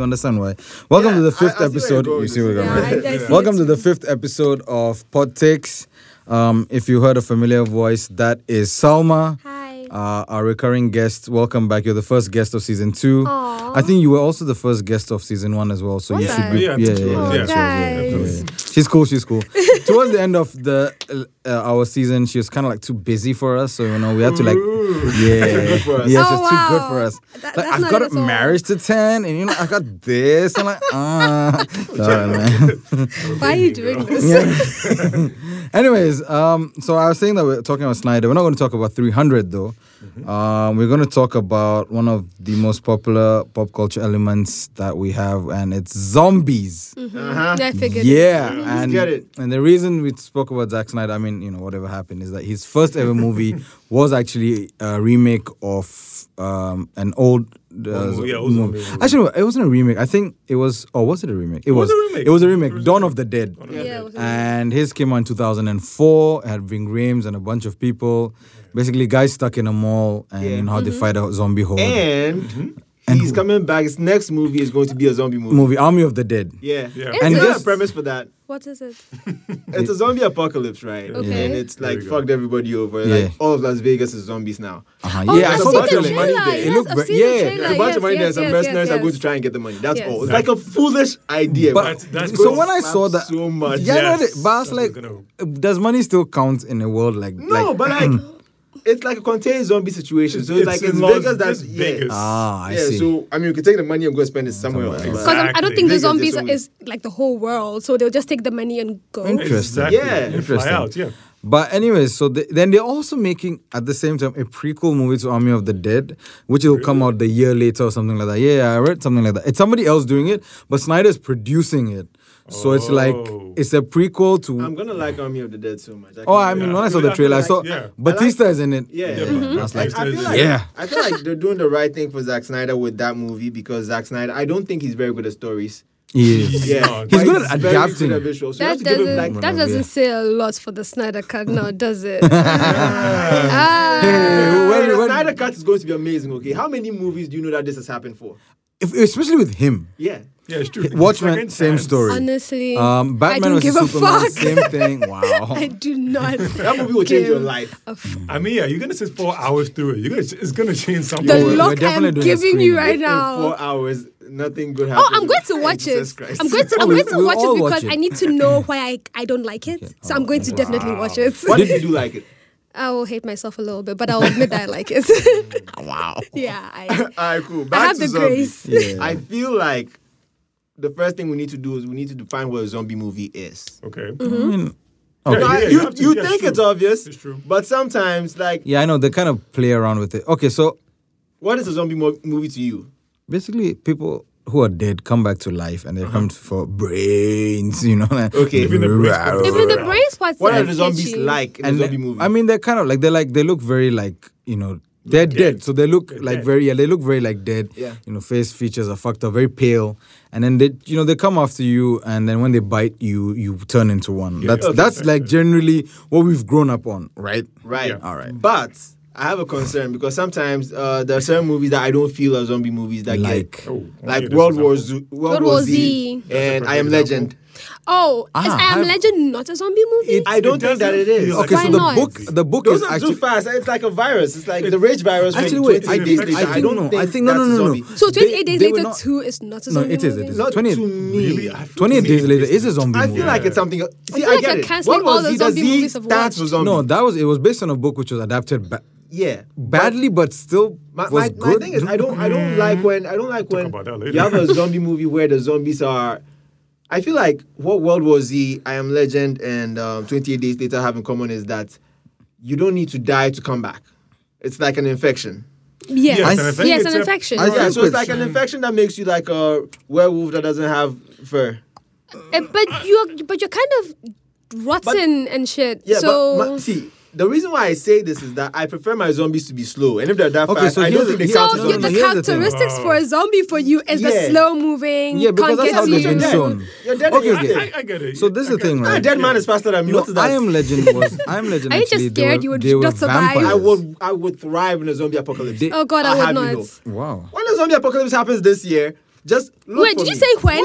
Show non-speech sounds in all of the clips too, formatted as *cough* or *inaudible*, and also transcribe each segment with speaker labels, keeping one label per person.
Speaker 1: understand why. Welcome
Speaker 2: Yeah,
Speaker 1: to the
Speaker 2: I-
Speaker 1: fifth
Speaker 2: I see where you're
Speaker 1: episode.
Speaker 2: going
Speaker 1: You
Speaker 2: with
Speaker 1: see where
Speaker 2: this.
Speaker 1: I'm
Speaker 2: Yeah,
Speaker 1: going.
Speaker 2: I- I see
Speaker 1: Welcome to the fifth episode of Pod Takes. Um, if you heard a familiar voice, that is Salma.
Speaker 3: Hi.
Speaker 1: Uh, our recurring guest. Welcome back. You're the first guest of season two.
Speaker 3: Aw.
Speaker 1: I think you were also the first guest of season one as well. So you
Speaker 3: Was
Speaker 1: should
Speaker 3: I?
Speaker 1: be.
Speaker 4: Yeah, I think she was,
Speaker 3: Oh,
Speaker 4: yeah.
Speaker 1: she was, yeah.
Speaker 3: guys.
Speaker 1: She's cool. She's cool. *laughs* Towards the end of the uh, uh, our season, she was kind of like too busy for us, so you know we had to like,
Speaker 2: *laughs* good for
Speaker 1: yeah,
Speaker 2: us.
Speaker 1: yeah,
Speaker 3: Oh,
Speaker 1: she's too good
Speaker 3: wow.
Speaker 1: for us. like
Speaker 3: That- that's
Speaker 1: I've
Speaker 3: not
Speaker 1: got
Speaker 3: it
Speaker 1: a
Speaker 3: at all.
Speaker 1: marriage to ten, and you know I got this, and like
Speaker 2: *laughs*
Speaker 1: ah, Sorry, man.
Speaker 3: Why are you doing this?
Speaker 1: Anyways, um, so I was saying that we're talking about Snyder. We're not going to talk about 300 though.
Speaker 2: Mm-hmm.
Speaker 1: Um, we're going to talk about one of the most popular pop culture elements that we have, and it's
Speaker 3: Mm.
Speaker 1: zombies.
Speaker 2: Uh-huh.
Speaker 3: Yeah, *laughs* I figured.
Speaker 1: Yeah, and
Speaker 2: Get it.
Speaker 1: and the reason we spoke about Zack Snyder, I mean, you know, whatever happened is that his first ever movie was actually a remake of um, an old. Uh,
Speaker 4: movie, yeah, it was a
Speaker 1: movie.
Speaker 4: remake.
Speaker 1: Actually, no, it wasn't a remake. I think it was. Oh, was it a remake? It,
Speaker 4: was
Speaker 1: was.
Speaker 4: a remake.
Speaker 1: It was a
Speaker 4: It
Speaker 1: remake.
Speaker 4: was a
Speaker 1: Dawn
Speaker 4: remake.
Speaker 1: of the Dead.
Speaker 4: Yeah.
Speaker 3: Yeah, it was a
Speaker 1: And his came out in 2004. It had Ving Rhames and a bunch of people. Basically, guys stuck in a mall and you know how
Speaker 3: Mm-hmm.
Speaker 1: they fight a zombie horde.
Speaker 2: And he's coming back. His next movie is going to be a zombie movie.
Speaker 1: Movie Army of the Dead.
Speaker 2: Yeah.
Speaker 4: Yeah.
Speaker 3: And
Speaker 2: And there's
Speaker 1: this-
Speaker 2: a premise for that.
Speaker 3: What is it?
Speaker 2: It's a zombie apocalypse, right?
Speaker 3: Okay.
Speaker 2: And it's
Speaker 4: There
Speaker 2: like
Speaker 4: we go.
Speaker 2: fucked everybody over.
Speaker 1: Yeah.
Speaker 2: Like all of Las Vegas is zombies now.
Speaker 1: Uh-huh.
Speaker 3: Oh,
Speaker 1: yeah,
Speaker 2: I've
Speaker 1: I saw
Speaker 2: seen
Speaker 1: the
Speaker 2: the
Speaker 1: trailer.
Speaker 2: trailer.
Speaker 1: It
Speaker 3: Yes,
Speaker 1: looked
Speaker 3: I've
Speaker 1: ve-
Speaker 3: seen the
Speaker 1: yeah.
Speaker 3: trailer.
Speaker 2: There's a bunch of money
Speaker 3: yes,
Speaker 2: there. Some
Speaker 3: yes,
Speaker 2: mercenaries
Speaker 3: yes,
Speaker 2: are going
Speaker 3: yes.
Speaker 2: to try and get the money. That's
Speaker 3: Yes.
Speaker 2: all. It's like a foolish idea.
Speaker 1: But
Speaker 4: That's- that's
Speaker 1: so
Speaker 4: going
Speaker 1: when I
Speaker 2: to
Speaker 1: saw that,
Speaker 2: slap so much.
Speaker 1: yeah, I know
Speaker 2: Yes.
Speaker 1: that- but I was
Speaker 4: That's
Speaker 1: like,
Speaker 4: gonna-
Speaker 1: does money still count in a world like?
Speaker 2: no,
Speaker 1: like,
Speaker 2: but like it's like a contained zombie situation. So it's,
Speaker 4: It's
Speaker 2: like
Speaker 4: in
Speaker 2: it's
Speaker 4: Las-
Speaker 2: Vegas that's
Speaker 4: it's
Speaker 2: yeah.
Speaker 4: Vegas.
Speaker 1: ah, I
Speaker 2: yeah,
Speaker 1: see.
Speaker 2: so I mean, you can take the money and go spend it somewhere,
Speaker 1: Somewhere
Speaker 2: else.
Speaker 1: else.
Speaker 3: Because I don't think
Speaker 4: Exactly.
Speaker 3: the
Speaker 2: Vegas is
Speaker 3: zombies
Speaker 2: only-
Speaker 3: is like the whole world, so they'll just take the money and go.
Speaker 1: Interesting.
Speaker 4: Exactly.
Speaker 2: Yeah.
Speaker 4: And fly
Speaker 1: Interesting.
Speaker 4: out, yeah.
Speaker 1: But anyways, so the, then they're also making at the same time a prequel movie to Army of the Dead, which will come out the year later or something like that. Yeah, I read something like that. It's somebody else doing it, but Snyder's producing it. So it's like
Speaker 4: Oh.
Speaker 1: it's a prequel to.
Speaker 2: I'm gonna like Army of the Dead so much.
Speaker 1: oh, I mean,
Speaker 4: Yeah.
Speaker 1: when I saw
Speaker 4: Yeah,
Speaker 1: the
Speaker 4: I feel
Speaker 1: trailer, I
Speaker 4: like-
Speaker 1: saw
Speaker 4: yeah. I like-
Speaker 1: Batista is in it.
Speaker 2: Yeah.
Speaker 4: Yeah,
Speaker 2: Mhm.
Speaker 1: I was like,
Speaker 2: I feel like,
Speaker 1: Mm-hmm. Yeah.
Speaker 2: I feel like they're doing the right thing for Zack Snyder with that movie because Zack Snyder, I don't think he's very good at stories.
Speaker 1: he is.
Speaker 2: Yeah,
Speaker 4: No,
Speaker 2: but
Speaker 1: he's good at
Speaker 2: very
Speaker 1: adapting.
Speaker 2: Good at visuals. So you have
Speaker 3: That
Speaker 2: to give him
Speaker 3: doesn't
Speaker 2: like
Speaker 3: that doesn't
Speaker 1: Yeah.
Speaker 3: say a lot for the Snyder Cut
Speaker 1: *laughs*
Speaker 3: now, does it? Ah.
Speaker 1: Hey, when-
Speaker 2: Hey, the
Speaker 1: when-
Speaker 2: Snyder Cut is going to be amazing. Okay, how many movies do you know that this has happened for?
Speaker 1: If- especially with him.
Speaker 2: Yeah,
Speaker 4: Yeah, it's true.
Speaker 1: Watchmen,
Speaker 4: Second
Speaker 1: same
Speaker 4: chance.
Speaker 1: story.
Speaker 3: Honestly,
Speaker 1: Um, Batman
Speaker 3: I don't
Speaker 1: was
Speaker 3: give a
Speaker 1: Superman,
Speaker 3: fuck.
Speaker 1: same thing. *laughs* Wow.
Speaker 3: *laughs* I do
Speaker 1: *laughs*
Speaker 3: not.
Speaker 2: that movie will change your
Speaker 3: give
Speaker 2: life.
Speaker 3: a f-
Speaker 4: I mean, yeah, you're gonna sit four hours through it. You're gonna, it's gonna change something.
Speaker 3: The
Speaker 1: we're- we're
Speaker 3: look
Speaker 1: definitely
Speaker 3: I'm
Speaker 1: doing a
Speaker 3: giving you
Speaker 1: screening.
Speaker 3: right
Speaker 2: In
Speaker 3: now.
Speaker 2: four hours, nothing good
Speaker 3: Oh,
Speaker 2: happens.
Speaker 3: I'm going to watch
Speaker 2: Jesus
Speaker 3: it.
Speaker 2: Christ.
Speaker 3: I'm going to,
Speaker 1: Oh,
Speaker 3: I'm
Speaker 1: we-
Speaker 3: going to
Speaker 1: we'll
Speaker 3: watch
Speaker 1: all
Speaker 3: it
Speaker 1: watch
Speaker 3: because
Speaker 1: it.
Speaker 3: I need to
Speaker 1: *laughs*
Speaker 3: know why I, I don't like it. So I'm going to definitely watch it.
Speaker 2: What did you do like it?
Speaker 3: I will hate myself a little bit, but I'll admit that I like
Speaker 1: *laughs*
Speaker 3: it. *laughs*
Speaker 1: Wow.
Speaker 3: yeah,
Speaker 2: *laughs*
Speaker 3: I,
Speaker 2: All right, cool. Back
Speaker 3: I have
Speaker 2: to
Speaker 3: the
Speaker 2: zombies.
Speaker 3: grace.
Speaker 1: Yeah.
Speaker 2: I feel like the first thing we need to do is we need to define what a zombie movie is.
Speaker 4: Okay.
Speaker 3: Mm-hmm.
Speaker 1: I mean,
Speaker 4: Yeah,
Speaker 2: Now,
Speaker 4: yeah,
Speaker 2: you
Speaker 4: have to-
Speaker 2: you
Speaker 4: yeah,
Speaker 2: think
Speaker 4: true.
Speaker 2: it's obvious,
Speaker 4: It's true.
Speaker 2: but sometimes, like,
Speaker 1: yeah, I know. They kind of play around with it. Okay, so
Speaker 2: what is a zombie mo- movie to you?
Speaker 1: basically, people who are dead come back to life and they come for brains, you know? Like,
Speaker 2: Okay. Even
Speaker 4: the brains-
Speaker 3: Even the
Speaker 4: Wow.
Speaker 3: brains part.
Speaker 2: What are
Speaker 3: sounds
Speaker 2: the zombies
Speaker 3: sketchy.
Speaker 2: like
Speaker 1: *laughs*
Speaker 2: in
Speaker 1: and
Speaker 2: a zombie movie?
Speaker 1: I mean, they're kind of like they're like they look very like you know they're dead, so they look like
Speaker 4: dead.
Speaker 1: very yeah they look very like dead.
Speaker 2: Yeah.
Speaker 1: you know, face features are fucked up, very pale, and then they you know they come after you, and then when they bite you, you turn into one. That's
Speaker 4: Okay.
Speaker 1: that's like generally what we've grown up on, right?
Speaker 2: right.
Speaker 4: Yeah.
Speaker 1: All right.
Speaker 2: But I have a concern because sometimes uh, there are certain movies that I don't feel are zombie movies that
Speaker 1: Like
Speaker 2: get
Speaker 4: Oh, can you
Speaker 2: like
Speaker 4: give
Speaker 2: World
Speaker 4: an
Speaker 2: War,
Speaker 4: example?
Speaker 2: Z, World
Speaker 3: World
Speaker 2: War
Speaker 3: War
Speaker 2: Z,
Speaker 3: Z.
Speaker 2: and
Speaker 4: That's a
Speaker 2: I Am
Speaker 4: perfect
Speaker 2: Legend.
Speaker 3: Oh, is
Speaker 1: Ah,
Speaker 3: I Am
Speaker 1: I've-
Speaker 3: Legend not a zombie movie?
Speaker 1: It-
Speaker 2: I don't
Speaker 4: It
Speaker 2: think that
Speaker 4: doesn't
Speaker 2: it is.
Speaker 4: feel like
Speaker 1: Okay,
Speaker 3: Why
Speaker 1: so the
Speaker 3: not?
Speaker 1: book the book
Speaker 2: Those
Speaker 1: is
Speaker 2: are
Speaker 1: actually
Speaker 2: too fast. It's like a virus. It's like the rage virus.
Speaker 1: actually
Speaker 2: went
Speaker 1: wait
Speaker 2: 28
Speaker 1: I think
Speaker 2: days
Speaker 1: I
Speaker 2: later. I
Speaker 1: think
Speaker 2: don't
Speaker 1: no
Speaker 2: think
Speaker 1: I think no
Speaker 2: that's
Speaker 1: no
Speaker 2: a
Speaker 1: no
Speaker 2: zombie.
Speaker 1: no.
Speaker 3: so
Speaker 1: They-
Speaker 3: 28 Days
Speaker 1: they were
Speaker 3: Later
Speaker 1: not-
Speaker 3: 2 is not a
Speaker 1: No,
Speaker 3: zombie
Speaker 1: it is, it
Speaker 3: movie?
Speaker 1: is.
Speaker 2: Not
Speaker 1: 28
Speaker 2: to me.
Speaker 4: Really? I feel
Speaker 1: Twenty-eight
Speaker 4: to me
Speaker 1: days later
Speaker 4: it's-
Speaker 1: is a zombie
Speaker 2: I
Speaker 1: movie.
Speaker 2: feel like it's something. See, I,
Speaker 3: like
Speaker 2: get
Speaker 3: you're
Speaker 2: it.
Speaker 3: cancelling
Speaker 2: What was
Speaker 3: all the
Speaker 2: Z? The
Speaker 3: zombie
Speaker 2: Z
Speaker 3: movies I've
Speaker 2: stands for
Speaker 3: watched.
Speaker 2: zombie.
Speaker 1: No, that was it was based on a book which was adapted ba-
Speaker 2: yeah.
Speaker 1: badly, but still
Speaker 2: My,
Speaker 1: was
Speaker 2: my, my
Speaker 1: good.
Speaker 2: thing is, I don't, I don't like when, I don't like when
Speaker 4: about that later.
Speaker 2: you have a zombie movie where the zombies are. I feel like what World War Z, I Am Legend, and um, 28 Days Later have in common is that you don't need to die to come back. It's like an infection.
Speaker 3: Yes.
Speaker 4: Yes,
Speaker 1: and I
Speaker 3: Yes,
Speaker 4: think it's
Speaker 3: an
Speaker 4: a-
Speaker 3: infection.
Speaker 1: I
Speaker 2: Yeah,
Speaker 1: think
Speaker 2: so it's
Speaker 1: it's-
Speaker 2: like an infection that makes you like a werewolf that doesn't have fur.
Speaker 3: Uh, but you're but you're kind of rotten and shit.
Speaker 2: Yeah,
Speaker 3: so
Speaker 2: but my, see, the reason why I say this is that I prefer my zombies to be slow, and if they're that
Speaker 1: Okay,
Speaker 2: fast,
Speaker 1: so
Speaker 2: I don't
Speaker 1: here's-
Speaker 2: think they
Speaker 1: here's-
Speaker 2: count
Speaker 3: so
Speaker 2: as
Speaker 1: no,
Speaker 3: you-
Speaker 1: no,
Speaker 3: the
Speaker 2: zombies.
Speaker 1: here's the thing.
Speaker 3: characteristics for a zombie for you is
Speaker 2: Yeah.
Speaker 3: the slow moving.
Speaker 1: Yeah, because that's how they've
Speaker 2: you're
Speaker 1: been
Speaker 2: dead.
Speaker 1: shown.
Speaker 2: You're dead.
Speaker 1: Okay,
Speaker 2: again.
Speaker 1: okay.
Speaker 4: I, I get it.
Speaker 1: So this is the
Speaker 4: Okay.
Speaker 1: thing,
Speaker 2: Ah,
Speaker 1: right?
Speaker 2: dead man is faster than me.
Speaker 1: No,
Speaker 2: What's that?
Speaker 1: I am Legend was I
Speaker 3: *laughs*
Speaker 1: am Legend.
Speaker 3: Are you just
Speaker 1: actually, they
Speaker 3: scared
Speaker 1: were-
Speaker 3: you would
Speaker 1: they were
Speaker 3: not survive?
Speaker 1: vampires.
Speaker 2: I would I would thrive in a zombie apocalypse.
Speaker 1: They-
Speaker 3: Oh God, I
Speaker 2: I'll
Speaker 3: would
Speaker 2: have you
Speaker 3: not.
Speaker 2: know.
Speaker 1: Wow.
Speaker 2: When the zombie apocalypse happens this year, Just look for
Speaker 3: Wait, did you
Speaker 2: me.
Speaker 3: say when?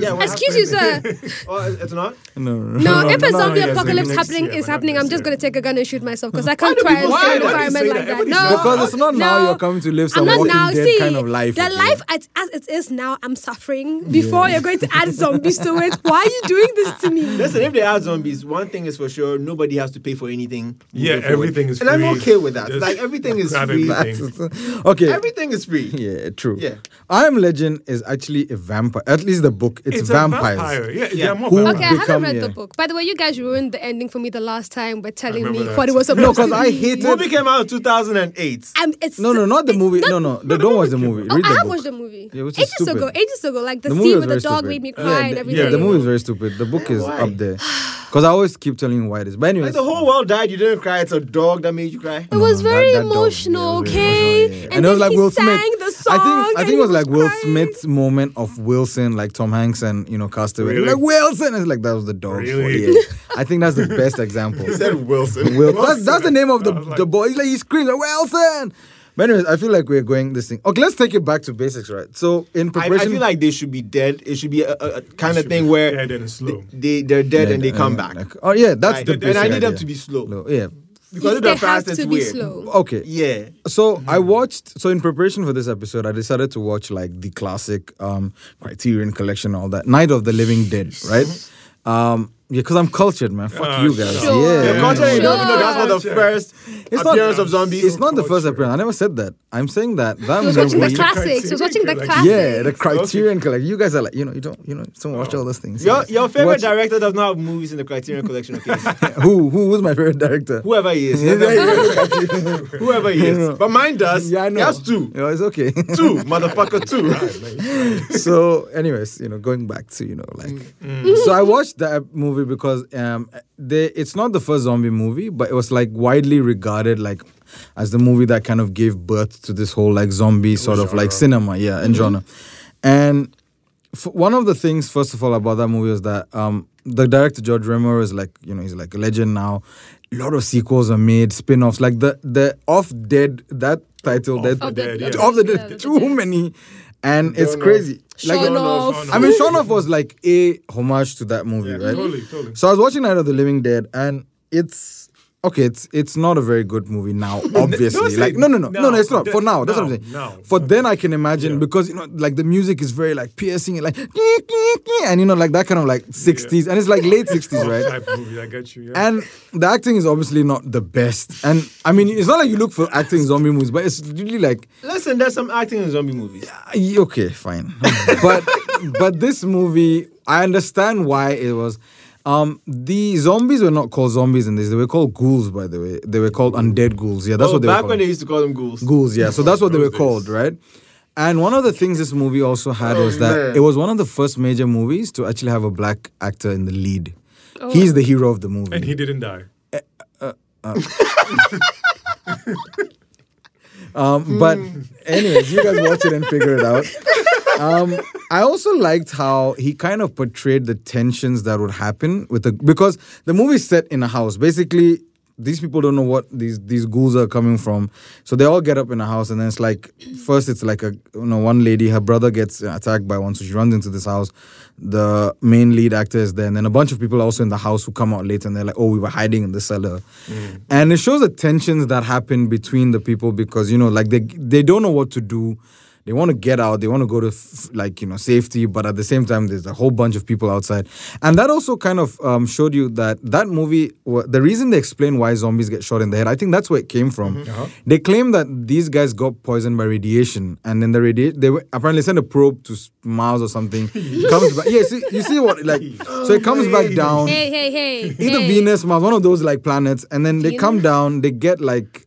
Speaker 2: Yeah, what
Speaker 3: Excuse you,
Speaker 4: *laughs*
Speaker 3: sir.
Speaker 2: Oh, it's not.
Speaker 1: No,
Speaker 3: No, if a
Speaker 1: no,
Speaker 3: zombie
Speaker 4: yes, maybe
Speaker 3: apocalypse
Speaker 4: next
Speaker 3: happening
Speaker 4: year,
Speaker 3: is
Speaker 4: but not
Speaker 3: happening,
Speaker 4: this
Speaker 3: I'm just
Speaker 4: year.
Speaker 3: gonna take a gun and shoot myself
Speaker 4: *laughs*
Speaker 3: because I can't
Speaker 2: do
Speaker 3: try and
Speaker 2: people- why-
Speaker 3: save an
Speaker 2: why do they
Speaker 3: environment
Speaker 4: say
Speaker 3: like
Speaker 4: that?
Speaker 3: that.
Speaker 4: Everybody's
Speaker 3: No,
Speaker 4: not-
Speaker 1: Because it's not now
Speaker 3: No.
Speaker 1: you're coming to live
Speaker 3: I'm
Speaker 1: some
Speaker 3: not
Speaker 1: walking
Speaker 3: now.
Speaker 1: dead
Speaker 3: See,
Speaker 1: kind of life.
Speaker 3: the
Speaker 1: okay?
Speaker 3: life as, as it is now, I'm suffering. Before you're going to add
Speaker 1: *laughs*
Speaker 3: zombies to it, why are you doing this to me?
Speaker 2: Listen, if they are zombies, one thing is for sure: nobody has to pay for anything.
Speaker 4: Yeah,
Speaker 2: moving forward.
Speaker 4: everything is
Speaker 2: and I'm
Speaker 4: free.
Speaker 2: okay with that.
Speaker 4: Just
Speaker 2: like everything is
Speaker 4: grab
Speaker 2: free.
Speaker 4: everything.
Speaker 1: *laughs* okay.
Speaker 2: Everything is free.
Speaker 1: yeah, true.
Speaker 2: Yeah.
Speaker 1: I Am Legend is actually a vampire. At least the book, it's,
Speaker 4: It's
Speaker 1: vampires.
Speaker 4: a vampire. Yeah,
Speaker 2: Yeah.
Speaker 4: yeah. more
Speaker 1: Who-
Speaker 3: Okay, I
Speaker 4: vampires.
Speaker 1: Become,
Speaker 3: haven't read
Speaker 1: yeah.
Speaker 3: the book. By the way, you guys ruined the ending for me the last time by telling me
Speaker 4: remember that.
Speaker 3: what it was
Speaker 1: No,
Speaker 3: supposed to
Speaker 1: because
Speaker 3: be.
Speaker 1: I hated.
Speaker 2: Movie came out in 2008.
Speaker 3: I'm, it's
Speaker 1: No, no, not the movie. No, no, the don't watch the movie.
Speaker 3: Oh,
Speaker 1: Read
Speaker 3: I
Speaker 1: the
Speaker 3: have
Speaker 1: book.
Speaker 3: watched the movie.
Speaker 1: Yeah, which is
Speaker 3: ages ago,
Speaker 1: stupid.
Speaker 3: ages ago. Like the,
Speaker 1: The
Speaker 3: scene
Speaker 1: was
Speaker 3: with the
Speaker 1: very
Speaker 3: dog
Speaker 1: stupid.
Speaker 3: made me
Speaker 1: Yeah,
Speaker 3: cry and
Speaker 1: the-
Speaker 3: everything.
Speaker 1: Yeah, the movie is very stupid. The book
Speaker 2: Yeah,
Speaker 1: is
Speaker 2: why?
Speaker 1: up there. Because I always keep telling you why it is. But anyway,
Speaker 2: Like the whole world died. You didn't cry. It's a dog that made you cry.
Speaker 3: It was
Speaker 1: No,
Speaker 3: very
Speaker 1: that- that dog, yeah,
Speaker 3: emotional,
Speaker 1: very
Speaker 3: okay?
Speaker 1: emotional, yeah.
Speaker 3: And, then he sang the song.
Speaker 1: I think I
Speaker 3: and
Speaker 1: think
Speaker 3: he
Speaker 1: it was like Will
Speaker 3: crying.
Speaker 1: Smith's moment of Wilson, like Tom Hanks and you know Castaway.
Speaker 4: Really?
Speaker 1: Like Wilson, it's like that was the dog.
Speaker 4: Really?
Speaker 1: For, yeah. I think that's the best
Speaker 2: *laughs*
Speaker 1: example.
Speaker 2: said Wilson.
Speaker 1: Will, that's, that's the name of the,
Speaker 4: I was like-
Speaker 1: the boy. He's like he screams like Wilson. But anyways, I feel like we're going this thing. Okay, let's take it back to basics, right? So in
Speaker 2: I, I
Speaker 1: preparation,
Speaker 2: feel like they should be dead. It should be a, a, a kind of
Speaker 4: should
Speaker 2: thing
Speaker 4: be
Speaker 2: where
Speaker 4: dead and slow.
Speaker 2: They, they're dead and they come back.
Speaker 1: like- oh yeah, that's
Speaker 2: Like,
Speaker 1: the
Speaker 2: and
Speaker 1: basic
Speaker 2: I need them
Speaker 1: idea.
Speaker 2: to be slow.
Speaker 1: No, yeah.
Speaker 2: Because
Speaker 3: If
Speaker 2: if
Speaker 3: they
Speaker 2: they're fast,
Speaker 3: have
Speaker 2: it's
Speaker 3: to be
Speaker 2: weird.
Speaker 3: slow.
Speaker 1: Okay.
Speaker 2: Yeah.
Speaker 1: So I
Speaker 2: Hmm.
Speaker 1: watched. So in preparation for this episode, I decided to watch like the classic um, Criterion Collection, all that Night of the Living Dead,
Speaker 2: *laughs*
Speaker 1: right? Um, yeah, because I'm cultured, man. Fuck
Speaker 4: Ah,
Speaker 1: you guys.
Speaker 3: sure.
Speaker 1: Yeah,
Speaker 2: The
Speaker 4: Yeah.
Speaker 2: Oh, culture, you don't even know
Speaker 3: Sure.
Speaker 2: that's not the
Speaker 4: Culture.
Speaker 2: first
Speaker 1: It's not-
Speaker 2: appearance of zombies. Oh,
Speaker 1: It's not the first appearance. I never said that. I'm saying that
Speaker 3: *laughs*
Speaker 1: that
Speaker 3: He was watching the
Speaker 1: movie-
Speaker 3: classics. He was watching the
Speaker 4: Yeah,
Speaker 3: classics.
Speaker 1: yeah, the Criterion Collection. You guys are like, you know, you don't, you know, someone watch all those things.
Speaker 2: Oh. Your, your
Speaker 1: *laughs*
Speaker 2: favorite
Speaker 1: Watch-
Speaker 2: director does not have movies in the Criterion Collection,
Speaker 1: *laughs*
Speaker 2: okay?
Speaker 1: Who, who was my favorite director?
Speaker 2: Whoever he
Speaker 1: *laughs*
Speaker 2: is.
Speaker 1: Yeah,
Speaker 2: Whoever he is.
Speaker 1: know.
Speaker 2: But mine does.
Speaker 1: yeah, I know.
Speaker 2: He has two.
Speaker 1: Yeah, it's okay.
Speaker 3: *laughs*
Speaker 1: *laughs*
Speaker 2: Two, motherfucker, two.
Speaker 1: so, anyways, you know, going back to you know, like,
Speaker 3: Mm.
Speaker 1: so I watched that movie because um, they, it's not the first zombie movie, but it was like widely regarded like as the movie that kind of gave birth to this whole like zombie sort of like cinema, yeah,
Speaker 3: Mm-hmm.
Speaker 1: and genre. And f- one of the things, first of all, about that movie was that um, the director George Romero is like, you know, he's like a legend now. A lot of sequels are made, spin-offs, like the the Off Dead that title, Dead,
Speaker 3: Of the Dead,
Speaker 1: Dead-
Speaker 3: yeah.
Speaker 1: Of the
Speaker 3: Yeah,
Speaker 1: Dead, *laughs*
Speaker 3: Of the
Speaker 1: too
Speaker 3: Dead.
Speaker 1: many, and it's
Speaker 4: Don't know.
Speaker 1: crazy. Like,
Speaker 3: Shaun
Speaker 4: off.
Speaker 3: off.
Speaker 1: I mean, Shaun of was like a homage to that movie,
Speaker 4: Yeah,
Speaker 1: right?
Speaker 4: totally, totally.
Speaker 1: So I was watching Night of the Living Dead, and it's okay. It's it's not a very good movie
Speaker 4: *laughs*
Speaker 1: now, obviously.
Speaker 4: say
Speaker 1: like no, no, no, no, no.
Speaker 4: now.
Speaker 1: It's not for now. That's
Speaker 4: Now,
Speaker 1: what I'm saying.
Speaker 4: now.
Speaker 1: For then, I can imagine because you know, like the music is very like piercing and like and you know, like that kind of like sixties, and it's like late sixties, *laughs* right?
Speaker 4: *laughs* Type of movie, I get you. Yeah.
Speaker 1: And the acting is obviously not the best. And I mean, it's not like you look for acting in zombie movies, but it's really like
Speaker 2: Listen, there's some acting in zombie movies.
Speaker 1: Y- okay fine *laughs* but but this movie i understand why it was um the zombies were not called zombies in this they were called ghouls by the way they were called undead ghouls yeah that's
Speaker 2: oh,
Speaker 1: what they
Speaker 2: back
Speaker 1: were
Speaker 2: when
Speaker 1: called
Speaker 2: they used to call them ghouls.
Speaker 1: ghouls yeah so that's what they were
Speaker 4: Those
Speaker 1: called
Speaker 4: days.
Speaker 1: right and one of the things this movie also had was that
Speaker 2: Oh, man.
Speaker 1: it was one of the first major movies to actually have a black actor in the lead he's the hero of the movie
Speaker 4: And he didn't die.
Speaker 1: Um, but anyways, you guys watch it and figure it out. Um, I also liked how he kind of portrayed the tensions that would happen with the because the movie's set in a house. Basically, these people don't know what these these ghouls are coming from, so they all get up in a house, and then it's like first it's like a you know one lady, her brother gets attacked by one, so she runs into this house. The main lead actor is there, and then a bunch of people are also in the house who come out later, and they're like, "Oh, we were hiding in the cellar," and it shows the tensions that happen between the people because you know, like they they don't know what to do. They want to get out. They want to go to f- like you know safety, but at the same time, there's a whole bunch of people outside, and that also kind of um, showed you that that movie. wa- The reason they explain why zombies get shot in the head, I think that's where it came from. They claim that these guys got poisoned by radiation, and then the radiation they were, apparently sent a probe to s- Mars or something. comes back, yeah. See, you see what like so it comes back down
Speaker 3: Hey, hey, hey.
Speaker 1: either
Speaker 3: hey.
Speaker 1: Venus, Mars, one of those like planets, and then they come down, they get like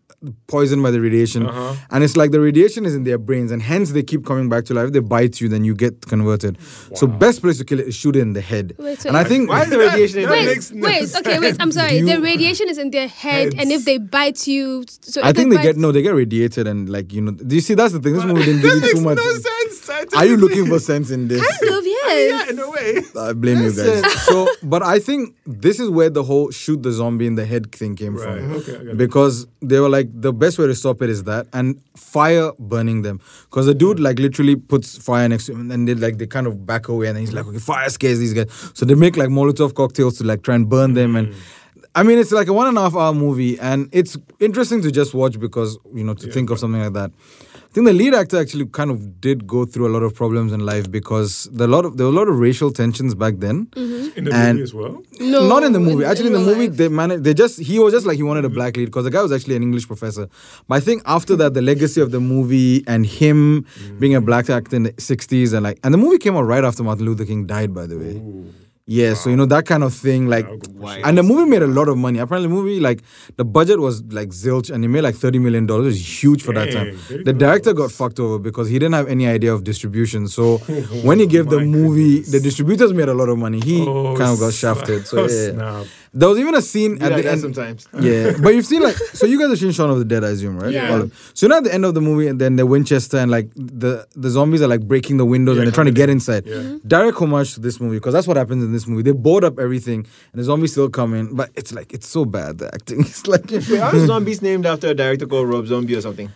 Speaker 1: poisoned by the radiation,
Speaker 2: Uh-huh.
Speaker 1: and it's like the radiation is in their brains, and hence they keep coming back to life. If they bite you, then you get converted. So best place to kill it is shoot it in the head.
Speaker 3: Wait, so
Speaker 1: and I think
Speaker 2: Why is
Speaker 3: *laughs*
Speaker 2: the radiation in
Speaker 4: That
Speaker 2: there?
Speaker 3: Wait,
Speaker 4: makes no
Speaker 3: wait, okay, wait. I'm sorry.
Speaker 1: You-
Speaker 3: The radiation is in their head, and if they bite you, so
Speaker 1: I
Speaker 3: if
Speaker 1: think they
Speaker 3: bite-
Speaker 1: get no, they get radiated, and
Speaker 2: *laughs*
Speaker 1: like you know, do you see that's the thing. This movie didn't
Speaker 2: That
Speaker 1: give you
Speaker 2: makes
Speaker 1: too much.
Speaker 2: no sense.
Speaker 1: Are you looking for sense in this?
Speaker 3: Kind of, yeah.
Speaker 2: Yeah,
Speaker 3: Yes.
Speaker 2: in a way.
Speaker 1: I blame you
Speaker 2: That's
Speaker 1: guys. so, but I think this is where the whole shoot the zombie in the head thing came
Speaker 4: Right,
Speaker 1: from.
Speaker 4: okay, I got it.
Speaker 1: because they were like, the best way to stop it is that and fire burning them. Because the dude like literally puts fire next to him and then they like they kind of back away and then he's like, okay, fire scares these guys. So they make like Molotov cocktails to like try and burn them and. I mean, it's like a one and a half hour movie, and it's interesting to just watch because you know to think of something like that. I think the lead actor actually kind of did go through a lot of problems in life because the lot of there were a lot of racial tensions back then.
Speaker 4: in the
Speaker 1: And-
Speaker 4: movie as well.
Speaker 3: No,
Speaker 1: Not in the
Speaker 3: in-
Speaker 1: movie.
Speaker 3: in
Speaker 1: Actually, in the
Speaker 3: real
Speaker 1: movie,
Speaker 3: life.
Speaker 1: they managed. They just he was just like he wanted a black lead because the guy was actually an English professor. But I think after that, the legacy of the movie and him being a black actor in the '60s and like and the movie came out right after Martin Luther King died, by the way. Yeah, so you know that kind of thing, like,
Speaker 5: Wild.
Speaker 1: and the movie made a lot of money. Apparently, the movie like the budget was like zilch, and it made like thirty million dollars. It was huge for that
Speaker 4: Dang,
Speaker 1: time.
Speaker 4: $30
Speaker 1: The director got fucked over because he didn't have any idea of distribution. So when he gave the
Speaker 4: My
Speaker 1: movie, the distributors made a lot of money. He
Speaker 4: Oh,
Speaker 1: kind of got
Speaker 4: snap.
Speaker 1: shafted. So yeah.
Speaker 4: Snap.
Speaker 1: there was even a scene
Speaker 2: Yeah,
Speaker 1: at the
Speaker 2: that
Speaker 1: end.
Speaker 2: sometimes.
Speaker 1: Yeah, but you've seen like so you guys have seen Shaun of the Dead, I assume, right?
Speaker 3: Yeah.
Speaker 1: All of- so you know at the end of the movie, and then the Winchester and like the the zombies are like breaking the windows
Speaker 4: Yeah,
Speaker 1: and they're trying to
Speaker 4: coming
Speaker 1: get inside.
Speaker 4: Yeah.
Speaker 1: Direct homage to this movie because that's what happens in this movie. They board up everything and the zombies still come in, but it's like it's so bad the acting. *laughs* It's like
Speaker 2: Wait, aren't zombies named after a director called Rob Zombie or something?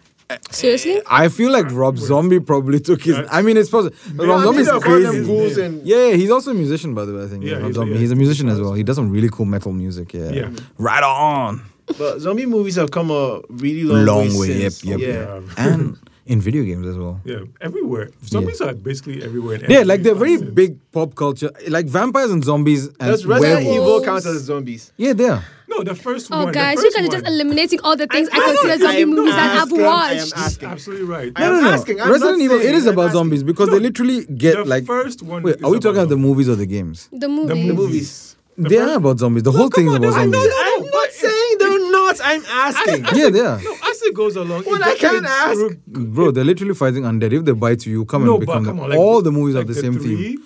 Speaker 3: Seriously?
Speaker 1: I feel like Rob Zombie probably took his. I mean, it's possible. Rob
Speaker 2: I mean,
Speaker 1: Zombie's
Speaker 2: they're called them
Speaker 1: crazy.
Speaker 2: ghouls and
Speaker 1: Yeah, yeah, he's also a musician, by the way. I think
Speaker 4: Yeah,
Speaker 1: Rob
Speaker 4: he's a-
Speaker 1: Zombie.
Speaker 4: yeah,
Speaker 1: he's a
Speaker 4: he's a
Speaker 1: musician as well. He does some really cool metal music. Yeah,
Speaker 4: Yeah.
Speaker 1: right on.
Speaker 2: But zombie movies have come a really long,
Speaker 1: Long
Speaker 2: way.
Speaker 1: way, yep,
Speaker 2: since.
Speaker 1: yep,
Speaker 2: yeah.
Speaker 1: yep. and in video games as well.
Speaker 4: Yeah, everywhere. Zombies are basically everywhere. in
Speaker 1: Yeah,
Speaker 4: every
Speaker 1: like they're very
Speaker 4: nonsense.
Speaker 1: big pop culture, like vampires and zombies and
Speaker 2: Does Resident
Speaker 1: werewolves.
Speaker 2: Evil count as zombies?
Speaker 1: Yeah, they are.
Speaker 4: No, the first one.
Speaker 3: Oh,
Speaker 4: the
Speaker 3: guys, you
Speaker 4: first
Speaker 3: guys are
Speaker 4: one.
Speaker 3: just eliminating all the things I,
Speaker 2: I'm
Speaker 3: consider
Speaker 2: not- I
Speaker 3: zombie
Speaker 2: am
Speaker 3: movies that I've
Speaker 2: asking, I am
Speaker 3: watched.
Speaker 2: asking.
Speaker 4: She's absolutely right.
Speaker 2: I
Speaker 1: No,
Speaker 2: am
Speaker 1: no, no.
Speaker 2: asking, I'm
Speaker 1: Resident
Speaker 2: not
Speaker 1: Evil.
Speaker 2: saying,
Speaker 1: it is
Speaker 2: I'm
Speaker 1: about
Speaker 2: asking.
Speaker 1: zombies because they literally get
Speaker 4: the
Speaker 1: like.
Speaker 4: first one.
Speaker 1: wait,
Speaker 4: is
Speaker 1: are we
Speaker 4: about
Speaker 1: talking about the
Speaker 4: zombies.
Speaker 1: movies or the games?
Speaker 3: The movie.
Speaker 4: The
Speaker 2: movies.
Speaker 4: movies. The
Speaker 1: they
Speaker 4: first-
Speaker 1: are about zombies. The whole thing is about
Speaker 2: I know
Speaker 1: zombies.
Speaker 2: that. I'm not saying they're not. I'm asking.
Speaker 1: Yeah, they are.
Speaker 4: No, as it goes along,
Speaker 2: Well,
Speaker 4: it
Speaker 2: I can't
Speaker 4: gets
Speaker 2: ask.
Speaker 4: through-
Speaker 1: Bro, they're literally fighting undead. If they bite you, you come
Speaker 4: No,
Speaker 1: and
Speaker 4: but
Speaker 1: become
Speaker 4: come
Speaker 1: them.
Speaker 4: on, like
Speaker 1: all the
Speaker 4: the-
Speaker 1: movies have
Speaker 4: like
Speaker 1: the,
Speaker 4: the
Speaker 1: same
Speaker 4: three?
Speaker 1: theme.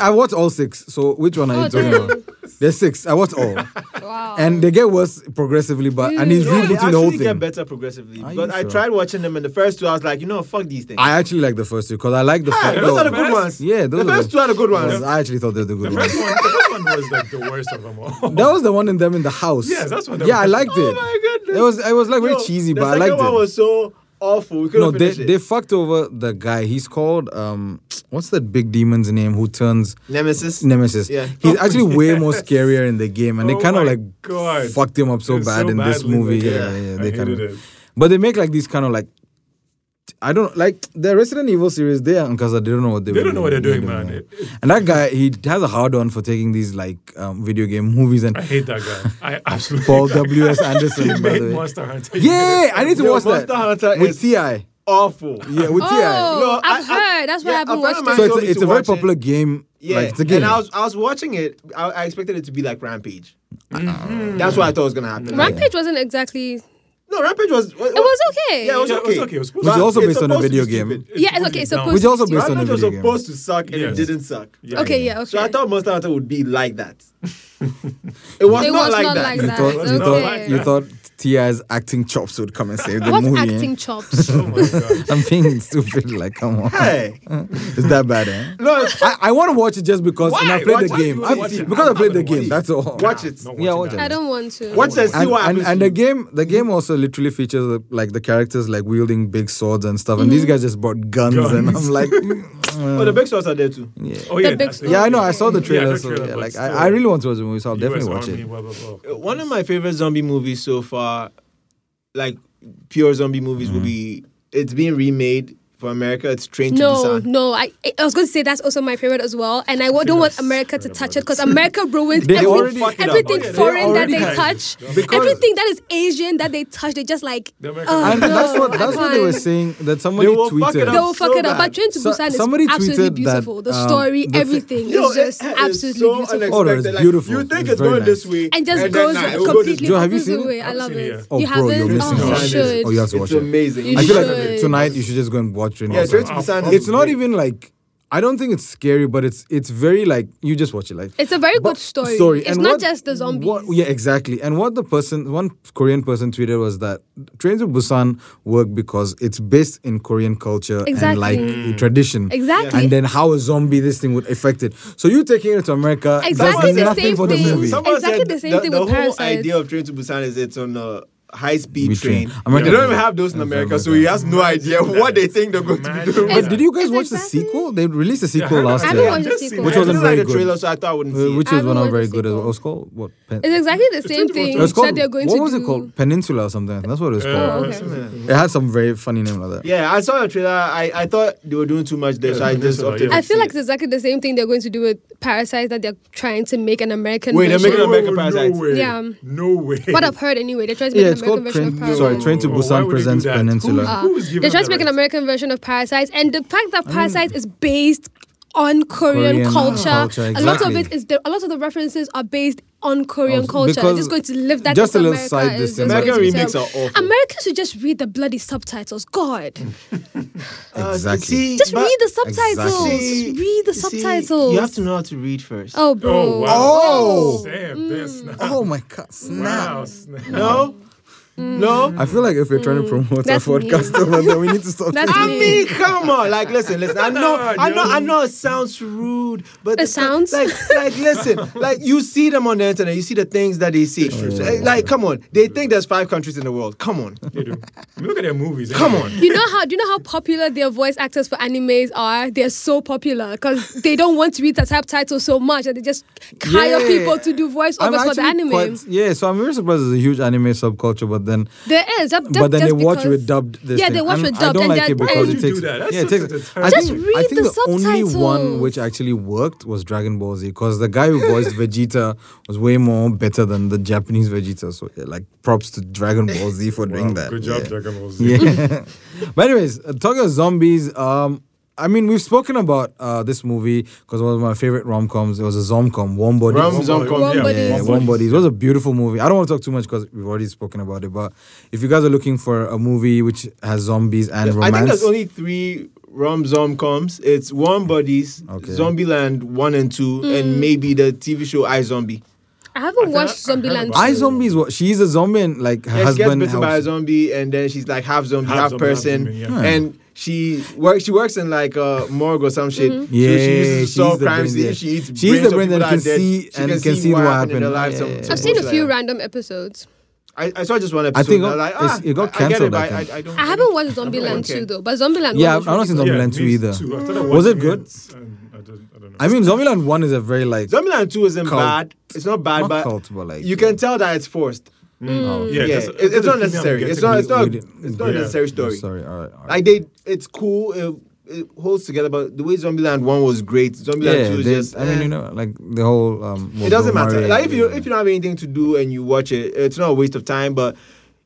Speaker 1: I watched all six. So which one are you
Speaker 3: Oh,
Speaker 1: talking
Speaker 3: damn.
Speaker 1: about? There's six. I watched all,
Speaker 3: Wow.
Speaker 1: and they get worse progressively. But and he's
Speaker 2: No, they
Speaker 1: rebooting the whole
Speaker 2: actually get
Speaker 1: thing.
Speaker 2: better progressively.
Speaker 1: Are
Speaker 2: Because
Speaker 1: you
Speaker 2: I
Speaker 1: sure?
Speaker 2: tried watching them, and the first two, I was like, you know, fuck these things.
Speaker 1: I actually like the first two because I like the
Speaker 2: Ah,
Speaker 1: fact.
Speaker 2: those
Speaker 1: no,
Speaker 2: are the good
Speaker 4: first-
Speaker 2: ones.
Speaker 1: Yeah,
Speaker 2: the
Speaker 1: those are
Speaker 2: first two are the good ones.
Speaker 1: I actually thought they were the good
Speaker 4: The
Speaker 1: ones.
Speaker 4: first one, the first one was like the worst of them all.
Speaker 1: That was the one in them in the house.
Speaker 4: Yes, that's what they
Speaker 1: Yeah, I
Speaker 4: were-
Speaker 1: liked it.
Speaker 2: Oh my goodness.
Speaker 1: It was it was like
Speaker 2: Yo,
Speaker 1: very cheesy,
Speaker 2: the
Speaker 1: but I
Speaker 2: second
Speaker 1: liked
Speaker 2: one
Speaker 1: it.
Speaker 2: was so awful. We couldn't
Speaker 1: no, they
Speaker 2: finish
Speaker 1: they
Speaker 2: it.
Speaker 1: fucked over the guy. He's called um what's that big demon's name who turns
Speaker 2: Nemesis.
Speaker 1: Nemesis.
Speaker 2: Yeah.
Speaker 1: He's actually way more scarier in the game and
Speaker 4: Oh
Speaker 1: they kind of
Speaker 4: my
Speaker 1: like
Speaker 4: God.
Speaker 1: fucked him up so
Speaker 4: It's
Speaker 1: bad
Speaker 4: so
Speaker 1: in this
Speaker 4: badly,
Speaker 1: movie.
Speaker 4: like,
Speaker 1: yeah,
Speaker 4: yeah.
Speaker 1: yeah,
Speaker 4: I
Speaker 1: they kind
Speaker 4: hated it.
Speaker 1: of But they make like these kind of like I don't like the Resident Evil series. They are because they don't know what they,
Speaker 4: They
Speaker 1: were
Speaker 4: don't know what they're doing, man.
Speaker 1: that.
Speaker 4: It- it-
Speaker 1: and that guy, he has a hard on for taking these like um, video game movies and
Speaker 4: *laughs* *laughs* I hate that guy. I absolutely
Speaker 1: Paul
Speaker 4: hate that
Speaker 1: W. S.
Speaker 4: guy.
Speaker 1: Anderson,
Speaker 4: He
Speaker 1: by
Speaker 4: made
Speaker 1: the way.
Speaker 4: Monster Hunter.
Speaker 1: Yeah, I need to
Speaker 2: Yo,
Speaker 1: watch
Speaker 2: Monster
Speaker 1: that
Speaker 2: Hunter
Speaker 1: with
Speaker 2: is-
Speaker 1: Ti.
Speaker 2: Awful.
Speaker 1: Yeah, with
Speaker 3: Oh,
Speaker 2: No, I-
Speaker 3: I've
Speaker 2: I-
Speaker 3: heard. That's why
Speaker 2: yeah,
Speaker 3: I haven't
Speaker 2: apparently
Speaker 3: watched
Speaker 2: my
Speaker 1: Ti. So
Speaker 3: it.
Speaker 2: I
Speaker 1: it's
Speaker 2: told
Speaker 1: a,
Speaker 2: you
Speaker 1: it's
Speaker 2: to
Speaker 1: a very
Speaker 2: watch it.
Speaker 1: popular game.
Speaker 2: Yeah,
Speaker 1: like, it's a game.
Speaker 2: and I was I was watching it. I, I expected it to be like Rampage. That's what I thought was gonna happen.
Speaker 3: Rampage wasn't exactly.
Speaker 2: No, Rampage was.
Speaker 3: It was okay.
Speaker 2: Yeah, it was
Speaker 4: Yeah, it
Speaker 2: okay.
Speaker 4: was okay. It was supposed
Speaker 2: But
Speaker 4: to-
Speaker 1: also
Speaker 2: it's
Speaker 1: based on a
Speaker 2: supposed to be
Speaker 1: video game.
Speaker 2: stupid.
Speaker 3: Yeah, it's okay. It's
Speaker 4: Down.
Speaker 1: *laughs*
Speaker 3: supposed
Speaker 1: Which
Speaker 3: to
Speaker 1: also
Speaker 3: be-
Speaker 1: based on a
Speaker 2: Rampage was
Speaker 1: video game.
Speaker 2: supposed to suck, and it
Speaker 4: Yes.
Speaker 2: didn't suck.
Speaker 4: Yeah.
Speaker 3: Okay, yeah, okay.
Speaker 2: So I thought Monster Hunter would be like that. *laughs* It was
Speaker 3: it
Speaker 2: not,
Speaker 3: was
Speaker 2: like,
Speaker 3: not
Speaker 2: that.
Speaker 3: like
Speaker 1: You
Speaker 3: that.
Speaker 1: thought, you thought,
Speaker 3: okay.
Speaker 1: you thought Ti's acting chops would come and save the
Speaker 3: what
Speaker 1: movie. eh?
Speaker 3: acting chops?
Speaker 4: Oh my god.
Speaker 1: I'm being *laughs* stupid. Like, come on.
Speaker 2: Hey,
Speaker 1: It's that bad, eh?
Speaker 3: *laughs*
Speaker 2: no, it's-
Speaker 1: I, I want to watch it just because, and
Speaker 2: Why?
Speaker 1: I played the
Speaker 2: Why do you
Speaker 1: game.
Speaker 2: wanna
Speaker 1: I-
Speaker 2: watch it?
Speaker 1: because I
Speaker 4: I'm
Speaker 1: played
Speaker 4: not
Speaker 1: the
Speaker 4: gonna
Speaker 1: game.
Speaker 2: watch it.
Speaker 1: That's all.
Speaker 2: Watch it.
Speaker 4: Not
Speaker 1: Yeah,
Speaker 4: watching
Speaker 1: watch
Speaker 4: that.
Speaker 1: it.
Speaker 3: I don't want to.
Speaker 2: watch and see
Speaker 1: and, and,
Speaker 2: what happens.
Speaker 1: and
Speaker 2: to
Speaker 1: the
Speaker 2: you.
Speaker 1: game the game also literally features the, like the characters like wielding big swords and stuff and
Speaker 3: Mm.
Speaker 1: these guys just brought guns, and i'm
Speaker 4: Guns.
Speaker 1: like mm, uh,
Speaker 2: Oh, the big shots are there too.
Speaker 4: Oh yeah,
Speaker 3: big
Speaker 4: that's the-
Speaker 3: story.
Speaker 1: yeah i know i
Speaker 2: *laughs*
Speaker 1: saw the
Speaker 4: Yeah, the
Speaker 1: trailer, so
Speaker 4: trailer,
Speaker 1: yeah,
Speaker 4: but
Speaker 1: like
Speaker 4: still.
Speaker 1: I, I really want to watch the movie so i'll definitely
Speaker 4: US
Speaker 1: watch
Speaker 4: Army,
Speaker 1: it
Speaker 4: blah, blah, blah.
Speaker 2: One of my favorite zombie movies so far, like pure zombie movies, will
Speaker 1: Mm-hmm.
Speaker 2: be. It's being remade for America. It's Train to
Speaker 3: No,
Speaker 2: Busan.
Speaker 3: no. I I was going to say that's also my favorite as well, and I wa- don't want
Speaker 4: I've
Speaker 3: America to
Speaker 4: heard
Speaker 3: touch
Speaker 4: about
Speaker 3: it because America ruins
Speaker 1: They
Speaker 3: every-
Speaker 1: already- Fuck it
Speaker 2: up.
Speaker 3: everything
Speaker 2: Yeah, they
Speaker 3: foreign that they
Speaker 1: already-
Speaker 3: touch,
Speaker 1: Because-
Speaker 3: everything that is Asian that they touch. They just like
Speaker 4: The American-
Speaker 3: oh,
Speaker 1: and
Speaker 3: no,
Speaker 1: that's
Speaker 3: *laughs*
Speaker 1: what
Speaker 3: I
Speaker 1: that's what they were
Speaker 3: can't.
Speaker 1: saying that somebody
Speaker 2: will fuck it
Speaker 1: tweeted
Speaker 3: They will
Speaker 2: up.
Speaker 3: fuck
Speaker 2: so
Speaker 3: it
Speaker 2: bad.
Speaker 3: up. But Train to
Speaker 1: So-
Speaker 3: Busan
Speaker 1: somebody
Speaker 3: is absolutely
Speaker 1: tweeted that,
Speaker 3: beautiful. the
Speaker 1: um,
Speaker 3: story,
Speaker 1: the thi-
Speaker 3: everything
Speaker 2: Yo,
Speaker 3: is just
Speaker 2: it- it's
Speaker 3: absolutely
Speaker 2: so
Speaker 3: beautiful.
Speaker 1: Oh, no, it's
Speaker 2: unexpected.
Speaker 1: beautiful.
Speaker 2: You think
Speaker 1: It's
Speaker 2: it's,
Speaker 1: very
Speaker 2: going
Speaker 1: nice.
Speaker 2: this way,
Speaker 3: And just
Speaker 2: then,
Speaker 3: goes
Speaker 2: nah, it will go this
Speaker 3: completely
Speaker 1: Joe,
Speaker 2: way.
Speaker 1: have you
Speaker 3: opposite
Speaker 1: seen it?
Speaker 3: way. I
Speaker 4: I've
Speaker 3: love
Speaker 4: seen it, yeah.
Speaker 3: it.
Speaker 1: Oh,
Speaker 3: you
Speaker 1: bro,
Speaker 3: haven't?
Speaker 1: you're missing
Speaker 3: oh,
Speaker 1: out.
Speaker 3: you should.
Speaker 1: Oh, you have to watch
Speaker 2: It's
Speaker 1: it.
Speaker 2: amazing.
Speaker 3: You
Speaker 1: i feel
Speaker 3: should.
Speaker 1: like tonight you should just go and watch Train
Speaker 2: Yeah,
Speaker 1: to
Speaker 2: Train
Speaker 1: Busan.
Speaker 2: to Busan.
Speaker 1: it's
Speaker 2: is
Speaker 1: not
Speaker 2: great.
Speaker 1: even like I don't think it's scary, but it's it's very like you just watch it like
Speaker 3: It's a very
Speaker 1: But-
Speaker 3: good story. It's
Speaker 1: and
Speaker 3: not
Speaker 1: what-
Speaker 3: just the zombies.
Speaker 1: what- yeah, exactly. And what the person, one Korean person tweeted was that Trains to Busan work because it's based in Korean culture and
Speaker 3: Exactly.
Speaker 1: like a tradition.
Speaker 3: Exactly.
Speaker 1: And then how a zombie this thing would affect it. So you taking it to America
Speaker 3: Exactly
Speaker 1: does
Speaker 3: the
Speaker 1: nothing
Speaker 3: same
Speaker 1: for the
Speaker 3: thing.
Speaker 1: movie.
Speaker 3: Some-
Speaker 2: Someone
Speaker 3: Exactly
Speaker 2: said
Speaker 3: the same
Speaker 2: the,
Speaker 3: thing
Speaker 2: the
Speaker 3: with
Speaker 2: whole
Speaker 3: Parasite.
Speaker 2: idea of Train to Busan is it's on a high
Speaker 1: Speed
Speaker 2: speed
Speaker 1: train.
Speaker 2: train.
Speaker 1: America
Speaker 2: They don't
Speaker 1: does
Speaker 2: even
Speaker 1: that.
Speaker 2: have those in
Speaker 1: Yeah,
Speaker 2: America, so
Speaker 1: America.
Speaker 2: he has no idea what they think they're going to be
Speaker 4: Imagine
Speaker 2: doing.
Speaker 1: But
Speaker 3: It's-
Speaker 1: did you guys
Speaker 3: it's
Speaker 1: watch
Speaker 3: exactly-
Speaker 1: the sequel? They released a
Speaker 4: Yeah,
Speaker 1: sequel
Speaker 4: heard
Speaker 1: last year.
Speaker 3: I
Speaker 4: about that.
Speaker 3: haven't watched the
Speaker 4: Just
Speaker 3: sequel.
Speaker 4: seen
Speaker 1: Which
Speaker 4: it.
Speaker 2: I
Speaker 1: wasn't
Speaker 2: didn't
Speaker 1: very
Speaker 2: like the
Speaker 1: good.
Speaker 2: trailer, so I thought I wouldn't
Speaker 1: Uh,
Speaker 2: see it.
Speaker 1: which
Speaker 3: I
Speaker 1: is
Speaker 3: haven't
Speaker 1: one
Speaker 3: watched
Speaker 1: I'm very
Speaker 3: the
Speaker 1: good. It
Speaker 3: sequel.
Speaker 1: was called what? Pen-
Speaker 3: It's exactly the same
Speaker 1: it
Speaker 3: thing
Speaker 1: was
Speaker 3: that
Speaker 1: called,
Speaker 3: they're going
Speaker 1: what
Speaker 3: to
Speaker 1: was
Speaker 3: do.
Speaker 1: it called? Peninsula or something. That's what it was
Speaker 4: Yeah.
Speaker 1: called.
Speaker 3: Oh, okay.
Speaker 1: It had some very funny name like that.
Speaker 2: Yeah, I saw the trailer. I, I thought they were doing too much there, so I just
Speaker 4: Peninsula,
Speaker 2: opted
Speaker 4: yeah.
Speaker 2: to
Speaker 3: I feel
Speaker 2: see
Speaker 3: like
Speaker 2: it.
Speaker 3: it's exactly the same thing they're going to do with Parasite that they're trying to make an American
Speaker 2: Wait, they're
Speaker 3: version.
Speaker 2: making an American Parasite.
Speaker 4: No way.
Speaker 3: Yeah.
Speaker 4: No way.
Speaker 3: what I've heard anyway, they're trying to make
Speaker 1: Yeah,
Speaker 3: an
Speaker 1: it's
Speaker 3: American
Speaker 1: called
Speaker 3: version
Speaker 1: Train.
Speaker 3: of Parasite.
Speaker 1: Sorry, Train to
Speaker 4: Oh,
Speaker 1: Busan
Speaker 4: why would they do
Speaker 1: presents
Speaker 4: that?
Speaker 1: Peninsula.
Speaker 4: Who-
Speaker 3: Uh,
Speaker 4: who is giving
Speaker 3: they're trying
Speaker 4: that
Speaker 3: to make an
Speaker 4: right?
Speaker 3: American version of Parasite, and the fact that Parasite is based on Korean,
Speaker 1: Korean
Speaker 3: culture,
Speaker 1: culture,
Speaker 3: a lot of
Speaker 1: exactly.
Speaker 3: it is the, a lot of the references are based on Korean
Speaker 1: Also,
Speaker 3: culture.
Speaker 1: because-
Speaker 3: Just going to live that.
Speaker 1: just
Speaker 3: into
Speaker 1: a little
Speaker 3: America
Speaker 1: side
Speaker 3: is
Speaker 1: this
Speaker 3: just
Speaker 1: American
Speaker 3: going to be
Speaker 2: remakes
Speaker 3: terrible.
Speaker 2: are awful.
Speaker 3: Americans should just read the bloody subtitles. God,
Speaker 2: Uh,
Speaker 1: Exactly.
Speaker 2: see,
Speaker 3: just
Speaker 2: but-
Speaker 3: read the subtitles.
Speaker 1: Exactly.
Speaker 3: Just read the
Speaker 2: See,
Speaker 3: subtitles.
Speaker 2: You have to know how to read first.
Speaker 3: Oh, bro.
Speaker 4: Oh, wow.
Speaker 1: Oh!
Speaker 4: Damn, that's not.
Speaker 1: Oh my god! Snap.
Speaker 4: Wow, snap.
Speaker 2: Mm. No,
Speaker 3: Mm.
Speaker 2: no.
Speaker 1: I feel like if we're trying to promote
Speaker 3: That's
Speaker 1: our
Speaker 3: me.
Speaker 1: podcast over there, we need to stop.
Speaker 3: *laughs* That's
Speaker 1: saying-
Speaker 2: I mean, come on, like listen, listen.
Speaker 3: *laughs*
Speaker 2: I know, I know, I know. It sounds rude, but
Speaker 3: It
Speaker 2: it's not-
Speaker 3: sounds?
Speaker 2: like, like listen,
Speaker 3: *laughs*
Speaker 2: like you see them on the internet, you see the things that they see. Like, like, come on, they think there's five countries in the world. Come on,
Speaker 4: They do. I mean, look at their movies.
Speaker 2: come
Speaker 4: anyway.
Speaker 2: on.
Speaker 3: You know how do you know how popular their voice actors for animes are? They're so popular because they don't want to read the subtitles so much that they just hire
Speaker 1: Yeah.
Speaker 3: people to do voiceovers for the
Speaker 1: actually
Speaker 3: anime.
Speaker 1: quite- yeah, so I'm very surprised there's a huge anime subculture, but then
Speaker 3: There is, that, that,
Speaker 1: but then
Speaker 3: just
Speaker 1: they watch
Speaker 3: because-
Speaker 1: with dubbed. This
Speaker 3: yeah, they
Speaker 1: thing.
Speaker 3: watch
Speaker 1: I'm-
Speaker 3: with
Speaker 1: I
Speaker 3: dubbed,
Speaker 1: don't
Speaker 3: and
Speaker 1: like
Speaker 3: they're-
Speaker 1: it because
Speaker 4: Why
Speaker 1: it
Speaker 4: would you
Speaker 1: takes.
Speaker 4: do that? That's
Speaker 1: yeah, it
Speaker 4: such
Speaker 1: takes.
Speaker 4: a
Speaker 1: I think,
Speaker 4: deterrent.
Speaker 3: Just read
Speaker 1: I think
Speaker 3: the
Speaker 1: only one
Speaker 3: subtitles.
Speaker 1: which actually worked was Dragon Ball Z because the guy who voiced
Speaker 3: *laughs*
Speaker 1: Vegeta was way more better than the Japanese Vegeta. So yeah, like props to Dragon Ball Z
Speaker 4: *laughs*
Speaker 1: for doing that.
Speaker 4: Good job,
Speaker 1: yeah.
Speaker 4: Dragon Ball Z. *laughs*
Speaker 1: Yeah. *laughs* but anyways, uh, talking about zombies, um, I mean, we've spoken about uh, this movie because it was my favorite rom coms. It was a zomcom, One Body.
Speaker 2: Rom- Zom-
Speaker 3: One
Speaker 4: yeah,
Speaker 3: Body.
Speaker 1: yeah,
Speaker 3: One
Speaker 1: One Bodies. It was a beautiful movie. I don't want to talk too much because we've already spoken about it. But if you guys are looking for a movie which has zombies and
Speaker 2: I
Speaker 1: romance,
Speaker 2: think there's only three rom zom coms. It's Warm Bodies,
Speaker 1: Okay.
Speaker 2: Zombieland one and two,
Speaker 3: Mm.
Speaker 2: and maybe the TV show I Zombie.
Speaker 3: I haven't watched
Speaker 4: I heard
Speaker 3: Zombieland.
Speaker 4: about
Speaker 1: I
Speaker 4: it.
Speaker 1: zombies. What she's a zombie and like her
Speaker 2: Yes,
Speaker 1: husband
Speaker 2: gets bitten by a
Speaker 1: helps.
Speaker 2: zombie, and then she's like half zombie, half,
Speaker 4: Half zombie, half
Speaker 2: person,
Speaker 4: human, yeah.
Speaker 2: and she works. She works in like a morgue or some shit. So
Speaker 1: Mm-hmm. Yeah,
Speaker 2: she uses to
Speaker 1: she's
Speaker 2: solve
Speaker 1: the
Speaker 2: crimes.
Speaker 1: brain, yeah.
Speaker 2: She eats
Speaker 1: She's
Speaker 2: brains
Speaker 1: the
Speaker 2: of
Speaker 1: brain
Speaker 2: people
Speaker 1: that
Speaker 2: are
Speaker 1: can
Speaker 2: dead.
Speaker 1: see
Speaker 2: She
Speaker 1: and can see what
Speaker 2: in their
Speaker 1: happened.
Speaker 2: life.
Speaker 1: Yeah,
Speaker 2: some-
Speaker 1: yeah, yeah.
Speaker 2: some
Speaker 3: I've seen a
Speaker 2: bullshit
Speaker 3: few
Speaker 2: like that.
Speaker 3: random episodes.
Speaker 2: I, I saw just one episode.
Speaker 1: think
Speaker 2: and I was
Speaker 1: it-
Speaker 2: like,
Speaker 1: it's-
Speaker 2: ah,
Speaker 1: it got
Speaker 2: I- I get
Speaker 1: cancelled, I
Speaker 2: but
Speaker 1: think.
Speaker 2: I, I, don't.
Speaker 3: I haven't watched
Speaker 2: one
Speaker 3: Zombieland
Speaker 2: cared.
Speaker 3: 2 though, but Zombieland
Speaker 1: Yeah, I've
Speaker 3: 1 was
Speaker 1: not
Speaker 3: really
Speaker 1: seen
Speaker 3: good.
Speaker 1: Zombie- Zombieland
Speaker 4: me
Speaker 1: two either.
Speaker 4: too. I thought I
Speaker 1: Was
Speaker 4: watched
Speaker 1: it good?
Speaker 4: it, and I don't, I don't know.
Speaker 2: Mm.
Speaker 1: I mean, Zombieland One is a very like.
Speaker 2: Zombieland Two isn't
Speaker 1: Cult.
Speaker 2: bad. It's not bad,
Speaker 1: Not
Speaker 2: but
Speaker 1: cult, but like,
Speaker 2: you
Speaker 1: yeah.
Speaker 2: can tell that it's forced.
Speaker 1: Oh,
Speaker 4: yeah,
Speaker 2: Yeah,
Speaker 4: that's-
Speaker 2: it-
Speaker 4: that's the
Speaker 2: it's not
Speaker 4: female
Speaker 2: necessary. It's
Speaker 4: getting
Speaker 2: not.
Speaker 4: me
Speaker 2: It's not.
Speaker 1: with it.
Speaker 2: It's not a
Speaker 4: Yeah.
Speaker 2: necessary story.
Speaker 1: Sorry, all right. All right.
Speaker 2: Like they, it's cool. It, it holds together, but the way Zombieland One was great, Zombieland
Speaker 1: yeah,
Speaker 2: Two is
Speaker 1: they-
Speaker 2: just.
Speaker 1: I mean,
Speaker 2: eh.
Speaker 1: you know, like the whole. Um,
Speaker 2: it doesn't matter. like if you if you don't have anything to do and you watch it, it's not a waste of time. But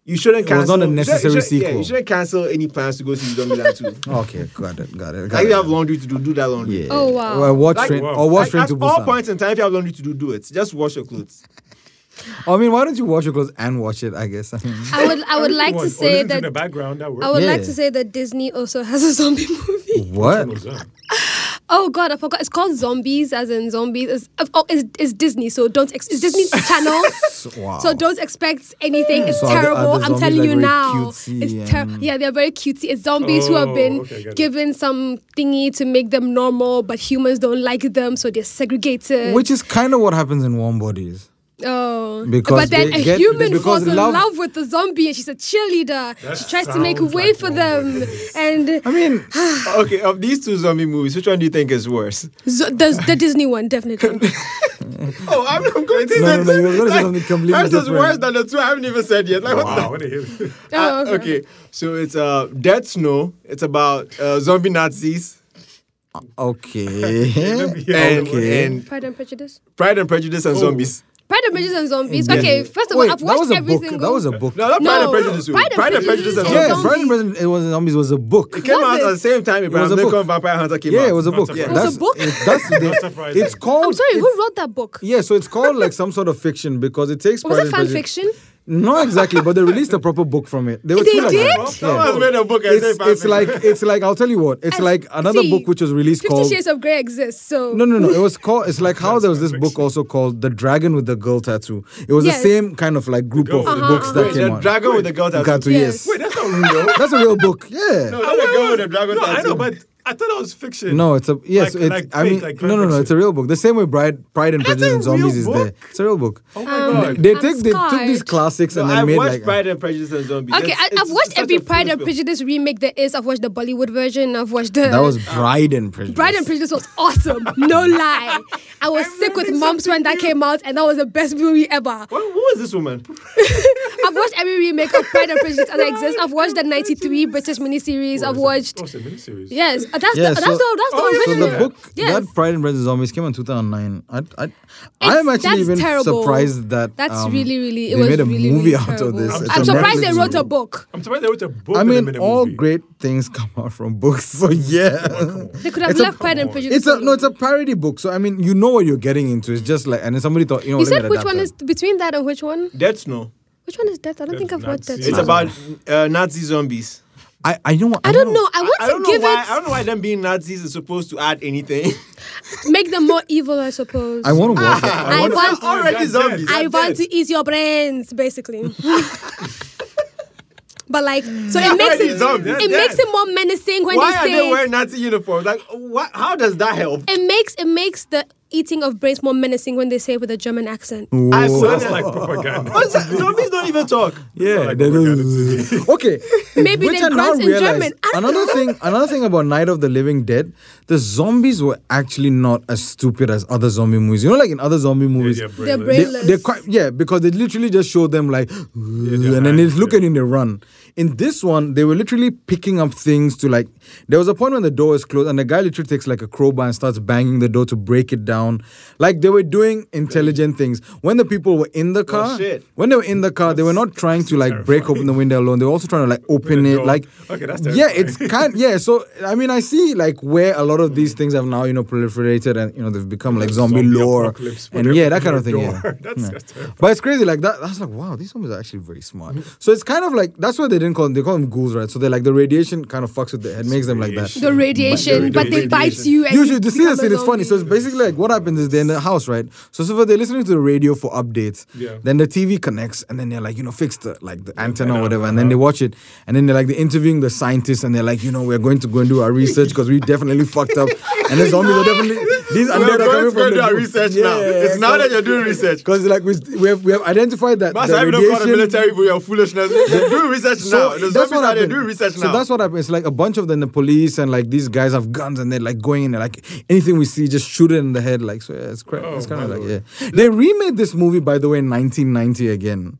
Speaker 2: you shouldn't
Speaker 1: It was
Speaker 2: cancel.
Speaker 1: not a
Speaker 2: you shouldn't- you
Speaker 1: necessary
Speaker 2: shouldn't- Yeah,
Speaker 1: sequel.
Speaker 2: you shouldn't cancel any plans to go see Zombieland
Speaker 1: *laughs*
Speaker 2: Two.
Speaker 1: Okay, got it, got it. Got
Speaker 2: Like
Speaker 1: it.
Speaker 2: you have laundry to do, do that laundry.
Speaker 1: Yeah.
Speaker 3: Oh, wow.
Speaker 1: Or watch
Speaker 2: Like-
Speaker 1: train,
Speaker 4: Wow.
Speaker 1: or watch
Speaker 2: Like,
Speaker 1: train
Speaker 2: at
Speaker 1: to
Speaker 2: all
Speaker 1: Busan.
Speaker 2: points in time, if you have laundry to do, do it. Just wash your clothes. *laughs*
Speaker 1: I mean, why don't you watch your clothes and watch it? I guess. *laughs* I mean,
Speaker 3: I would I would like
Speaker 4: Or
Speaker 3: to
Speaker 4: listen
Speaker 3: say
Speaker 4: in the
Speaker 3: that
Speaker 4: background that *laughs*
Speaker 3: I would like
Speaker 1: Yeah.
Speaker 3: to say that Disney also has a zombie *laughs* movie.
Speaker 1: what?
Speaker 3: Oh God, I forgot. It's called Zombies, as in zombies. It's, oh, it's, it's Disney, so don't. Ex- it's Disney
Speaker 1: *laughs*
Speaker 3: Channel,
Speaker 1: Wow.
Speaker 3: so don't expect anything. It's
Speaker 1: So are the- are the
Speaker 3: terrible. I'm
Speaker 1: zombies,
Speaker 3: telling
Speaker 1: like,
Speaker 3: you
Speaker 1: very
Speaker 3: now.
Speaker 1: cutesy
Speaker 3: It's ter-
Speaker 1: and-
Speaker 3: yeah, they're very cutesy. It's zombies who have
Speaker 4: Oh,
Speaker 3: been
Speaker 4: okay, got it.
Speaker 3: given some thingy to make them normal, but humans don't like them, so they're segregated.
Speaker 1: Which is kind of what happens in warm bodies.
Speaker 3: oh,
Speaker 1: Because
Speaker 3: but then
Speaker 1: they
Speaker 3: a
Speaker 1: get-
Speaker 3: human
Speaker 1: because
Speaker 3: falls in
Speaker 1: love-
Speaker 3: love with the zombie, and she's a cheerleader.
Speaker 4: That
Speaker 3: she tries to make
Speaker 4: sounds
Speaker 3: way
Speaker 4: like
Speaker 3: for them, and
Speaker 1: I mean,
Speaker 2: okay, of these two zombie movies, which one do you think is worse? *laughs*
Speaker 3: zo- the, the Disney
Speaker 1: *laughs*
Speaker 3: one definitely.
Speaker 2: Oh, I'm, I'm going to say
Speaker 1: no, no, you were gonna say something completely
Speaker 2: Hers is
Speaker 1: different.
Speaker 2: worse than the two I haven't even said yet. Like, what the- *laughs*
Speaker 4: Wow, what a hit.
Speaker 3: Oh,
Speaker 1: Ah,
Speaker 2: Uh, okay. so it's uh, Dead Snow. It's about uh, zombie Nazis
Speaker 1: *laughs* okay.
Speaker 2: and,
Speaker 1: Okay. Oh.
Speaker 2: and
Speaker 3: Pride and Prejudice.
Speaker 2: Pride and Prejudice and Zombies.
Speaker 3: Pride and Prejudice and Zombies. Okay, first of all,
Speaker 1: Wait,
Speaker 3: I've
Speaker 1: that
Speaker 3: watched
Speaker 1: was a
Speaker 3: every
Speaker 1: book.
Speaker 3: single.
Speaker 1: That was a book.
Speaker 2: No, not Pride
Speaker 3: No,
Speaker 2: and Prejudice.
Speaker 3: Pride and Prejudice
Speaker 2: and
Speaker 3: and
Speaker 1: yeah,
Speaker 2: Zombies.
Speaker 3: Zombies.
Speaker 1: Pride and Prejudice. It was zombies was a book.
Speaker 2: It came
Speaker 3: Was
Speaker 2: out at
Speaker 3: it?
Speaker 2: the same time
Speaker 1: was
Speaker 2: Abraham
Speaker 1: a book.
Speaker 2: Lincoln Vampire Hunter came out.
Speaker 1: Yeah, it was a book.
Speaker 4: Not
Speaker 1: Yeah, that's
Speaker 3: It
Speaker 4: surprising.
Speaker 3: was a
Speaker 1: it- that's the,
Speaker 4: surprising.
Speaker 1: it's called.
Speaker 3: I'm sorry,
Speaker 1: it's-
Speaker 3: who wrote that book?
Speaker 1: Yeah, so it's called like some sort of fiction because it takes.
Speaker 3: Was
Speaker 1: Pride
Speaker 3: it
Speaker 1: and
Speaker 3: fan
Speaker 1: Prejudice-
Speaker 3: fiction?
Speaker 1: Not exactly, but they released a proper book from it. They, were
Speaker 3: They
Speaker 1: true like
Speaker 3: did?
Speaker 1: that.
Speaker 2: Someone has made a book and
Speaker 1: It's,
Speaker 2: said
Speaker 1: it's like it's like I'll tell you what. It's
Speaker 3: And
Speaker 1: like another
Speaker 3: see,
Speaker 1: book which was released
Speaker 3: Fifty
Speaker 1: called
Speaker 3: Shades of Grey exists, so
Speaker 1: No, no, no. It was called. It's like how there was this
Speaker 4: That's
Speaker 1: book also called "The Dragon with the Girl Tattoo." It was
Speaker 3: Yes.
Speaker 1: the same kind of like group
Speaker 4: girl
Speaker 1: of
Speaker 4: with the
Speaker 1: books
Speaker 3: girl
Speaker 1: that
Speaker 2: Wait,
Speaker 1: came
Speaker 2: the
Speaker 1: out.
Speaker 2: dragon with the girl tattoo.
Speaker 1: Tattoo,
Speaker 3: Yes.
Speaker 1: yes.
Speaker 4: Wait, that's not real.
Speaker 1: That's a real book. Yeah.
Speaker 2: No,
Speaker 1: No,
Speaker 2: not the girl with the dragon
Speaker 4: Oh, no, I
Speaker 2: tattoo.
Speaker 4: know, but I thought that was fiction.
Speaker 1: it's a yes.
Speaker 4: Like-
Speaker 1: it's,
Speaker 4: like
Speaker 1: I
Speaker 4: fake,
Speaker 1: mean,
Speaker 4: like
Speaker 1: no, no, no.
Speaker 4: fanfiction.
Speaker 1: It's a real book. The same way Bride, Pride and
Speaker 4: That's
Speaker 1: Prejudice
Speaker 4: a
Speaker 1: and Zombies
Speaker 4: real
Speaker 1: is there.
Speaker 4: book?
Speaker 1: It's a real book.
Speaker 4: Oh my
Speaker 3: Um,
Speaker 4: god.
Speaker 1: They
Speaker 3: I'm
Speaker 1: took they took these
Speaker 3: scarred.
Speaker 1: classics
Speaker 2: No,
Speaker 1: and
Speaker 2: I've
Speaker 1: then made
Speaker 2: watched
Speaker 1: like
Speaker 2: Pride and Prejudice and Zombies.
Speaker 3: Okay,
Speaker 2: That's-
Speaker 3: I,
Speaker 2: it's-
Speaker 3: I've watched
Speaker 2: it's such
Speaker 3: every
Speaker 2: a
Speaker 3: Pride and
Speaker 2: fool's film.
Speaker 3: Prejudice remake there is. I've watched the Bollywood version. I've watched the
Speaker 1: that was Bride and Prejudice.
Speaker 3: Bride and Prejudice was awesome. no
Speaker 1: *laughs*
Speaker 3: lie, I was sick with
Speaker 4: learning
Speaker 3: moms when that came out, and that was the best movie ever.
Speaker 2: What, who is this woman?
Speaker 3: I've watched every remake of Pride and
Speaker 1: *laughs*
Speaker 3: Prejudice that exists. I've watched the '93 British miniseries. I've watched.
Speaker 4: Oh, it's a miniseries.
Speaker 3: Yes, uh, that's
Speaker 1: Yeah,
Speaker 3: the, that's
Speaker 1: so-
Speaker 3: the that's the
Speaker 4: Oh,
Speaker 1: So
Speaker 3: original.
Speaker 1: the book
Speaker 3: yes.
Speaker 1: that Pride and Prejudice Zombies came out in 2009. I I I am
Speaker 3: It's-
Speaker 1: actually
Speaker 3: that's
Speaker 1: even
Speaker 3: terrible.
Speaker 1: surprised that
Speaker 3: That's
Speaker 1: um,
Speaker 3: really really. It
Speaker 1: they
Speaker 3: was
Speaker 1: made a
Speaker 3: really,
Speaker 1: movie
Speaker 3: really
Speaker 1: out of
Speaker 3: terrible.
Speaker 1: this. It's
Speaker 3: I'm
Speaker 1: a
Speaker 3: surprised they
Speaker 1: Netflix
Speaker 3: wrote a
Speaker 1: movie.
Speaker 3: book.
Speaker 4: I'm surprised they wrote a book.
Speaker 1: I
Speaker 4: and they
Speaker 1: mean,
Speaker 4: made a
Speaker 1: all
Speaker 4: movie.
Speaker 1: great things come out from books.
Speaker 4: *laughs*
Speaker 1: So yeah.
Speaker 3: They could have
Speaker 1: It's a- Oh,
Speaker 3: left Pride and Prejudice.
Speaker 1: It's a no,
Speaker 3: alone.
Speaker 1: it's a parody book. So I mean, you know what you're getting into. It's just like, and then somebody thought, you know,
Speaker 3: You
Speaker 1: let me
Speaker 3: said which
Speaker 1: adapt
Speaker 3: one
Speaker 1: that.
Speaker 3: is between that and which one?
Speaker 2: Death Snow.
Speaker 3: Which one is that? I don't think I've watched that.
Speaker 4: Nazi.
Speaker 2: It's
Speaker 4: Nah.
Speaker 2: about uh, Nazi zombies.
Speaker 1: I I know.
Speaker 3: I don't know. I want
Speaker 2: I don't
Speaker 3: to
Speaker 2: know
Speaker 3: give
Speaker 2: why. I don't
Speaker 3: it
Speaker 2: know why them being Nazis is supposed to add anything.
Speaker 3: make them more evil, I suppose.
Speaker 1: I want to watch it.
Speaker 3: I
Speaker 1: I want.
Speaker 3: want-
Speaker 2: already
Speaker 4: They're
Speaker 2: zombies.
Speaker 4: dead.
Speaker 3: I
Speaker 2: They're
Speaker 3: want
Speaker 2: dead.
Speaker 3: to eat your brains,
Speaker 2: *laughs*
Speaker 3: basically. *laughs* but like, so it makes
Speaker 2: already
Speaker 3: it
Speaker 2: zombies. They're
Speaker 3: it makes
Speaker 2: dead.
Speaker 3: it more menacing when
Speaker 2: Why
Speaker 3: they
Speaker 2: are
Speaker 3: say
Speaker 2: they
Speaker 3: it.
Speaker 2: wearing Nazi uniforms? Like, what? How does that help?
Speaker 3: it makes it makes the eating of brains more menacing when they say it with a German accent.
Speaker 2: I
Speaker 4: So that's
Speaker 2: swear-
Speaker 4: like
Speaker 1: *laughs*
Speaker 4: propaganda.
Speaker 2: What's that? Zombies don't even talk.
Speaker 1: Yeah.
Speaker 4: Like
Speaker 1: they
Speaker 4: propaganda
Speaker 1: do. *laughs*
Speaker 4: TV.
Speaker 1: okay.
Speaker 3: Maybe
Speaker 1: Which
Speaker 3: they
Speaker 1: I now
Speaker 3: grunt in
Speaker 1: realize-
Speaker 3: German. I don't
Speaker 1: Another
Speaker 3: know.
Speaker 1: thing, another thing about Night of the Living Dead, the zombies were actually not as stupid as other zombie movies. You know, like in other zombie movies,
Speaker 4: Yeah,
Speaker 3: They're
Speaker 4: brainless.
Speaker 3: brain-
Speaker 1: they,
Speaker 3: Brainless.
Speaker 1: they're quite yeah because they literally just show them like and then they
Speaker 4: hands,
Speaker 1: look
Speaker 4: yeah.
Speaker 1: at it and they run in this one they were literally picking up things to like there was a point when the door is closed and the guy literally takes like a crowbar and starts banging the door to break it down like they were doing intelligent things when the people were
Speaker 4: Oh,
Speaker 1: in the car
Speaker 2: shit.
Speaker 1: when they were in the car they were not trying to like break open the window alone they were also trying to like open
Speaker 4: the
Speaker 1: it
Speaker 4: door.
Speaker 1: like
Speaker 4: Okay, that's
Speaker 1: yeah
Speaker 4: terrifying. Mm.
Speaker 1: it's kind yeah so i mean i see like where a lot of these things have now you know proliferated and you know they've become like zombie,
Speaker 4: Zombie
Speaker 1: lore
Speaker 4: apocalypse,
Speaker 1: and
Speaker 4: whatever,
Speaker 1: yeah that kind of thing
Speaker 4: door.
Speaker 1: yeah
Speaker 4: That's-
Speaker 1: Yeah.
Speaker 4: that's terrifying.
Speaker 1: but it's crazy like that that's like wow these zombies are actually very smart
Speaker 2: Mm-hmm.
Speaker 1: so it's kind of like that's why they didn't call them they call them ghouls right so they're like the radiation kind of fucks with the head makes them like that
Speaker 4: Radiation.
Speaker 3: The radiation, but they
Speaker 4: radiation.
Speaker 3: bite you. And
Speaker 1: Usually, the
Speaker 3: become
Speaker 1: serious thing
Speaker 3: a
Speaker 1: is funny. So it's
Speaker 3: zombie.
Speaker 1: basically like what happens is they're in the house, right? So so they're listening to the radio for updates.
Speaker 4: Yeah.
Speaker 1: Then the TV connects, and then they're like, you know, fix the like the antenna or
Speaker 4: antenna,
Speaker 1: whatever, and then they watch it, and then they're like they're interviewing the scientists, and they're like, you know, we're going to go and do our research because we definitely fucked up, and
Speaker 3: *laughs*
Speaker 1: the zombies are definitely these
Speaker 2: We're
Speaker 1: undead are
Speaker 2: going
Speaker 1: coming
Speaker 2: to
Speaker 1: from
Speaker 2: go do
Speaker 1: the
Speaker 2: our research now. It's now that you're doing research.
Speaker 1: Because like we, we have we have identified that
Speaker 2: Master,
Speaker 1: the
Speaker 2: I've not called the
Speaker 1: radiation
Speaker 2: military for
Speaker 1: *laughs*
Speaker 2: your foolishness. They're doing research now. The zombies are there
Speaker 1: happened.
Speaker 2: doing research
Speaker 1: So
Speaker 2: now.
Speaker 1: that's what happened. It's like a bunch of them, the police and like these guys have guns and they're like going in and like anything we see, just shoot it in the head. Like so, yeah, it's crap.
Speaker 4: Oh,
Speaker 1: it's kind of like yeah. They remade this movie by the way in 1990 again.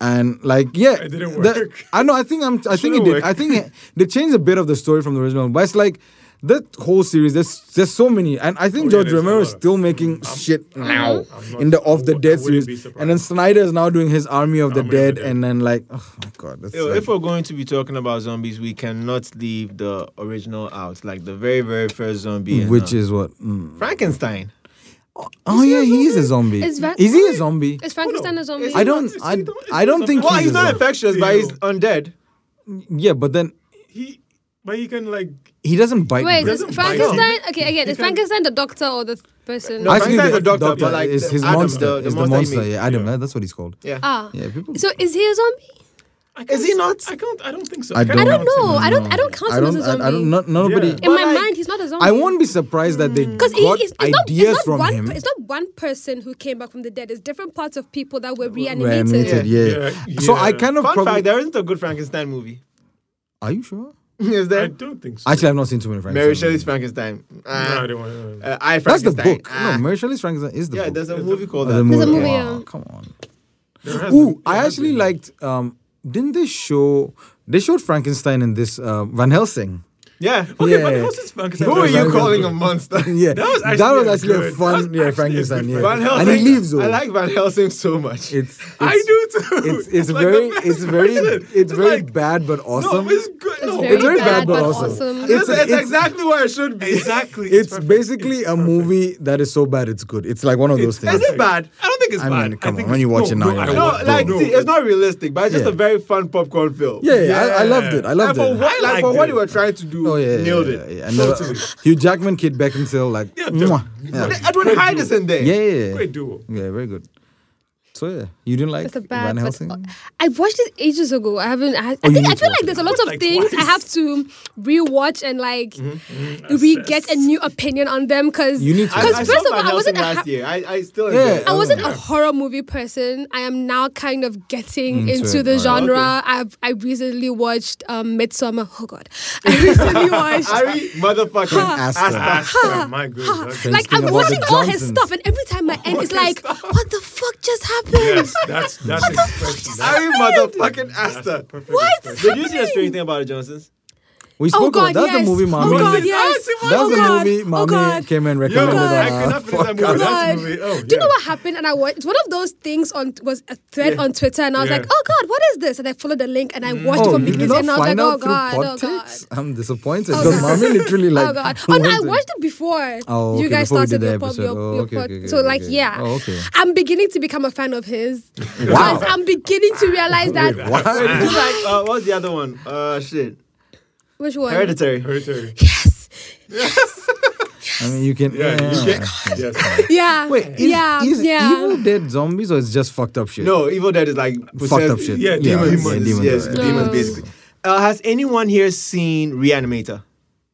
Speaker 1: And like yeah,
Speaker 4: It
Speaker 1: the-
Speaker 4: didn't work.
Speaker 1: I know. I think I'm. I think it
Speaker 4: Shouldn't
Speaker 1: did.
Speaker 4: work.
Speaker 1: I think it- they changed a bit of the story from the original, but it's like. That whole series, there's there's so many, and I think
Speaker 4: Oh, yeah,
Speaker 1: George
Speaker 4: there's a
Speaker 1: Romero is
Speaker 4: lot.
Speaker 1: still making shit now
Speaker 4: I'm not-
Speaker 1: in the Off the
Speaker 4: I
Speaker 1: Dead
Speaker 4: wouldn't be
Speaker 1: series,
Speaker 4: surprised.
Speaker 1: and then Snyder is now doing his Army of the
Speaker 4: Army of the
Speaker 1: Dead,
Speaker 4: Dead.
Speaker 1: and then like, oh my god, that's
Speaker 2: Yo,
Speaker 1: like-
Speaker 2: if we're going to be talking about zombies, we cannot leave the original out, like the very, very first zombie, and,
Speaker 1: Which
Speaker 2: uh,
Speaker 1: is what? Mm.
Speaker 2: Frankenstein.
Speaker 1: Oh yeah, he is a zombie.
Speaker 3: Is Van-
Speaker 1: is he a zombie?
Speaker 3: Is Frankenstein a zombie?
Speaker 1: I don't.
Speaker 4: Is he
Speaker 1: I,
Speaker 4: not- is
Speaker 1: I
Speaker 4: he
Speaker 1: don't
Speaker 4: not
Speaker 1: think
Speaker 4: zombie?
Speaker 2: Well,
Speaker 1: he's.
Speaker 2: he's
Speaker 1: a
Speaker 2: not
Speaker 1: zombie.
Speaker 2: infectious, but he's
Speaker 4: Ew.
Speaker 2: undead.
Speaker 1: Yeah, but then
Speaker 4: He, but he can like.
Speaker 1: he doesn't bite.
Speaker 3: Wait,
Speaker 1: birds.
Speaker 3: is
Speaker 4: Doesn't bite
Speaker 3: Frankenstein? Okay, again,
Speaker 4: He
Speaker 3: is
Speaker 4: can-
Speaker 3: Frankenstein the doctor or the person?
Speaker 2: No,
Speaker 1: I think
Speaker 2: Frankenstein's
Speaker 1: the
Speaker 2: a doctor, but like
Speaker 1: is
Speaker 2: the-
Speaker 1: his
Speaker 2: Adam,
Speaker 1: monster.
Speaker 2: the- the
Speaker 1: is the
Speaker 2: monster he
Speaker 1: monster?
Speaker 2: made.
Speaker 1: Yeah, Adam.
Speaker 4: Yeah.
Speaker 1: that- That's what he's called.
Speaker 2: Yeah.
Speaker 3: Ah,
Speaker 1: Yeah, people.
Speaker 3: so is he a zombie?
Speaker 4: I can't
Speaker 2: Is he
Speaker 4: s-
Speaker 2: not?
Speaker 4: I can't. I don't think so.
Speaker 1: I
Speaker 4: can't
Speaker 1: don't-
Speaker 3: I don't
Speaker 4: pronounce
Speaker 3: know. I don't. I don't count
Speaker 1: I
Speaker 3: him as
Speaker 1: don't.
Speaker 3: a zombie.
Speaker 1: I, I don't. Not, nobody.
Speaker 4: Yeah.
Speaker 3: In my
Speaker 2: But, like,
Speaker 3: mind, he's not a zombie.
Speaker 1: I won't be surprised that they
Speaker 3: Because
Speaker 1: got
Speaker 3: it's, it's, not,
Speaker 1: ideas
Speaker 3: it's not
Speaker 1: from
Speaker 3: one,
Speaker 1: him.
Speaker 3: It's not one person who came back from the dead. It's different parts of people that were
Speaker 1: Were
Speaker 3: reanimated.
Speaker 1: animated, yeah.
Speaker 4: Yeah,
Speaker 1: So I
Speaker 4: yeah.
Speaker 1: kind of
Speaker 2: Fun
Speaker 1: probably.
Speaker 2: fact: there isn't a good Frankenstein movie. *laughs*
Speaker 1: Are you sure?
Speaker 2: is
Speaker 4: I
Speaker 2: there?
Speaker 4: don't think so.
Speaker 1: Actually, I've not seen too many Frankenstein.
Speaker 2: Mary Shelley's
Speaker 1: movies.
Speaker 2: Frankenstein.
Speaker 4: No,
Speaker 2: Uh,
Speaker 4: I don't want.
Speaker 2: uh, I
Speaker 1: That's the
Speaker 2: Frankenstein.
Speaker 1: book.
Speaker 2: Ah.
Speaker 1: No, Mary Shelley's Frankenstein is the
Speaker 2: yeah,
Speaker 1: book.
Speaker 2: there's a movie called
Speaker 1: Oh,
Speaker 2: that.
Speaker 1: the
Speaker 3: There's a movie,
Speaker 1: Wow,
Speaker 3: yeah.
Speaker 1: come on.
Speaker 4: to.
Speaker 1: Ooh, I actually liked. Um, didn't they show? They showed Frankenstein in this uh, Van Helsing.
Speaker 2: *laughs* Yeah.
Speaker 4: Okay,
Speaker 1: Yeah.
Speaker 4: but Helsing's Frankenstein.
Speaker 2: Who are you
Speaker 1: Frankenstein.
Speaker 2: calling a monster?
Speaker 1: *laughs* Yeah,
Speaker 4: That was
Speaker 1: that was
Speaker 4: actually a
Speaker 1: actually a
Speaker 4: good- that was
Speaker 1: fun,
Speaker 4: actually
Speaker 1: yeah,
Speaker 4: a
Speaker 1: Frankenstein.
Speaker 4: good
Speaker 1: Yeah,
Speaker 2: Van Helsing.
Speaker 1: and he leaves. Though.
Speaker 2: I like Van Helsing so much.
Speaker 1: It's, it's
Speaker 4: I do too.
Speaker 1: It's it's
Speaker 4: *laughs* like
Speaker 1: very
Speaker 4: the best
Speaker 1: it's
Speaker 4: *laughs*
Speaker 1: very
Speaker 4: person.
Speaker 1: it's, very
Speaker 4: like-
Speaker 1: bad but awesome.
Speaker 4: No, it's good. No,
Speaker 1: It's very bad, but awesome.
Speaker 3: awesome.
Speaker 2: It's,
Speaker 1: It's-
Speaker 2: it's,
Speaker 1: it's-
Speaker 2: exactly where it should be.
Speaker 4: exactly.
Speaker 1: it's
Speaker 4: perfect.
Speaker 1: basically a movie that is so bad it's good. It's like one of those
Speaker 4: It's-
Speaker 1: things.
Speaker 2: Is it bad? I don't
Speaker 4: think it's
Speaker 1: I
Speaker 4: bad.
Speaker 1: mean, come
Speaker 4: I think
Speaker 1: on, when you
Speaker 4: it's-
Speaker 1: watch it now, you're
Speaker 4: I
Speaker 1: like,
Speaker 2: No,
Speaker 4: won't.
Speaker 2: like see, it's not realistic, but it's just
Speaker 1: Yeah.
Speaker 2: a very fun popcorn film.
Speaker 1: Yeah, yeah, I, I loved
Speaker 4: Yeah.
Speaker 1: it. I loved
Speaker 2: and for
Speaker 1: it.
Speaker 2: what, like,
Speaker 4: I
Speaker 2: for
Speaker 4: liked
Speaker 2: what
Speaker 4: it.
Speaker 2: they were trying to do,
Speaker 1: Oh yeah, yeah,
Speaker 2: nailed
Speaker 1: yeah,
Speaker 2: it.
Speaker 1: yeah. And the, Hugh Jackman, Kate Beckinshael, like,
Speaker 4: Yeah,
Speaker 1: mwah.
Speaker 4: yeah.
Speaker 1: yeah,
Speaker 2: But Edward
Speaker 4: Great
Speaker 2: Hyde is in there.
Speaker 1: yeah, yeah, yeah.
Speaker 4: Great duo.
Speaker 1: Yeah, very good. So yeah, you didn't like
Speaker 3: It's a bad.
Speaker 1: Van
Speaker 3: But,
Speaker 1: Helsing?
Speaker 3: uh, I watched it ages ago. I haven't. I, I
Speaker 1: Oh, you
Speaker 3: think
Speaker 1: need
Speaker 3: I
Speaker 1: to
Speaker 3: feel
Speaker 1: watch
Speaker 3: like there's a lot of
Speaker 4: Like
Speaker 3: things I
Speaker 4: twice.
Speaker 3: have to rewatch and like re-get a new opinion on them because
Speaker 1: You need to.
Speaker 2: I,
Speaker 3: Because
Speaker 2: Mm-hmm. I saw
Speaker 3: first of all,
Speaker 2: Van
Speaker 3: I
Speaker 2: Helsing
Speaker 3: wasn't. a ha- Oh,
Speaker 2: last year. I, I still
Speaker 1: Yeah.
Speaker 2: enjoyed it.
Speaker 3: I wasn't
Speaker 1: Yeah.
Speaker 3: a horror movie person. I am now kind of getting
Speaker 1: Into
Speaker 3: into,
Speaker 1: it. Oh,
Speaker 3: the
Speaker 1: Alright.
Speaker 3: genre.
Speaker 2: Okay.
Speaker 3: I've I recently watched um, Midsummer. Oh God, I
Speaker 1: *laughs*
Speaker 3: recently watched.
Speaker 2: Ari motherfucking
Speaker 1: Astor.
Speaker 2: Astor.
Speaker 4: Astor, my goodness.
Speaker 3: like
Speaker 1: Thinking
Speaker 3: I'm
Speaker 1: about
Speaker 3: watching
Speaker 1: the
Speaker 3: all his
Speaker 1: Johnsons. Oh,
Speaker 3: stuff, and every time I end, it's like, what the fuck just happened?
Speaker 4: Yes, that's that's the expression. That's,
Speaker 2: Ari motherfucking
Speaker 4: that's the
Speaker 2: Astor.
Speaker 4: perfect
Speaker 3: Why is this
Speaker 4: expression.
Speaker 2: Did you see a strange thing about the Johnsons?
Speaker 1: Uh, We
Speaker 3: Oh
Speaker 1: spoke
Speaker 3: God,
Speaker 1: about that's
Speaker 3: yes.
Speaker 1: the movie, mommy.
Speaker 3: Oh God,
Speaker 4: That's
Speaker 3: yes.
Speaker 1: That's
Speaker 3: oh
Speaker 1: the
Speaker 3: God.
Speaker 1: movie, mommy
Speaker 3: oh God.
Speaker 1: came and
Speaker 4: Yo,
Speaker 1: recommended.
Speaker 3: God.
Speaker 4: I
Speaker 1: on
Speaker 4: could
Speaker 1: our
Speaker 4: not finish
Speaker 1: podcast.
Speaker 4: that movie. That's
Speaker 3: God.
Speaker 4: the movie. Oh,
Speaker 3: Do you know
Speaker 4: yeah.
Speaker 3: what happened? And I watched. It's one of those things on was a thread
Speaker 2: Yeah.
Speaker 3: on Twitter, and I was
Speaker 4: Yeah.
Speaker 3: like, "Oh God, what is this?" And I followed the link, and I watched it
Speaker 1: Oh,
Speaker 3: from
Speaker 1: you did
Speaker 3: beginning, to
Speaker 1: not
Speaker 3: end, and I was
Speaker 1: find out through
Speaker 3: like, "Oh God, oh
Speaker 1: pod
Speaker 3: God."
Speaker 1: takes? I'm disappointed
Speaker 3: Oh,
Speaker 1: because
Speaker 3: God.
Speaker 1: mommy literally like.
Speaker 3: oh god! Oh no, I
Speaker 1: went
Speaker 3: watched it before.
Speaker 1: Oh, okay,
Speaker 3: you guys
Speaker 1: before we
Speaker 3: started
Speaker 1: did the
Speaker 3: your pub,
Speaker 1: episode.
Speaker 3: your,
Speaker 1: Oh,
Speaker 3: your
Speaker 1: okay,
Speaker 3: pod.
Speaker 1: okay, okay,
Speaker 3: so like,
Speaker 1: okay.
Speaker 3: yeah,
Speaker 1: Oh, okay.
Speaker 3: I'm beginning to become a fan of his.
Speaker 1: Wow.
Speaker 3: Because I'm beginning to
Speaker 1: *laughs*
Speaker 3: realize that
Speaker 1: it. What?
Speaker 2: It's like, uh, what was the other one? Uh, shit.
Speaker 3: which one?
Speaker 2: Hereditary.
Speaker 4: Hereditary.
Speaker 1: I mean, you can.
Speaker 4: Yeah, you get. Yes.
Speaker 1: *laughs*
Speaker 3: Yeah.
Speaker 1: Wait, is,
Speaker 3: yeah.
Speaker 1: is
Speaker 3: yeah.
Speaker 1: Evil Dead zombies or it's just fucked up shit?
Speaker 2: No, Evil Dead is like
Speaker 1: fucked
Speaker 2: possessed-
Speaker 1: up shit.
Speaker 4: yeah,
Speaker 2: Demons.
Speaker 4: demons. Yeah,
Speaker 1: demons,
Speaker 2: yes,
Speaker 1: yeah.
Speaker 2: demons
Speaker 3: No.
Speaker 2: basically. Uh, has anyone here seen Reanimator?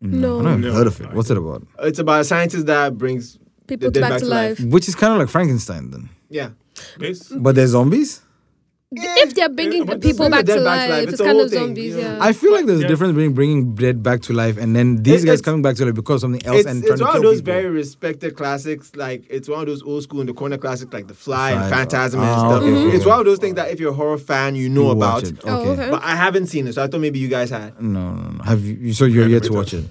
Speaker 1: I don't
Speaker 3: No.
Speaker 1: even
Speaker 4: No.
Speaker 1: heard of it. What's it about?
Speaker 2: It's about a scientist that brings
Speaker 3: People
Speaker 2: the dead
Speaker 3: back, to life.
Speaker 1: Which is kind of like Frankenstein then,
Speaker 2: Yeah.
Speaker 1: *laughs*
Speaker 4: Base.
Speaker 1: but they're zombies.
Speaker 3: If they're bringing
Speaker 4: but
Speaker 3: people
Speaker 2: bring the
Speaker 3: back to
Speaker 2: dead back
Speaker 3: life,
Speaker 2: to life.
Speaker 3: it's,
Speaker 2: It's a
Speaker 3: kind
Speaker 2: whole
Speaker 3: of
Speaker 2: thing,
Speaker 3: zombies.
Speaker 2: you know.
Speaker 3: Yeah.
Speaker 1: I feel like there's a
Speaker 4: yeah.
Speaker 1: difference between bringing dead back to life and then these
Speaker 2: It-
Speaker 1: guys
Speaker 2: it's-
Speaker 1: coming back to life because of something else
Speaker 2: It's,
Speaker 1: and
Speaker 2: it's
Speaker 1: trying to
Speaker 2: one of
Speaker 1: kill
Speaker 2: those
Speaker 1: people.
Speaker 2: very respected classics. Like it's one of those old school in the corner classics, like The Fly and
Speaker 1: Fly.
Speaker 2: Phantasm
Speaker 1: Ah,
Speaker 2: and stuff.
Speaker 1: okay, okay,
Speaker 2: It's
Speaker 1: okay.
Speaker 2: one of those things that if you're a horror fan, you know
Speaker 1: You
Speaker 2: about.
Speaker 1: watch it.
Speaker 3: Oh, okay.
Speaker 2: But I haven't seen it, so I thought maybe you guys had.
Speaker 1: No, no, no. Have you? So you're yet to
Speaker 4: Reanimator.
Speaker 1: watch it.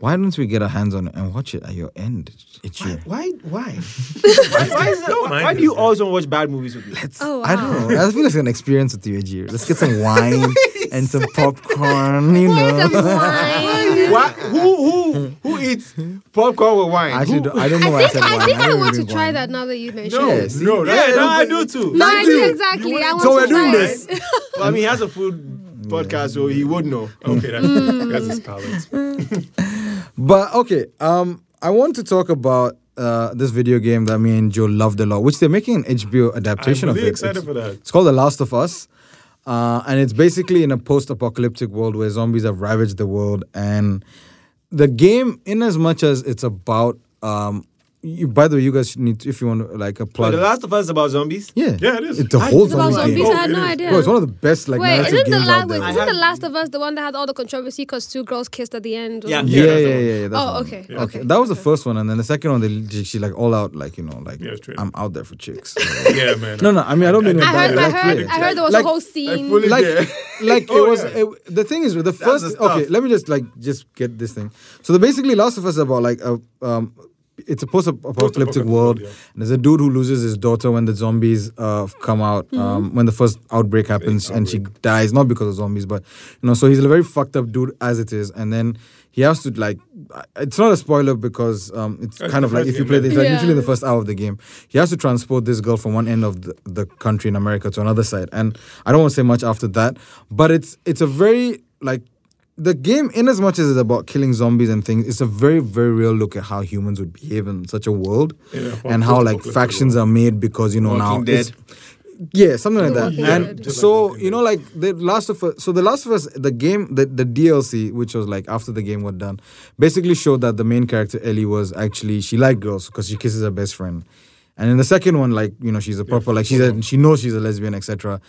Speaker 1: Why don't we get our hands on it and watch it at your end? It's here.
Speaker 2: Why?
Speaker 1: *laughs*
Speaker 2: Why? why, why, is that, why,
Speaker 4: mind
Speaker 2: why do you
Speaker 4: is-
Speaker 2: always want to watch bad movies with me?
Speaker 3: Oh, wow.
Speaker 1: I don't know. I feel it's an experience with you, Ajir. Let's get some wine and some popcorn. You know. *laughs*
Speaker 3: Some wine.
Speaker 2: Why, who who who eats popcorn with wine?
Speaker 1: I actually
Speaker 2: Who-
Speaker 1: don't, I don't know why
Speaker 3: I think
Speaker 1: I said wine.
Speaker 3: I think I
Speaker 1: don't
Speaker 3: want to
Speaker 1: drink
Speaker 3: try
Speaker 1: wine.
Speaker 3: that now that you mentioned.
Speaker 4: No,
Speaker 1: Yeah,
Speaker 3: it.
Speaker 1: see?
Speaker 4: no,
Speaker 2: Yeah,
Speaker 4: that's
Speaker 2: no, I
Speaker 4: not
Speaker 2: do too.
Speaker 3: No, I do
Speaker 1: you.
Speaker 3: exactly. I want
Speaker 1: So
Speaker 3: to
Speaker 1: we're doing
Speaker 3: try it.
Speaker 1: this.
Speaker 2: Well, I mean, he has a food podcast, so he would know.
Speaker 4: Okay, that's that's his palate.
Speaker 1: But okay, um, I want to talk about uh this video game that me and Joe loved a lot, which they're making an HBO
Speaker 4: I'm
Speaker 1: adaptation of
Speaker 4: really
Speaker 1: it.
Speaker 4: excited
Speaker 1: It's-
Speaker 4: for that.
Speaker 1: It's called The Last of Us. Uh, and it's basically in a post apocalyptic world where zombies have ravaged the world. And the game, in as much as it's about. Um, you, by the way, you guys should need, to, if you want to, like, a
Speaker 2: But
Speaker 1: plug.
Speaker 2: The Last of Us is about zombies.
Speaker 1: yeah.
Speaker 4: Yeah, it is.
Speaker 1: It's a whole
Speaker 3: It's about
Speaker 1: zombie game.
Speaker 3: zombies. I had
Speaker 4: Oh,
Speaker 3: no
Speaker 4: it is.
Speaker 3: idea.
Speaker 1: Bro, it's one of the best, like,
Speaker 3: Wait,
Speaker 1: narrative
Speaker 3: isn't the
Speaker 1: games
Speaker 3: last?
Speaker 1: out there.
Speaker 2: I
Speaker 3: Isn't the
Speaker 2: have-
Speaker 3: Last of Us the one that had all the controversy because two girls kissed at the end? or-
Speaker 2: Yeah.
Speaker 1: yeah, yeah,
Speaker 2: that's the
Speaker 1: yeah,
Speaker 2: one.
Speaker 1: yeah. that's
Speaker 3: Oh,
Speaker 1: the one.
Speaker 3: okay,
Speaker 1: okay.
Speaker 3: okay.
Speaker 1: That was the first one, and then the second one, they she like all out, like you know, like
Speaker 4: Yeah, straight.
Speaker 1: I'm out there for chicks. *laughs*
Speaker 4: Yeah, man.
Speaker 1: no, no, I mean I don't mean it
Speaker 3: I
Speaker 1: bad.
Speaker 3: heard. I
Speaker 1: like,
Speaker 3: heard.
Speaker 1: yeah.
Speaker 3: I heard there was
Speaker 1: Like-
Speaker 3: a whole scene.
Speaker 2: fully-
Speaker 1: like,
Speaker 2: Yeah.
Speaker 1: *laughs* like
Speaker 4: Oh,
Speaker 1: it was.
Speaker 4: yeah.
Speaker 1: It, the thing is, with the
Speaker 2: That's
Speaker 1: first.
Speaker 2: the stuff.
Speaker 1: okay, let me just like just get this thing. So the basically, Last of Us is about like a um, it's a post-apocalyptic
Speaker 4: Post-apocalyptic
Speaker 1: world.
Speaker 4: world, yeah.
Speaker 1: And there's a dude who loses his daughter when the zombies uh come out. Um, when the first outbreak happens, and she dies not because of zombies, but you know. So he's a very fucked up dude as it is, and then. He has to like. I- It's not a spoiler because um, it's
Speaker 4: That's
Speaker 1: kind
Speaker 4: the
Speaker 1: of like
Speaker 4: first
Speaker 1: if you
Speaker 4: game,
Speaker 1: play
Speaker 4: yeah.
Speaker 1: the, it's like
Speaker 3: Yeah.
Speaker 1: literally the first hour of the game. He has to transport this girl from one end of the, the country in America to another side. And I don't want to say much after that, but it's it's a very like the game, in as much as it's about killing zombies and things, it's a very, very real look at how humans would behave in such a world
Speaker 4: Yeah,
Speaker 1: and how like
Speaker 4: post-apocalyptic
Speaker 1: factions are made because you know now
Speaker 2: Walking
Speaker 1: it's-
Speaker 2: Dead.
Speaker 1: yeah, something like
Speaker 3: The
Speaker 1: that.
Speaker 3: Walking
Speaker 1: And
Speaker 3: Dead.
Speaker 4: Just like
Speaker 1: so
Speaker 4: Walking
Speaker 1: you know, like the Last of Us. So the Last of Us, the game, the the DLC, which was like after the game was done, basically showed that the main character Ellie was actually she liked girls because she kisses her best friend, and in the second one, like you know, she's a proper like she's a, she knows she's a lesbian, etc.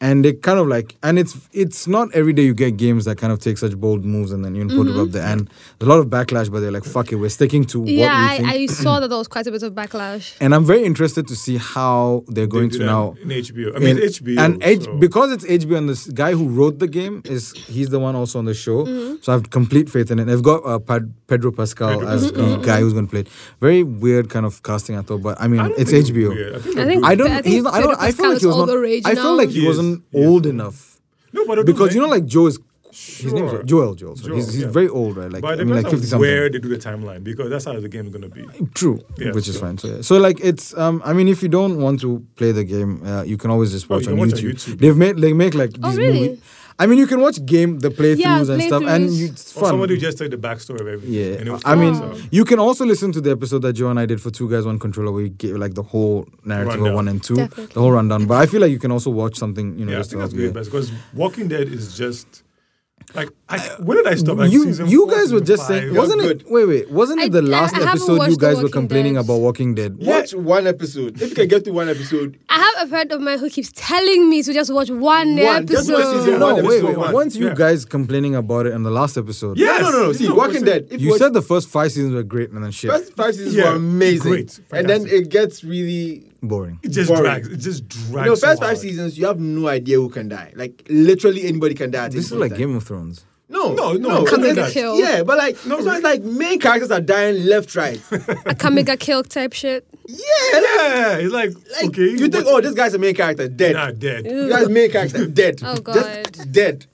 Speaker 1: And they kind of like, and it's it's not every day you get games that kind of take such bold moves and then you put
Speaker 3: Mm-hmm.
Speaker 1: it up there. And there's a lot of backlash, but they're like, fuck it, we're sticking to
Speaker 3: yeah,
Speaker 1: what we
Speaker 3: I,
Speaker 1: think.
Speaker 3: I saw that there was quite a bit of backlash.
Speaker 1: and I'm very interested to see how they're going
Speaker 4: do
Speaker 1: to
Speaker 4: that
Speaker 1: now
Speaker 4: in HBO. I mean,
Speaker 1: in-
Speaker 4: HBO.
Speaker 1: And H-
Speaker 4: so-
Speaker 1: because it's HBO and this guy who wrote the game is he's the one also on the show.
Speaker 3: Mm-hmm.
Speaker 1: So I have complete faith in it. I've got uh, Pad- Pedro Pascal
Speaker 4: Pedro
Speaker 1: as the guy who's going to play it. Very weird kind of casting, I thought, but I mean,
Speaker 4: I don't
Speaker 1: it's
Speaker 4: think
Speaker 1: HBO.
Speaker 4: weird. I, think
Speaker 3: I
Speaker 4: they're
Speaker 3: think-
Speaker 4: good.
Speaker 1: I don't.
Speaker 3: I think
Speaker 1: he's, I don't.
Speaker 3: Pedro
Speaker 1: I feel
Speaker 3: Pascal
Speaker 1: like
Speaker 3: is
Speaker 1: he was
Speaker 3: all
Speaker 1: not.
Speaker 3: the rage
Speaker 1: I
Speaker 3: now.
Speaker 1: feel like he
Speaker 4: He is,
Speaker 1: wasn't
Speaker 4: he is.
Speaker 1: old enough
Speaker 4: No, but I don't
Speaker 1: because you know,
Speaker 4: like-
Speaker 1: like Joe is His name's
Speaker 4: Sure.
Speaker 1: Joel. Joel. sorry. he's
Speaker 4: Joel,
Speaker 1: he's
Speaker 4: yeah.
Speaker 1: very old, right? Like
Speaker 4: but it
Speaker 1: I mean,
Speaker 4: depends
Speaker 1: like fifty
Speaker 4: on
Speaker 1: something.
Speaker 4: where they do the timeline because that's how the game's gonna be.
Speaker 1: True,
Speaker 4: Yeah,
Speaker 1: which is
Speaker 4: so-
Speaker 1: fine. So, yeah. so like it's um I mean if you don't want to play the game, uh, you can always just
Speaker 4: Oh,
Speaker 1: watch,
Speaker 4: you
Speaker 1: on,
Speaker 4: can watch on
Speaker 1: YouTube.
Speaker 4: YouTube.
Speaker 1: They've made they make like these
Speaker 3: Oh, really?
Speaker 1: movies. I mean you can watch game the playthroughs
Speaker 3: Yeah,
Speaker 1: and stuff, and
Speaker 3: playthroughs.
Speaker 1: you, it's
Speaker 4: Or
Speaker 1: fun.
Speaker 4: somebody who just took the backstory of everything.
Speaker 1: yeah,
Speaker 4: and it was
Speaker 1: I mean,
Speaker 4: cool, so-
Speaker 1: you can also listen to the episode that Joe and I did for Two Guys One Controller, where we gave like the whole narrative of
Speaker 4: Rundown.
Speaker 1: one and two,
Speaker 3: Definitely.
Speaker 1: the whole rundown. But I feel like you can also watch something, you know,
Speaker 4: yeah, I
Speaker 1: just
Speaker 4: think
Speaker 1: to
Speaker 4: that's
Speaker 1: help you.
Speaker 4: great because Walking Dead is just like I, where did I stop? Like
Speaker 1: you
Speaker 4: season
Speaker 1: you
Speaker 4: four,
Speaker 1: guys were
Speaker 4: season
Speaker 1: just
Speaker 4: five.
Speaker 1: saying, wasn't
Speaker 2: good.
Speaker 1: it? Wait, wait, wasn't
Speaker 3: I-
Speaker 1: it the
Speaker 3: I-
Speaker 1: last
Speaker 3: I haven't
Speaker 1: episode you
Speaker 3: watched The
Speaker 1: guys were
Speaker 3: Walking
Speaker 1: complaining
Speaker 3: Dead.
Speaker 1: about Walking Dead?
Speaker 2: Watch one episode. If you can get to one *laughs* episode,
Speaker 3: I have a friend of mine who keeps telling me to just watch one,
Speaker 2: One,
Speaker 3: episode.
Speaker 2: just watch season
Speaker 1: No,
Speaker 2: one
Speaker 1: wait,
Speaker 2: episode
Speaker 1: wait.
Speaker 2: one.
Speaker 1: Once you
Speaker 4: Yeah.
Speaker 1: guys complaining about it in the last episode,
Speaker 4: Yes!
Speaker 2: no, no, no. See,
Speaker 4: No,
Speaker 2: Walking
Speaker 4: it's-
Speaker 2: Dead. If
Speaker 1: you
Speaker 2: watch-
Speaker 1: said the first five seasons were great and then shit.
Speaker 2: first five seasons
Speaker 4: Yeah,
Speaker 2: were amazing,
Speaker 4: great,
Speaker 2: and then
Speaker 4: fantastic.
Speaker 2: it gets really.
Speaker 1: Boring.
Speaker 4: It just
Speaker 2: Boring.
Speaker 4: drags. It just drags.
Speaker 2: You know,
Speaker 4: so
Speaker 2: first five
Speaker 4: hard.
Speaker 2: seasons, you have no idea who can die. Like literally anybody can die. At
Speaker 1: This is like Game of Thrones.
Speaker 2: No,
Speaker 4: No, no,
Speaker 2: no.
Speaker 4: Kamega
Speaker 2: it's-
Speaker 3: kill.
Speaker 2: Yeah, but like, no,
Speaker 4: No,
Speaker 2: it's not like main characters are dying left, *laughs* right.
Speaker 3: A Kamega kill type shit.
Speaker 2: yeah, like,
Speaker 4: Yeah, it's like,
Speaker 2: like,
Speaker 4: okay.
Speaker 2: you think,
Speaker 4: what's-
Speaker 2: oh, this guy's a main character, dead.
Speaker 4: nah, dead.
Speaker 2: You guys main character
Speaker 4: *laughs*
Speaker 2: dead.
Speaker 3: Oh,
Speaker 2: Just
Speaker 3: God.
Speaker 2: dead.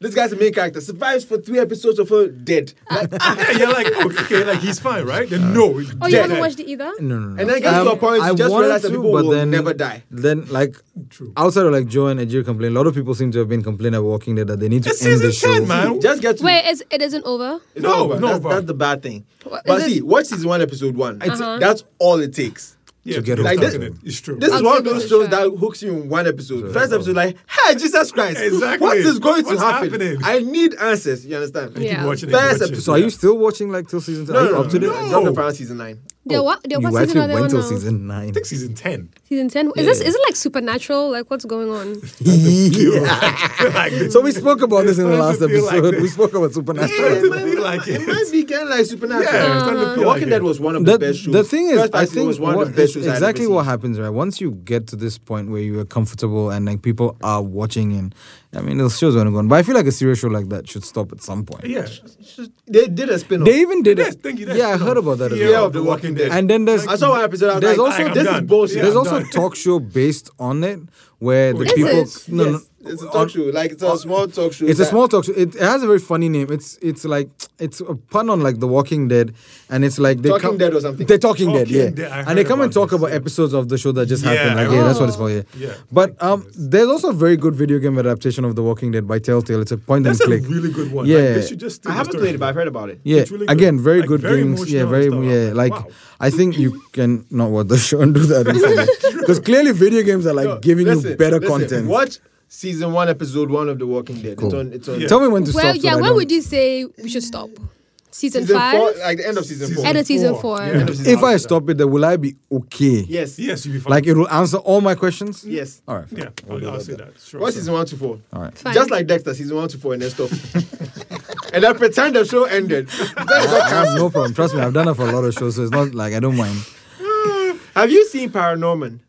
Speaker 2: This guy's the main character. Survives for three episodes of her dead.
Speaker 3: Ah.
Speaker 2: Like,
Speaker 4: yeah, you're like, okay, okay, like he's fine, right? Then no, he's
Speaker 3: Oh, you
Speaker 4: dead.
Speaker 3: haven't watched it either?
Speaker 1: No, no, no.
Speaker 2: And then it gets to a point you just
Speaker 1: Um, wanted
Speaker 2: realize that people will never die.
Speaker 1: Then, like,
Speaker 4: True.
Speaker 1: outside of like Joe and Ajir complain, a lot of people seem to have been complaining about Walking Dead that they need to
Speaker 4: It's
Speaker 1: end
Speaker 4: season
Speaker 1: the show.
Speaker 4: 10, man.
Speaker 2: just get to
Speaker 3: Wait, it's, it isn't over.
Speaker 2: it's
Speaker 4: No,
Speaker 2: over.
Speaker 4: no,
Speaker 2: that's,
Speaker 4: bro.
Speaker 2: that's the bad thing.
Speaker 3: What-
Speaker 2: but
Speaker 3: is
Speaker 2: see,
Speaker 3: it-
Speaker 2: watch season one, episode one.
Speaker 1: It's- Uh-huh.
Speaker 2: That's all it takes.
Speaker 4: yeah,
Speaker 1: to get
Speaker 4: it's
Speaker 1: over
Speaker 4: like
Speaker 1: it.
Speaker 4: this- It's true.
Speaker 2: This is
Speaker 3: I'll
Speaker 2: one of
Speaker 3: give it
Speaker 2: those
Speaker 3: a
Speaker 2: shows
Speaker 3: try.
Speaker 2: that hooks you in one episode.
Speaker 1: So,
Speaker 2: First
Speaker 1: yeah.
Speaker 2: episode, like, hey, Jesus Christ,
Speaker 4: Exactly.
Speaker 2: what is going to
Speaker 4: What's
Speaker 2: happen?
Speaker 4: happening?
Speaker 2: I need answers. You understand?
Speaker 3: Yeah.
Speaker 4: Keep watching it,
Speaker 2: First
Speaker 4: watch it.
Speaker 2: episode.
Speaker 1: So, are you still watching like till season?
Speaker 2: No,
Speaker 1: are you
Speaker 2: no,
Speaker 1: up to
Speaker 2: no,
Speaker 1: date?
Speaker 2: no,
Speaker 4: date?
Speaker 2: Drop the final season nine.
Speaker 3: They're what? They're
Speaker 1: Oh, You
Speaker 3: what season are
Speaker 1: actually
Speaker 3: they on
Speaker 1: went till
Speaker 3: now?
Speaker 1: season nine.
Speaker 4: I think season 10.
Speaker 3: Season ten. Is this is it like supernatural? Like what's
Speaker 1: *laughs*
Speaker 3: going on?
Speaker 1: Yeah.
Speaker 4: *laughs* like,
Speaker 1: so we spoke about this in the
Speaker 4: It's
Speaker 1: last
Speaker 4: starting to feel like
Speaker 1: episode.
Speaker 4: this.
Speaker 1: we spoke about
Speaker 2: Yeah, *laughs*
Speaker 1: supernatural.
Speaker 2: it
Speaker 4: It
Speaker 2: might
Speaker 4: might
Speaker 2: be
Speaker 4: be like it.
Speaker 2: kind of like supernatural.
Speaker 4: Yeah, it's not the Uh-huh.
Speaker 2: The Walking
Speaker 4: like
Speaker 2: Dead
Speaker 4: it.
Speaker 2: was one of
Speaker 1: the,
Speaker 2: the best shows.
Speaker 1: the thing is,
Speaker 2: First
Speaker 1: I
Speaker 2: Five Seasons
Speaker 1: think
Speaker 2: was one
Speaker 1: what-
Speaker 2: of the best
Speaker 1: it's
Speaker 2: shows I'd
Speaker 1: exactly
Speaker 2: ever
Speaker 1: what
Speaker 2: seen.
Speaker 1: happens, right? Once you get to this point where you are comfortable and like people are watching, and I mean, the show's gonna go on. But I feel like a serious show like that should stop at some point.
Speaker 4: yeah.
Speaker 2: They did a spin off.
Speaker 1: They even did
Speaker 4: Yes,
Speaker 1: it.
Speaker 4: thank you. That's
Speaker 1: Yeah, I
Speaker 4: spin-off.
Speaker 1: heard about that. As
Speaker 4: Fear
Speaker 1: well.
Speaker 2: of the Walking Dead.
Speaker 1: And then there's
Speaker 2: I saw one episode. I was
Speaker 1: there's
Speaker 2: like,
Speaker 1: also-
Speaker 2: "Ah,
Speaker 4: I'm
Speaker 2: this is
Speaker 4: done."
Speaker 2: bullshit.
Speaker 4: Yeah,
Speaker 1: there's
Speaker 4: I'm
Speaker 1: also
Speaker 4: done.
Speaker 1: a talk show based on it where the
Speaker 4: Is
Speaker 1: people
Speaker 3: it?
Speaker 1: no
Speaker 2: Yes,
Speaker 1: no
Speaker 2: it's a talk show. Like it's a small talk show.
Speaker 1: it's a
Speaker 2: that-
Speaker 1: small talk show. It, it has a very funny name. It's it's like it's a pun on like The Walking Dead, and it's like they
Speaker 2: Talking
Speaker 1: come,
Speaker 2: Dead or something.
Speaker 1: They're Talking Dead,
Speaker 4: Talking
Speaker 1: yeah.
Speaker 4: Dead, I
Speaker 1: and they
Speaker 4: heard
Speaker 1: come and
Speaker 4: about
Speaker 1: talk
Speaker 4: this,
Speaker 1: about
Speaker 4: yeah.
Speaker 1: episodes of the show that just
Speaker 4: Yeah,
Speaker 1: happened. Like
Speaker 4: I
Speaker 1: yeah,
Speaker 4: heard
Speaker 1: that's what
Speaker 3: about
Speaker 1: it's called. Yeah.
Speaker 4: Yeah.
Speaker 1: But um, there's also a very good video game adaptation of The Walking Dead by Telltale. It's a point
Speaker 4: That's
Speaker 1: and
Speaker 4: a
Speaker 1: click.
Speaker 4: really good one.
Speaker 1: Yeah.
Speaker 4: Like, they should just
Speaker 2: I haven't played it, but I've heard about it.
Speaker 1: Yeah,
Speaker 4: It's really good.
Speaker 1: again, very
Speaker 4: Like,
Speaker 1: good
Speaker 4: very
Speaker 1: games. Yeah,
Speaker 4: emotional
Speaker 1: very
Speaker 4: stuff.
Speaker 1: yeah. Like
Speaker 4: Wow.
Speaker 1: I think
Speaker 4: *laughs*
Speaker 1: you can not watch the show and do that because clearly video games are like
Speaker 2: No,
Speaker 1: giving you
Speaker 2: listen,
Speaker 1: better
Speaker 2: listen,
Speaker 1: content.
Speaker 2: Watch season one, episode one of The Walking Dead.
Speaker 1: Cool.
Speaker 2: It's on. It's on.
Speaker 4: Yeah.
Speaker 1: Tell me when to
Speaker 3: well,
Speaker 1: stop. so
Speaker 3: yeah.
Speaker 1: that I
Speaker 3: When
Speaker 1: don't-
Speaker 3: would you say we should stop? Season,
Speaker 2: Season
Speaker 3: five.
Speaker 2: four, like the end of season four.
Speaker 3: End of season four.
Speaker 4: Yeah.
Speaker 2: If
Speaker 1: If I stop it, then will I be okay?
Speaker 2: Yes.
Speaker 4: Yes, you'll be fine.
Speaker 1: Like it will answer all my questions.
Speaker 2: Yes.
Speaker 1: All right. fine.
Speaker 4: Yeah, I'll, I'll say that. Sure.
Speaker 2: Watch season one to four.
Speaker 1: All right.
Speaker 3: Fine.
Speaker 2: Just like Dexter, season one to four, and then
Speaker 1: *laughs*
Speaker 2: stop. and I pretend the show ended. That's what
Speaker 1: I have no problem. Trust me, I've done it for a lot of shows, so it's not like I don't mind.
Speaker 2: Have you seen Paranorman?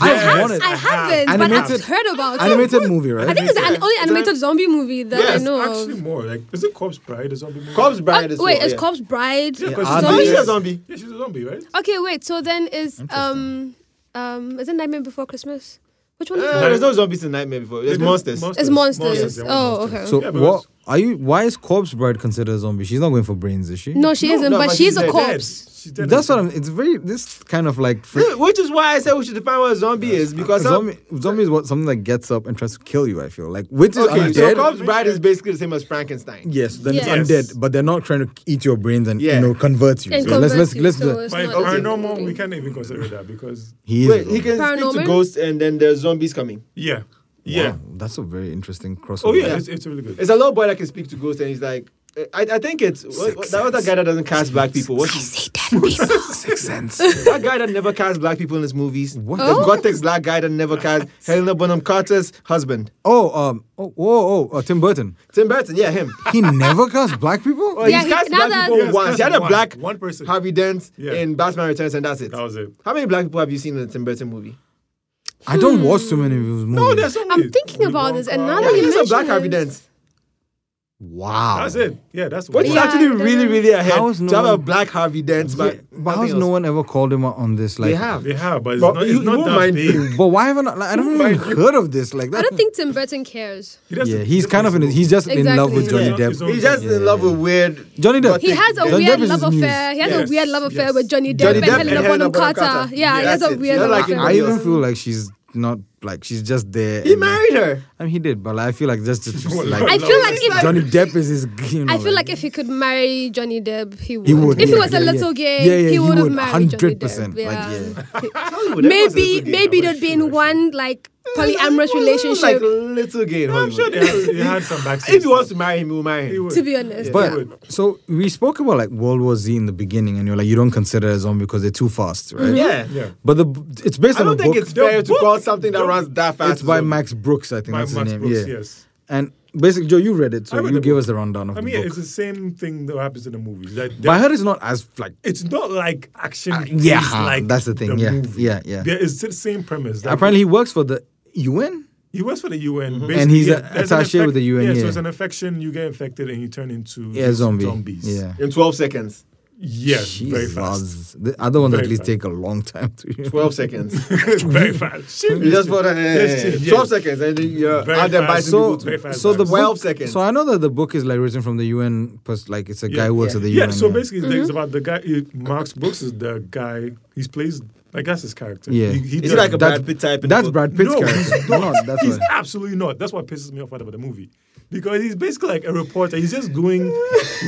Speaker 1: I
Speaker 4: Yes,
Speaker 1: have wanted-
Speaker 3: I haven't, but
Speaker 1: Animated-
Speaker 3: I've heard about it.
Speaker 1: Animated movie, right?
Speaker 3: I think it's the an- only animated zombie movie that
Speaker 2: Yes,
Speaker 3: I know
Speaker 4: Actually,
Speaker 3: of.
Speaker 4: more like is it Corpse Bride or zombie movie?
Speaker 2: Cobb's
Speaker 3: Oh,
Speaker 2: Bride is
Speaker 3: wait,
Speaker 2: what,
Speaker 3: it's
Speaker 2: yeah.
Speaker 3: Corpse Bride.
Speaker 4: Yeah, 'cause
Speaker 1: Yeah,
Speaker 2: Oh,
Speaker 1: Zombie.
Speaker 2: she's a
Speaker 1: Yes.
Speaker 2: zombie.
Speaker 4: Yeah, she's a zombie, right?
Speaker 3: Okay, wait. So then is um um is it Nightmare Before Christmas? Which one? is
Speaker 2: Uh,
Speaker 3: it?
Speaker 2: there's no zombies in Nightmare before. There's
Speaker 4: They do
Speaker 2: monsters. *laughs*
Speaker 3: It's monsters.
Speaker 4: yeah,
Speaker 3: Oh,
Speaker 4: monsters.
Speaker 3: okay.
Speaker 1: So
Speaker 4: Yeah, but
Speaker 1: what
Speaker 4: it's-
Speaker 1: are you? Why is Corpse Bride considered a zombie? She's not going for brains, is she?
Speaker 3: No, she
Speaker 2: No,
Speaker 3: isn't.
Speaker 2: no,
Speaker 3: but,
Speaker 2: but she's
Speaker 3: she's a
Speaker 2: dead.
Speaker 3: corpse.
Speaker 4: She's dead.
Speaker 1: That's what I'm. It's very this kind of like. freak-
Speaker 2: Yeah, Which is why I said we should define what a zombie is because some-
Speaker 1: Zombie, zombie is what something that gets up and tries to kill you. I feel like which is
Speaker 2: okay, so
Speaker 1: undead.
Speaker 2: Cobb's Bride is basically the same as Frankenstein.
Speaker 1: yes, then
Speaker 3: Yes.
Speaker 1: it's undead, but they're not trying to eat your brains and
Speaker 2: Yeah.
Speaker 1: you know convert you.
Speaker 3: And
Speaker 1: So let's let's
Speaker 3: converts you,
Speaker 1: let's do
Speaker 3: so
Speaker 1: that.
Speaker 3: it's
Speaker 4: But
Speaker 3: not a
Speaker 4: paranormal,
Speaker 3: zombie.
Speaker 4: we can't even consider that because
Speaker 1: He is.
Speaker 2: Wait,
Speaker 1: a
Speaker 2: he can
Speaker 1: zombie.
Speaker 2: speak to
Speaker 3: Paranorman?
Speaker 2: ghosts and then there's zombies coming.
Speaker 4: yeah,
Speaker 1: Wow,
Speaker 4: yeah.
Speaker 1: that's a very interesting crossover.
Speaker 4: Oh yeah,
Speaker 2: Yeah.
Speaker 4: It's, it's really good.
Speaker 2: It's a little boy that can speak to ghosts and he's like, I, I think it's what, what, that other guy that doesn't cast black people. What's his-
Speaker 3: See
Speaker 1: *laughs*
Speaker 3: dead people.
Speaker 1: Sixth sense.
Speaker 2: *laughs* that guy that never cast black people in his movies?
Speaker 1: What?
Speaker 2: The
Speaker 1: Oh.
Speaker 2: gothic black guy that never *laughs* cast Helena Bonham Carter's husband,
Speaker 1: oh um. Oh whoa oh uh, Tim Burton.
Speaker 2: Tim Burton. Yeah, him.
Speaker 3: *laughs*
Speaker 1: He never cast black people.
Speaker 2: Well,
Speaker 3: Oh, Yeah,
Speaker 2: he's
Speaker 3: he-
Speaker 2: cast
Speaker 3: now
Speaker 2: black
Speaker 3: that-
Speaker 2: people
Speaker 4: Yes,
Speaker 2: once. He had a
Speaker 4: cast one-
Speaker 2: black
Speaker 4: one person.
Speaker 2: Harvey Dent
Speaker 4: Yeah.
Speaker 2: in Batman Returns, and that's it.
Speaker 4: that was it.
Speaker 2: How many black people have you seen in the Tim Burton movie?
Speaker 1: I don't watch too many of his movies.
Speaker 4: No, there's so
Speaker 3: I'm
Speaker 4: many.
Speaker 3: thinking
Speaker 4: Willy
Speaker 3: about this, and
Speaker 4: Wonka.
Speaker 3: now
Speaker 2: Yeah,
Speaker 3: that you
Speaker 2: he's a
Speaker 3: mention
Speaker 2: black
Speaker 3: it-
Speaker 2: Harvey Dent.
Speaker 1: Wow.
Speaker 4: That's it. Yeah, that's
Speaker 2: Which is
Speaker 3: Yeah,
Speaker 2: actually
Speaker 3: I don't
Speaker 2: really,
Speaker 3: know.
Speaker 2: really ahead.
Speaker 1: How is no
Speaker 2: to have a
Speaker 1: one-
Speaker 2: black Harvey Dent,
Speaker 1: But,
Speaker 2: but
Speaker 1: but how's
Speaker 2: nothing
Speaker 1: no
Speaker 2: else.
Speaker 1: one ever called him out on this? Like,
Speaker 2: They have.
Speaker 4: They have, but it's
Speaker 2: But
Speaker 4: not,
Speaker 2: you-
Speaker 4: it's
Speaker 2: you
Speaker 4: not that
Speaker 2: mind-
Speaker 4: big.
Speaker 1: But why haven't I, like, I
Speaker 3: *laughs*
Speaker 1: don't even heard of this? Like
Speaker 3: I
Speaker 1: that.
Speaker 3: don't think Tim Burton cares.
Speaker 4: He doesn't-
Speaker 1: yeah, he's
Speaker 4: he
Speaker 1: kind of in.
Speaker 4: doesn't-
Speaker 1: He's just in love with
Speaker 3: Exactly.
Speaker 1: Johnny
Speaker 4: Yeah.
Speaker 1: Depp.
Speaker 4: He's on-
Speaker 2: He's just
Speaker 1: Yeah.
Speaker 2: in love with weird.
Speaker 1: Johnny Depp.
Speaker 3: He has a
Speaker 1: Johnny
Speaker 3: weird
Speaker 1: Depp is
Speaker 3: love
Speaker 1: his muse.
Speaker 3: affair. He has
Speaker 4: Yes,
Speaker 3: a weird love affair
Speaker 4: yes.
Speaker 3: with Johnny Depp
Speaker 2: Johnny
Speaker 3: and
Speaker 2: Depp and
Speaker 3: Helena
Speaker 2: Helena
Speaker 3: Bonham
Speaker 2: Bonham
Speaker 3: Carter.
Speaker 2: Carter.
Speaker 3: Yeah,
Speaker 2: Yeah,
Speaker 3: he has
Speaker 2: that's
Speaker 3: a
Speaker 2: it.
Speaker 3: weird
Speaker 2: They're
Speaker 3: love
Speaker 2: like
Speaker 3: affair.
Speaker 1: I
Speaker 2: everybody
Speaker 1: even
Speaker 2: else.
Speaker 1: feel like she's not like she's just there.
Speaker 2: He
Speaker 1: and-
Speaker 2: married her.
Speaker 1: I mean, he did, but like, I feel like that's
Speaker 3: *laughs*
Speaker 1: just
Speaker 4: Well,
Speaker 1: like
Speaker 3: I feel like if
Speaker 1: Johnny Depp is his. You know,
Speaker 3: I feel like if he could marry Johnny Depp, he would.
Speaker 1: He would,
Speaker 3: If
Speaker 1: yeah,
Speaker 3: he was a
Speaker 1: yeah,
Speaker 3: little
Speaker 1: yeah.
Speaker 3: gay,
Speaker 1: Yeah, yeah, he
Speaker 3: he would have
Speaker 1: would,
Speaker 3: married Johnny
Speaker 1: 100%,
Speaker 3: Depp.
Speaker 1: like,
Speaker 2: Hollywood, everyone's a
Speaker 3: maybe
Speaker 2: little gay in
Speaker 3: maybe
Speaker 2: Hollywood.
Speaker 3: there'd be in one like
Speaker 2: Everyone's
Speaker 3: polyamorous
Speaker 2: Mm, Like mm,
Speaker 3: relationship.
Speaker 2: little gay in
Speaker 4: I'm
Speaker 2: Hollywood.
Speaker 4: sure they had, they had some backstage.
Speaker 2: If he wants to marry him, we'll marry
Speaker 4: He
Speaker 2: him.
Speaker 4: would.
Speaker 3: To be honest,
Speaker 1: But
Speaker 3: yeah.
Speaker 1: so we spoke about like World War Z in the beginning, and you're like, you don't consider it a zombie because they're too fast, right?
Speaker 2: Yeah.
Speaker 4: Yeah.
Speaker 1: But the it's based
Speaker 2: I
Speaker 1: on a
Speaker 2: don't think
Speaker 1: book.
Speaker 2: it's fair to
Speaker 4: book-
Speaker 2: call something that runs that fast.
Speaker 1: It's by
Speaker 2: a zombie.
Speaker 1: Max Brooks, I think
Speaker 4: By
Speaker 1: that's
Speaker 4: Max
Speaker 1: his name.
Speaker 4: Brooks,
Speaker 1: yeah.
Speaker 4: yes.
Speaker 1: And basically, Joe, you read it, so
Speaker 4: I
Speaker 1: you
Speaker 4: read the
Speaker 1: give
Speaker 4: book.
Speaker 1: us the rundown of
Speaker 4: I
Speaker 1: the
Speaker 4: mean,
Speaker 1: book.
Speaker 4: it's the same thing that happens in the movies. Like,
Speaker 1: but I
Speaker 4: there-
Speaker 1: heard it's not as like
Speaker 4: it's not like action.
Speaker 1: yeah,
Speaker 4: it's like
Speaker 1: that's the thing, yeah, yeah, yeah.
Speaker 4: There is the same premise. that-
Speaker 1: apparently he works for the UN.
Speaker 4: he works for the UN,
Speaker 1: And he's
Speaker 4: basically,
Speaker 1: a-
Speaker 4: there's an
Speaker 1: attaché with the UN,
Speaker 4: Yeah, so
Speaker 1: yeah.
Speaker 4: it's an infection. You get infected and you turn into
Speaker 1: Yeah,
Speaker 4: these
Speaker 1: zombie.
Speaker 4: zombies.
Speaker 1: Yeah.
Speaker 2: in 12 seconds.
Speaker 4: yes, very fast,
Speaker 1: Jesus. The other ones
Speaker 4: Very
Speaker 1: at least
Speaker 4: fast.
Speaker 1: take a long time to.
Speaker 2: 12 seconds.
Speaker 4: *laughs* very
Speaker 2: *laughs*
Speaker 4: fast.
Speaker 2: you just for
Speaker 4: *laughs* Yes, yes.
Speaker 2: 12 seconds and then you're
Speaker 4: Very
Speaker 2: out there
Speaker 4: fast.
Speaker 2: biting
Speaker 1: so,
Speaker 2: people.
Speaker 4: Very fast
Speaker 1: so the
Speaker 4: times.
Speaker 2: 12
Speaker 1: book-
Speaker 2: seconds.
Speaker 1: So I know that the book is like written from the UN, pers- like it's a guy
Speaker 4: Yeah.
Speaker 1: who works at the
Speaker 4: yeah,
Speaker 1: UN.
Speaker 4: so basically, it's
Speaker 2: Mm-hmm.
Speaker 4: about the guy. It, Marx Brooks is the guy. He plays. Like that's his character.
Speaker 1: Yeah.
Speaker 4: he, he
Speaker 1: Is
Speaker 2: Is
Speaker 4: does
Speaker 2: it like a
Speaker 1: That's-
Speaker 2: Brad
Speaker 4: that-
Speaker 2: Pitt type? in the
Speaker 1: that's
Speaker 2: book?
Speaker 1: Brad Pitt's
Speaker 4: *laughs* No,
Speaker 1: character. No, that's
Speaker 4: he's
Speaker 1: right.
Speaker 4: absolutely not. That's what pisses me off about the movie. Because he's basically like a reporter. He's
Speaker 1: *laughs*
Speaker 4: just doing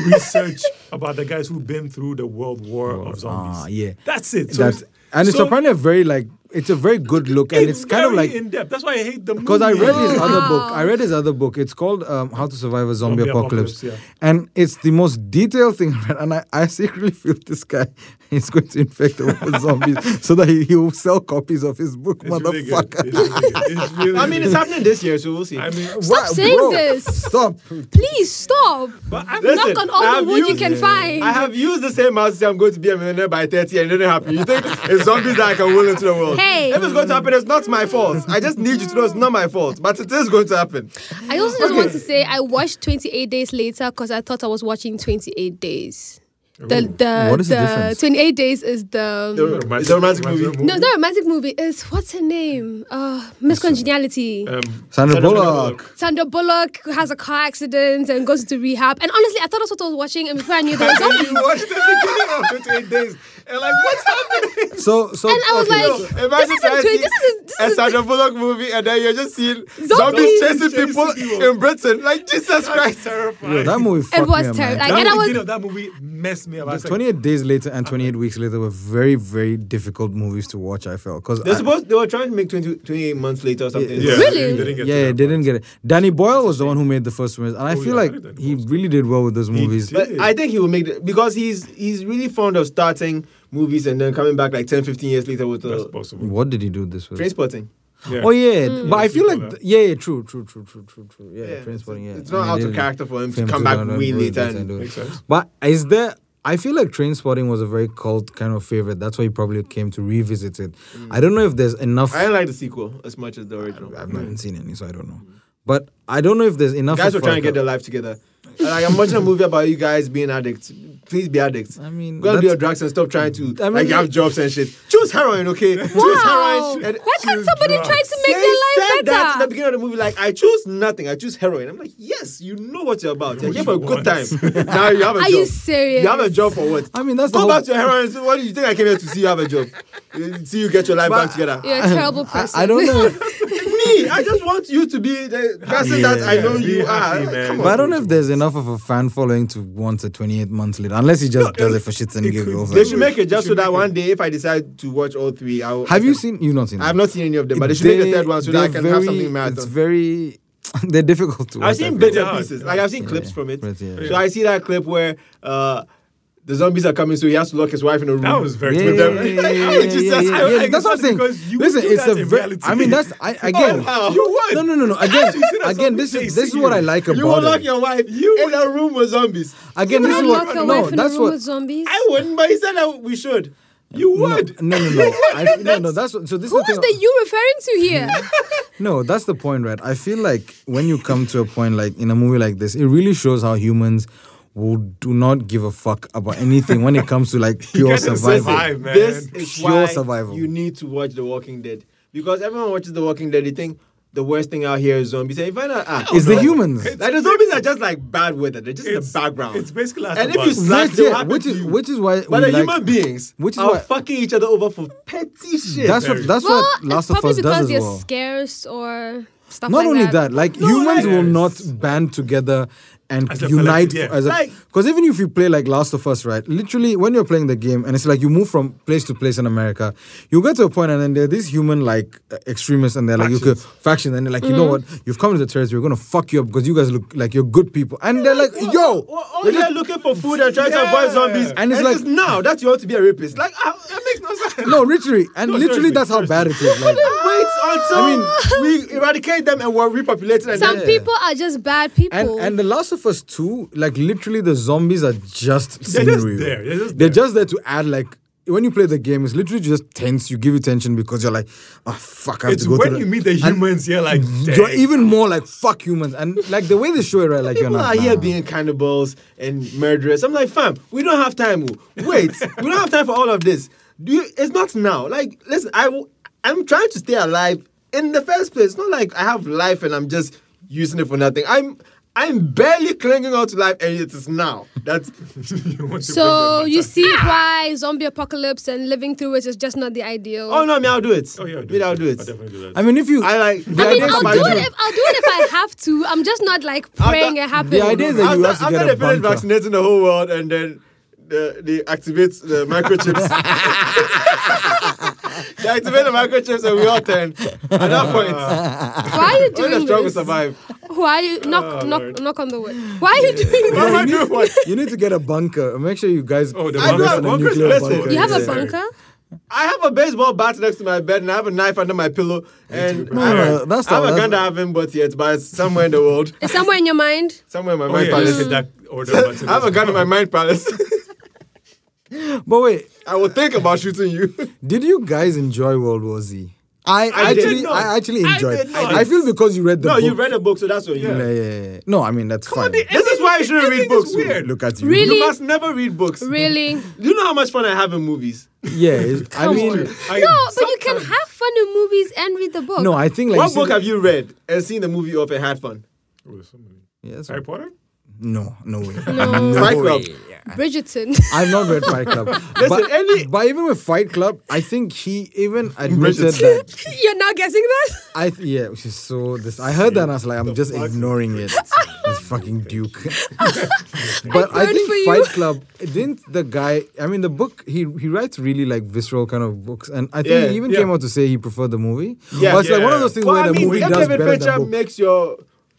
Speaker 4: research about the guys who've been through the world war of zombies.
Speaker 1: ah, yeah.
Speaker 4: That's it. So
Speaker 1: That's, and it's
Speaker 4: so
Speaker 1: apparently a very like it's a very good look, and it's kind of
Speaker 4: very
Speaker 1: like
Speaker 4: in depth. That's why I hate the movie.
Speaker 1: Because I read his
Speaker 3: Wow.
Speaker 1: other book. I read his other book. It's called um, How to Survive a Zombie,
Speaker 4: Zombie
Speaker 1: Apocalypse.
Speaker 4: Apocalypse, yeah.
Speaker 1: And it's the most detailed thing *laughs* I read. And I, I secretly feel this guy *laughs* is going to infect the world with
Speaker 4: *laughs*
Speaker 1: zombies so that he, he will sell copies of his book,
Speaker 4: *laughs* It's really good.
Speaker 1: motherfucker.
Speaker 4: It's really good. It's really
Speaker 2: I mean, it's
Speaker 4: good.
Speaker 2: happening this year, so we'll see.
Speaker 4: I
Speaker 1: *laughs*
Speaker 4: mean,
Speaker 3: Stop
Speaker 1: Why-
Speaker 3: saying
Speaker 1: bro,
Speaker 3: this.
Speaker 1: Stop.
Speaker 3: Please stop.
Speaker 4: but I,
Speaker 2: Listen,
Speaker 3: Knock on
Speaker 2: I
Speaker 3: all
Speaker 2: have
Speaker 3: the wood you
Speaker 2: used
Speaker 3: can
Speaker 2: it.
Speaker 3: find.
Speaker 2: I have used the same mouth to say I'm going to be a millionaire by 30 and it didn't happen. You think it's zombies that I can will into the world?
Speaker 3: Hey.
Speaker 2: If it's going to happen, it's not my fault. I just need you to know it's not my fault, but it is going to happen. *laughs*
Speaker 3: I also just want to say I watched 28 Days Later because I thought I was watching 28 Days. The the,
Speaker 1: What is the difference?
Speaker 3: 28 Days is the,
Speaker 2: The,
Speaker 4: Romantic-
Speaker 2: the romantic
Speaker 4: romantic
Speaker 2: movie.
Speaker 4: movie.
Speaker 3: no, not romantic movie. It's what's her name? Uh, Miss
Speaker 2: Uh,
Speaker 3: Congeniality.
Speaker 4: Um,
Speaker 1: Sandra
Speaker 2: Sandra
Speaker 1: Bullock.
Speaker 3: Sandra Bullock has a car accident and goes into rehab. And honestly, I thought that's what I was watching, and before I knew there was zombies.
Speaker 2: you watched the beginning of 28 days and like, what's happening?
Speaker 1: So, so.
Speaker 3: And I was
Speaker 1: okay,
Speaker 3: like,
Speaker 1: so-
Speaker 3: this
Speaker 2: Imagine
Speaker 3: isn't
Speaker 2: trying to
Speaker 3: twi-
Speaker 2: see
Speaker 3: this isn't this
Speaker 2: a
Speaker 3: isn't
Speaker 2: Sandra Bullock movie and then you're just seeing zombies,
Speaker 3: Zombies
Speaker 2: chasing
Speaker 4: chasing
Speaker 2: people
Speaker 4: people.
Speaker 2: in Britain. Like, Jesus Christ.
Speaker 4: terrifying.
Speaker 1: yo, that movie fucked me
Speaker 3: it
Speaker 1: up,
Speaker 3: was
Speaker 1: man.
Speaker 3: terrible. Like,
Speaker 4: that
Speaker 3: and I
Speaker 4: beginning
Speaker 3: was
Speaker 4: of that movie messed me up. I was
Speaker 1: The
Speaker 4: like,
Speaker 1: 28 days later and 28 weeks later were very, very difficult movies to watch, I felt. Because
Speaker 2: They're supposed, they were trying to make 20, 28 months later or something.
Speaker 4: Yeah,
Speaker 3: Really?
Speaker 4: they didn't get to
Speaker 1: yeah,
Speaker 4: that
Speaker 1: yeah,
Speaker 4: part.
Speaker 1: didn't get it. Danny Boyle was the one who made the first one, and I
Speaker 4: Oh,
Speaker 1: feel
Speaker 4: yeah, I
Speaker 1: like
Speaker 4: did
Speaker 1: he really did well with those movies.
Speaker 4: did.
Speaker 2: But I think he will make the, because he's he's really fond of starting movies and then coming back like 10, 15 years later with
Speaker 4: That's
Speaker 2: the
Speaker 4: possible.
Speaker 1: What did he do this with?
Speaker 2: train spotting.
Speaker 4: Yeah.
Speaker 1: Oh yeah, but I feel like
Speaker 4: Trainspotting.
Speaker 1: th- yeah, yeah, true, true, true, true, true, true. Yeah,
Speaker 2: Mm. Yeah,
Speaker 1: Trainspotting. Yeah,
Speaker 2: it's- it's
Speaker 1: And
Speaker 2: not
Speaker 1: they
Speaker 2: out of
Speaker 1: did it.
Speaker 2: character for him to
Speaker 1: him
Speaker 2: come
Speaker 1: do
Speaker 2: back
Speaker 1: that and
Speaker 2: way
Speaker 1: do it,
Speaker 2: later
Speaker 1: yes,
Speaker 2: and-
Speaker 1: do it.
Speaker 4: Makes sense.
Speaker 1: But is there? I feel like Trainspotting was a very cult kind of favorite. That's why he probably came to revisit it. I don't know if there's enough.
Speaker 2: Mm. I didn't like the sequel as much as the original.
Speaker 1: I've not even seen any, so I don't know. But I don't know if there's enough.
Speaker 2: Mm. guys were
Speaker 1: of
Speaker 2: trying to get
Speaker 1: like a-
Speaker 2: their life together. And, like, I'm watching a movie about you guys being addicts. Please be addicts.
Speaker 1: I mean,
Speaker 2: go and do
Speaker 1: that's-
Speaker 2: your drugs and stop trying to
Speaker 1: I mean,
Speaker 2: like you have jobs and shit. Choose heroin, okay? Choose
Speaker 3: wow.
Speaker 2: heroin. And
Speaker 3: *laughs* Why can't somebody
Speaker 4: drugs.
Speaker 3: try to
Speaker 2: they
Speaker 3: make
Speaker 2: said
Speaker 3: their life
Speaker 2: that in the
Speaker 3: better?
Speaker 2: beginning of the movie, like I choose nothing. I choose heroin. I'm like, yes, you know what you're about. You're here for a good
Speaker 4: What you
Speaker 2: time. now you have a
Speaker 3: Are
Speaker 2: job.
Speaker 3: you serious?
Speaker 2: You have a job for what?
Speaker 1: I mean, that's the
Speaker 2: go
Speaker 1: whole-
Speaker 2: back to your heroin. So What do you think I came here to see? You have a job. Uh, See you get your life back together.
Speaker 3: You're a terrible person.
Speaker 1: I, I don't know.
Speaker 2: *laughs*
Speaker 1: if-
Speaker 2: Me, I just want you to be the person that I
Speaker 1: Yeah.
Speaker 2: know
Speaker 4: Be
Speaker 2: you
Speaker 4: happy,
Speaker 2: are.
Speaker 4: man.
Speaker 2: Come
Speaker 1: But I
Speaker 2: on.
Speaker 1: don't know if there's enough of a fan following to want a 28 months later, unless he just does it for shits and
Speaker 4: it could-
Speaker 1: giggles.
Speaker 2: They
Speaker 1: Like,
Speaker 2: should make it just
Speaker 4: They
Speaker 2: so
Speaker 4: should
Speaker 2: that
Speaker 4: make
Speaker 2: one day, if I decide to watch all three, I will.
Speaker 1: Have you seen? You've not seen.
Speaker 2: I have
Speaker 1: them.
Speaker 2: not seen any of them, but they should make a third one so that I
Speaker 1: they're
Speaker 2: can have
Speaker 1: very-
Speaker 2: something marathon.
Speaker 1: It's very. *laughs* they're difficult to watch.
Speaker 2: I've seen
Speaker 1: I feel.
Speaker 2: bits and
Speaker 4: Yeah.
Speaker 2: pieces. Like I've seen clips
Speaker 1: Yeah.
Speaker 2: from it.
Speaker 1: Right, yeah.
Speaker 2: So I see that clip where uh, the zombies are coming, so he has to lock his wife in a room.
Speaker 4: That was very
Speaker 1: Yeah,
Speaker 4: clever.
Speaker 1: yeah, yeah, yeah, yeah,
Speaker 2: Jesus,
Speaker 1: yeah, yeah,
Speaker 2: I-
Speaker 1: yeah,
Speaker 2: I-
Speaker 1: That's what I'm saying.
Speaker 4: because you would
Speaker 1: Listen,
Speaker 4: do
Speaker 1: it's
Speaker 4: that
Speaker 1: a
Speaker 4: in
Speaker 1: very.
Speaker 4: reality.
Speaker 1: I mean, that's I again.
Speaker 2: wow.
Speaker 4: You would.
Speaker 1: No, no, no, no. Again,
Speaker 4: actually seen that
Speaker 1: again. This
Speaker 4: zombie
Speaker 1: is this is
Speaker 4: chasing
Speaker 1: what
Speaker 4: you.
Speaker 1: I like
Speaker 2: You will
Speaker 1: about
Speaker 2: lock
Speaker 1: it.
Speaker 2: your wife you in a room with zombies.
Speaker 1: Again,
Speaker 3: You
Speaker 1: this is
Speaker 3: would lock
Speaker 1: what.
Speaker 3: your
Speaker 1: No,
Speaker 3: wife in a
Speaker 1: that's
Speaker 3: room with
Speaker 1: what.
Speaker 3: zombies.
Speaker 2: I wouldn't, but he said that we should.
Speaker 4: You would.
Speaker 1: No, no, no. I, no, no. That's what- so. This
Speaker 3: Who
Speaker 1: is the
Speaker 3: is
Speaker 1: thing-
Speaker 3: the you referring to here?
Speaker 1: No, *laughs* that's the point, right? I feel like when you come to a point like in a movie like this, it really shows how humans will do not give a fuck about anything when it comes to like pure
Speaker 4: gotta survive.
Speaker 1: survival.
Speaker 4: man.
Speaker 2: This is
Speaker 1: Pure
Speaker 2: why
Speaker 1: survival.
Speaker 2: you need to watch The Walking Dead because everyone watches The Walking Dead. They think the worst thing out here is zombies. And you find out, ah,
Speaker 1: It's the humans.
Speaker 2: like the zombies are just like bad weather. They're just in the
Speaker 4: It's-
Speaker 2: background.
Speaker 4: it's basically like
Speaker 2: and
Speaker 4: the
Speaker 2: if you
Speaker 4: bug.
Speaker 2: slack,
Speaker 1: Right,
Speaker 2: they'll
Speaker 1: yeah,
Speaker 2: happen
Speaker 1: which
Speaker 2: to
Speaker 1: is-
Speaker 2: you.
Speaker 1: which is why
Speaker 2: But
Speaker 1: we
Speaker 2: the
Speaker 1: like-
Speaker 2: human beings
Speaker 1: which is
Speaker 2: are
Speaker 1: why-
Speaker 2: fucking each other over for petty shit.
Speaker 1: That's what that's
Speaker 3: well,
Speaker 1: what Last
Speaker 3: it's
Speaker 1: of
Speaker 3: probably
Speaker 1: Us
Speaker 3: because
Speaker 1: does
Speaker 3: they're
Speaker 1: as well.
Speaker 3: scarce or stuff
Speaker 1: Not
Speaker 3: like
Speaker 1: only that, like humans
Speaker 2: like-
Speaker 1: will not band together and
Speaker 4: As a
Speaker 1: unite
Speaker 4: collective, yeah.
Speaker 1: as a
Speaker 2: Like-
Speaker 1: because even if you play like Last of Us, right? Literally, when you're playing the game and it's like you move from place to place in America, you get to a point and then there are these human like uh, extremists and they're like you could faction and they're like you know what
Speaker 3: Mm-hmm.
Speaker 1: you've come to the territory we're gonna fuck you up because you guys look like you're good people and they're like yo
Speaker 2: Well, all
Speaker 1: we're
Speaker 2: you're
Speaker 1: just-
Speaker 2: looking for food and trying to
Speaker 4: Yeah.
Speaker 2: avoid zombies,
Speaker 1: And it's like-
Speaker 2: now that you want to be a rapist. Like ah, that makes
Speaker 1: *laughs*
Speaker 2: no sense.
Speaker 1: no literally and literally
Speaker 4: seriously,
Speaker 1: that's how bad it is. Like,
Speaker 2: Wait until
Speaker 1: I
Speaker 2: we eradicate them and we're repopulated. And
Speaker 3: Some
Speaker 2: then-
Speaker 3: people are just bad people.
Speaker 1: And and The Last of Us 2, like literally the zombies are just
Speaker 4: *laughs* They're just
Speaker 1: scenery.
Speaker 4: there. They're just there.
Speaker 1: there to add like when you play the game, it's literally just tense. You give you tension because you're like, oh fuck, I have
Speaker 4: It's
Speaker 1: to go
Speaker 4: when
Speaker 1: through
Speaker 4: you
Speaker 1: that."
Speaker 4: meet the
Speaker 1: And
Speaker 4: humans, you're like,
Speaker 1: you're
Speaker 4: "Dang."
Speaker 1: even more like fuck humans. And like the way they show it, right? Like
Speaker 2: People
Speaker 1: you're
Speaker 2: are
Speaker 1: not.
Speaker 2: here
Speaker 1: nah.
Speaker 2: being cannibals and murderers. I'm like, fam, we don't have time. oh. Wait, we don't have time for all of this. Do you, it's not now. Like, listen, I will, I'm trying to stay alive in the first place. It's not like I have life and I'm just using it for nothing. I'm I'm barely clinging on to life, and it is now. That's
Speaker 4: You want to
Speaker 3: so
Speaker 4: bring them
Speaker 3: you
Speaker 4: back.
Speaker 3: see why zombie apocalypse and living through it is just not the ideal.
Speaker 2: oh no, me, I'll do it.
Speaker 4: Oh yeah, I'll do
Speaker 2: Me, I'll
Speaker 4: it.
Speaker 2: do it.
Speaker 4: I'll definitely do that.
Speaker 1: I mean, if you,
Speaker 2: I like.
Speaker 1: The
Speaker 3: I mean,
Speaker 1: idea is
Speaker 3: I'll
Speaker 1: that
Speaker 3: do
Speaker 1: you-
Speaker 3: it if I'll do it if I have to. I'm just not like praying it happens.
Speaker 1: the idea is that
Speaker 2: after,
Speaker 1: you have to
Speaker 2: after
Speaker 1: get
Speaker 2: they
Speaker 1: a
Speaker 2: finish
Speaker 1: bunker.
Speaker 2: vaccinating the whole world and then the, they activate the
Speaker 1: *laughs*
Speaker 2: microchips. they activate the microchips and we all turn. At that
Speaker 1: Uh.
Speaker 2: point,
Speaker 3: why are you
Speaker 2: only the
Speaker 3: doing
Speaker 2: strong will
Speaker 3: this?
Speaker 2: survive.
Speaker 3: Why are you knock
Speaker 4: Oh,
Speaker 3: knock
Speaker 4: Lord.
Speaker 3: knock on the wood? Why are you doing
Speaker 2: What am
Speaker 3: this?
Speaker 2: I doing? What?
Speaker 1: you need to get a bunker. Make sure you guys.
Speaker 4: Oh, the
Speaker 1: invest in
Speaker 2: bunker-
Speaker 1: a
Speaker 2: bunker's
Speaker 1: nuclear
Speaker 2: best.
Speaker 1: bunker,
Speaker 3: You have
Speaker 1: yeah.
Speaker 3: a
Speaker 4: sorry.
Speaker 3: bunker?
Speaker 2: I have a baseball bat next to my bed and I have a knife under my pillow. And I have,
Speaker 1: no, that's
Speaker 2: I
Speaker 1: not-
Speaker 2: have a
Speaker 1: that's-
Speaker 2: gun that I haven't bought yet, but it's somewhere in the world.
Speaker 3: It's somewhere in your mind.
Speaker 2: Somewhere in my
Speaker 4: Oh,
Speaker 2: mind
Speaker 4: yeah, just hit
Speaker 2: palace.
Speaker 4: that order button.
Speaker 2: I have a gun in my mind palace. *laughs*
Speaker 1: But wait,
Speaker 2: I will think about shooting you.
Speaker 1: Did you guys enjoy World War Z? I
Speaker 2: I did
Speaker 1: actually,
Speaker 2: not.
Speaker 1: I actually
Speaker 2: I
Speaker 1: enjoyed.
Speaker 2: did
Speaker 1: it.
Speaker 2: not.
Speaker 1: I feel because you read the
Speaker 2: No,
Speaker 1: book.
Speaker 2: you read a book, so that's what you
Speaker 1: Yeah,
Speaker 2: know.
Speaker 1: yeah, yeah. No, I mean that's fine.
Speaker 2: This is why you shouldn't read
Speaker 4: Everything is
Speaker 2: books.
Speaker 4: weird.
Speaker 1: Look at you.
Speaker 3: Really?
Speaker 2: You must never read books.
Speaker 3: Really?
Speaker 2: Do you know how much fun I have in movies?
Speaker 1: Yeah. it's- I
Speaker 3: Come
Speaker 1: mean,
Speaker 2: I-
Speaker 3: No, but you can
Speaker 2: sometimes-
Speaker 3: have fun in movies and read the book.
Speaker 1: no, I think like.
Speaker 2: What
Speaker 1: see
Speaker 2: book
Speaker 1: the-
Speaker 2: have you read and seen the movie of and had fun?
Speaker 4: Oh, so many.
Speaker 1: Yes.
Speaker 4: Harry Potter?
Speaker 1: No, no way.
Speaker 3: No.
Speaker 2: Fight Club.
Speaker 1: way.
Speaker 3: Bridgerton. *laughs*
Speaker 1: I've not read Fight
Speaker 2: *laughs*
Speaker 1: Club. but,
Speaker 2: any-
Speaker 1: but even with Fight Club, I think he
Speaker 2: *laughs*
Speaker 1: even admitted that.
Speaker 3: You're not guessing that?
Speaker 1: I th- yeah, which is so this. I heard that and I was like, I'm just ignoring
Speaker 2: *laughs*
Speaker 1: it. This fucking Duke. *laughs* but I,
Speaker 3: I
Speaker 1: think
Speaker 3: for you.
Speaker 1: Fight Club didn't the guy. I mean, the book he he writes really like visceral kind of books, and I think
Speaker 2: Yeah,
Speaker 1: he even
Speaker 4: yeah.
Speaker 1: came out to say he preferred the movie.
Speaker 2: Yeah,
Speaker 1: but it's like one of
Speaker 4: yeah.
Speaker 1: those things
Speaker 2: Well,
Speaker 1: where
Speaker 2: I
Speaker 1: the
Speaker 2: mean,
Speaker 1: movie
Speaker 2: if
Speaker 1: does
Speaker 2: David
Speaker 1: better
Speaker 2: Fincher
Speaker 1: than book.
Speaker 2: makes your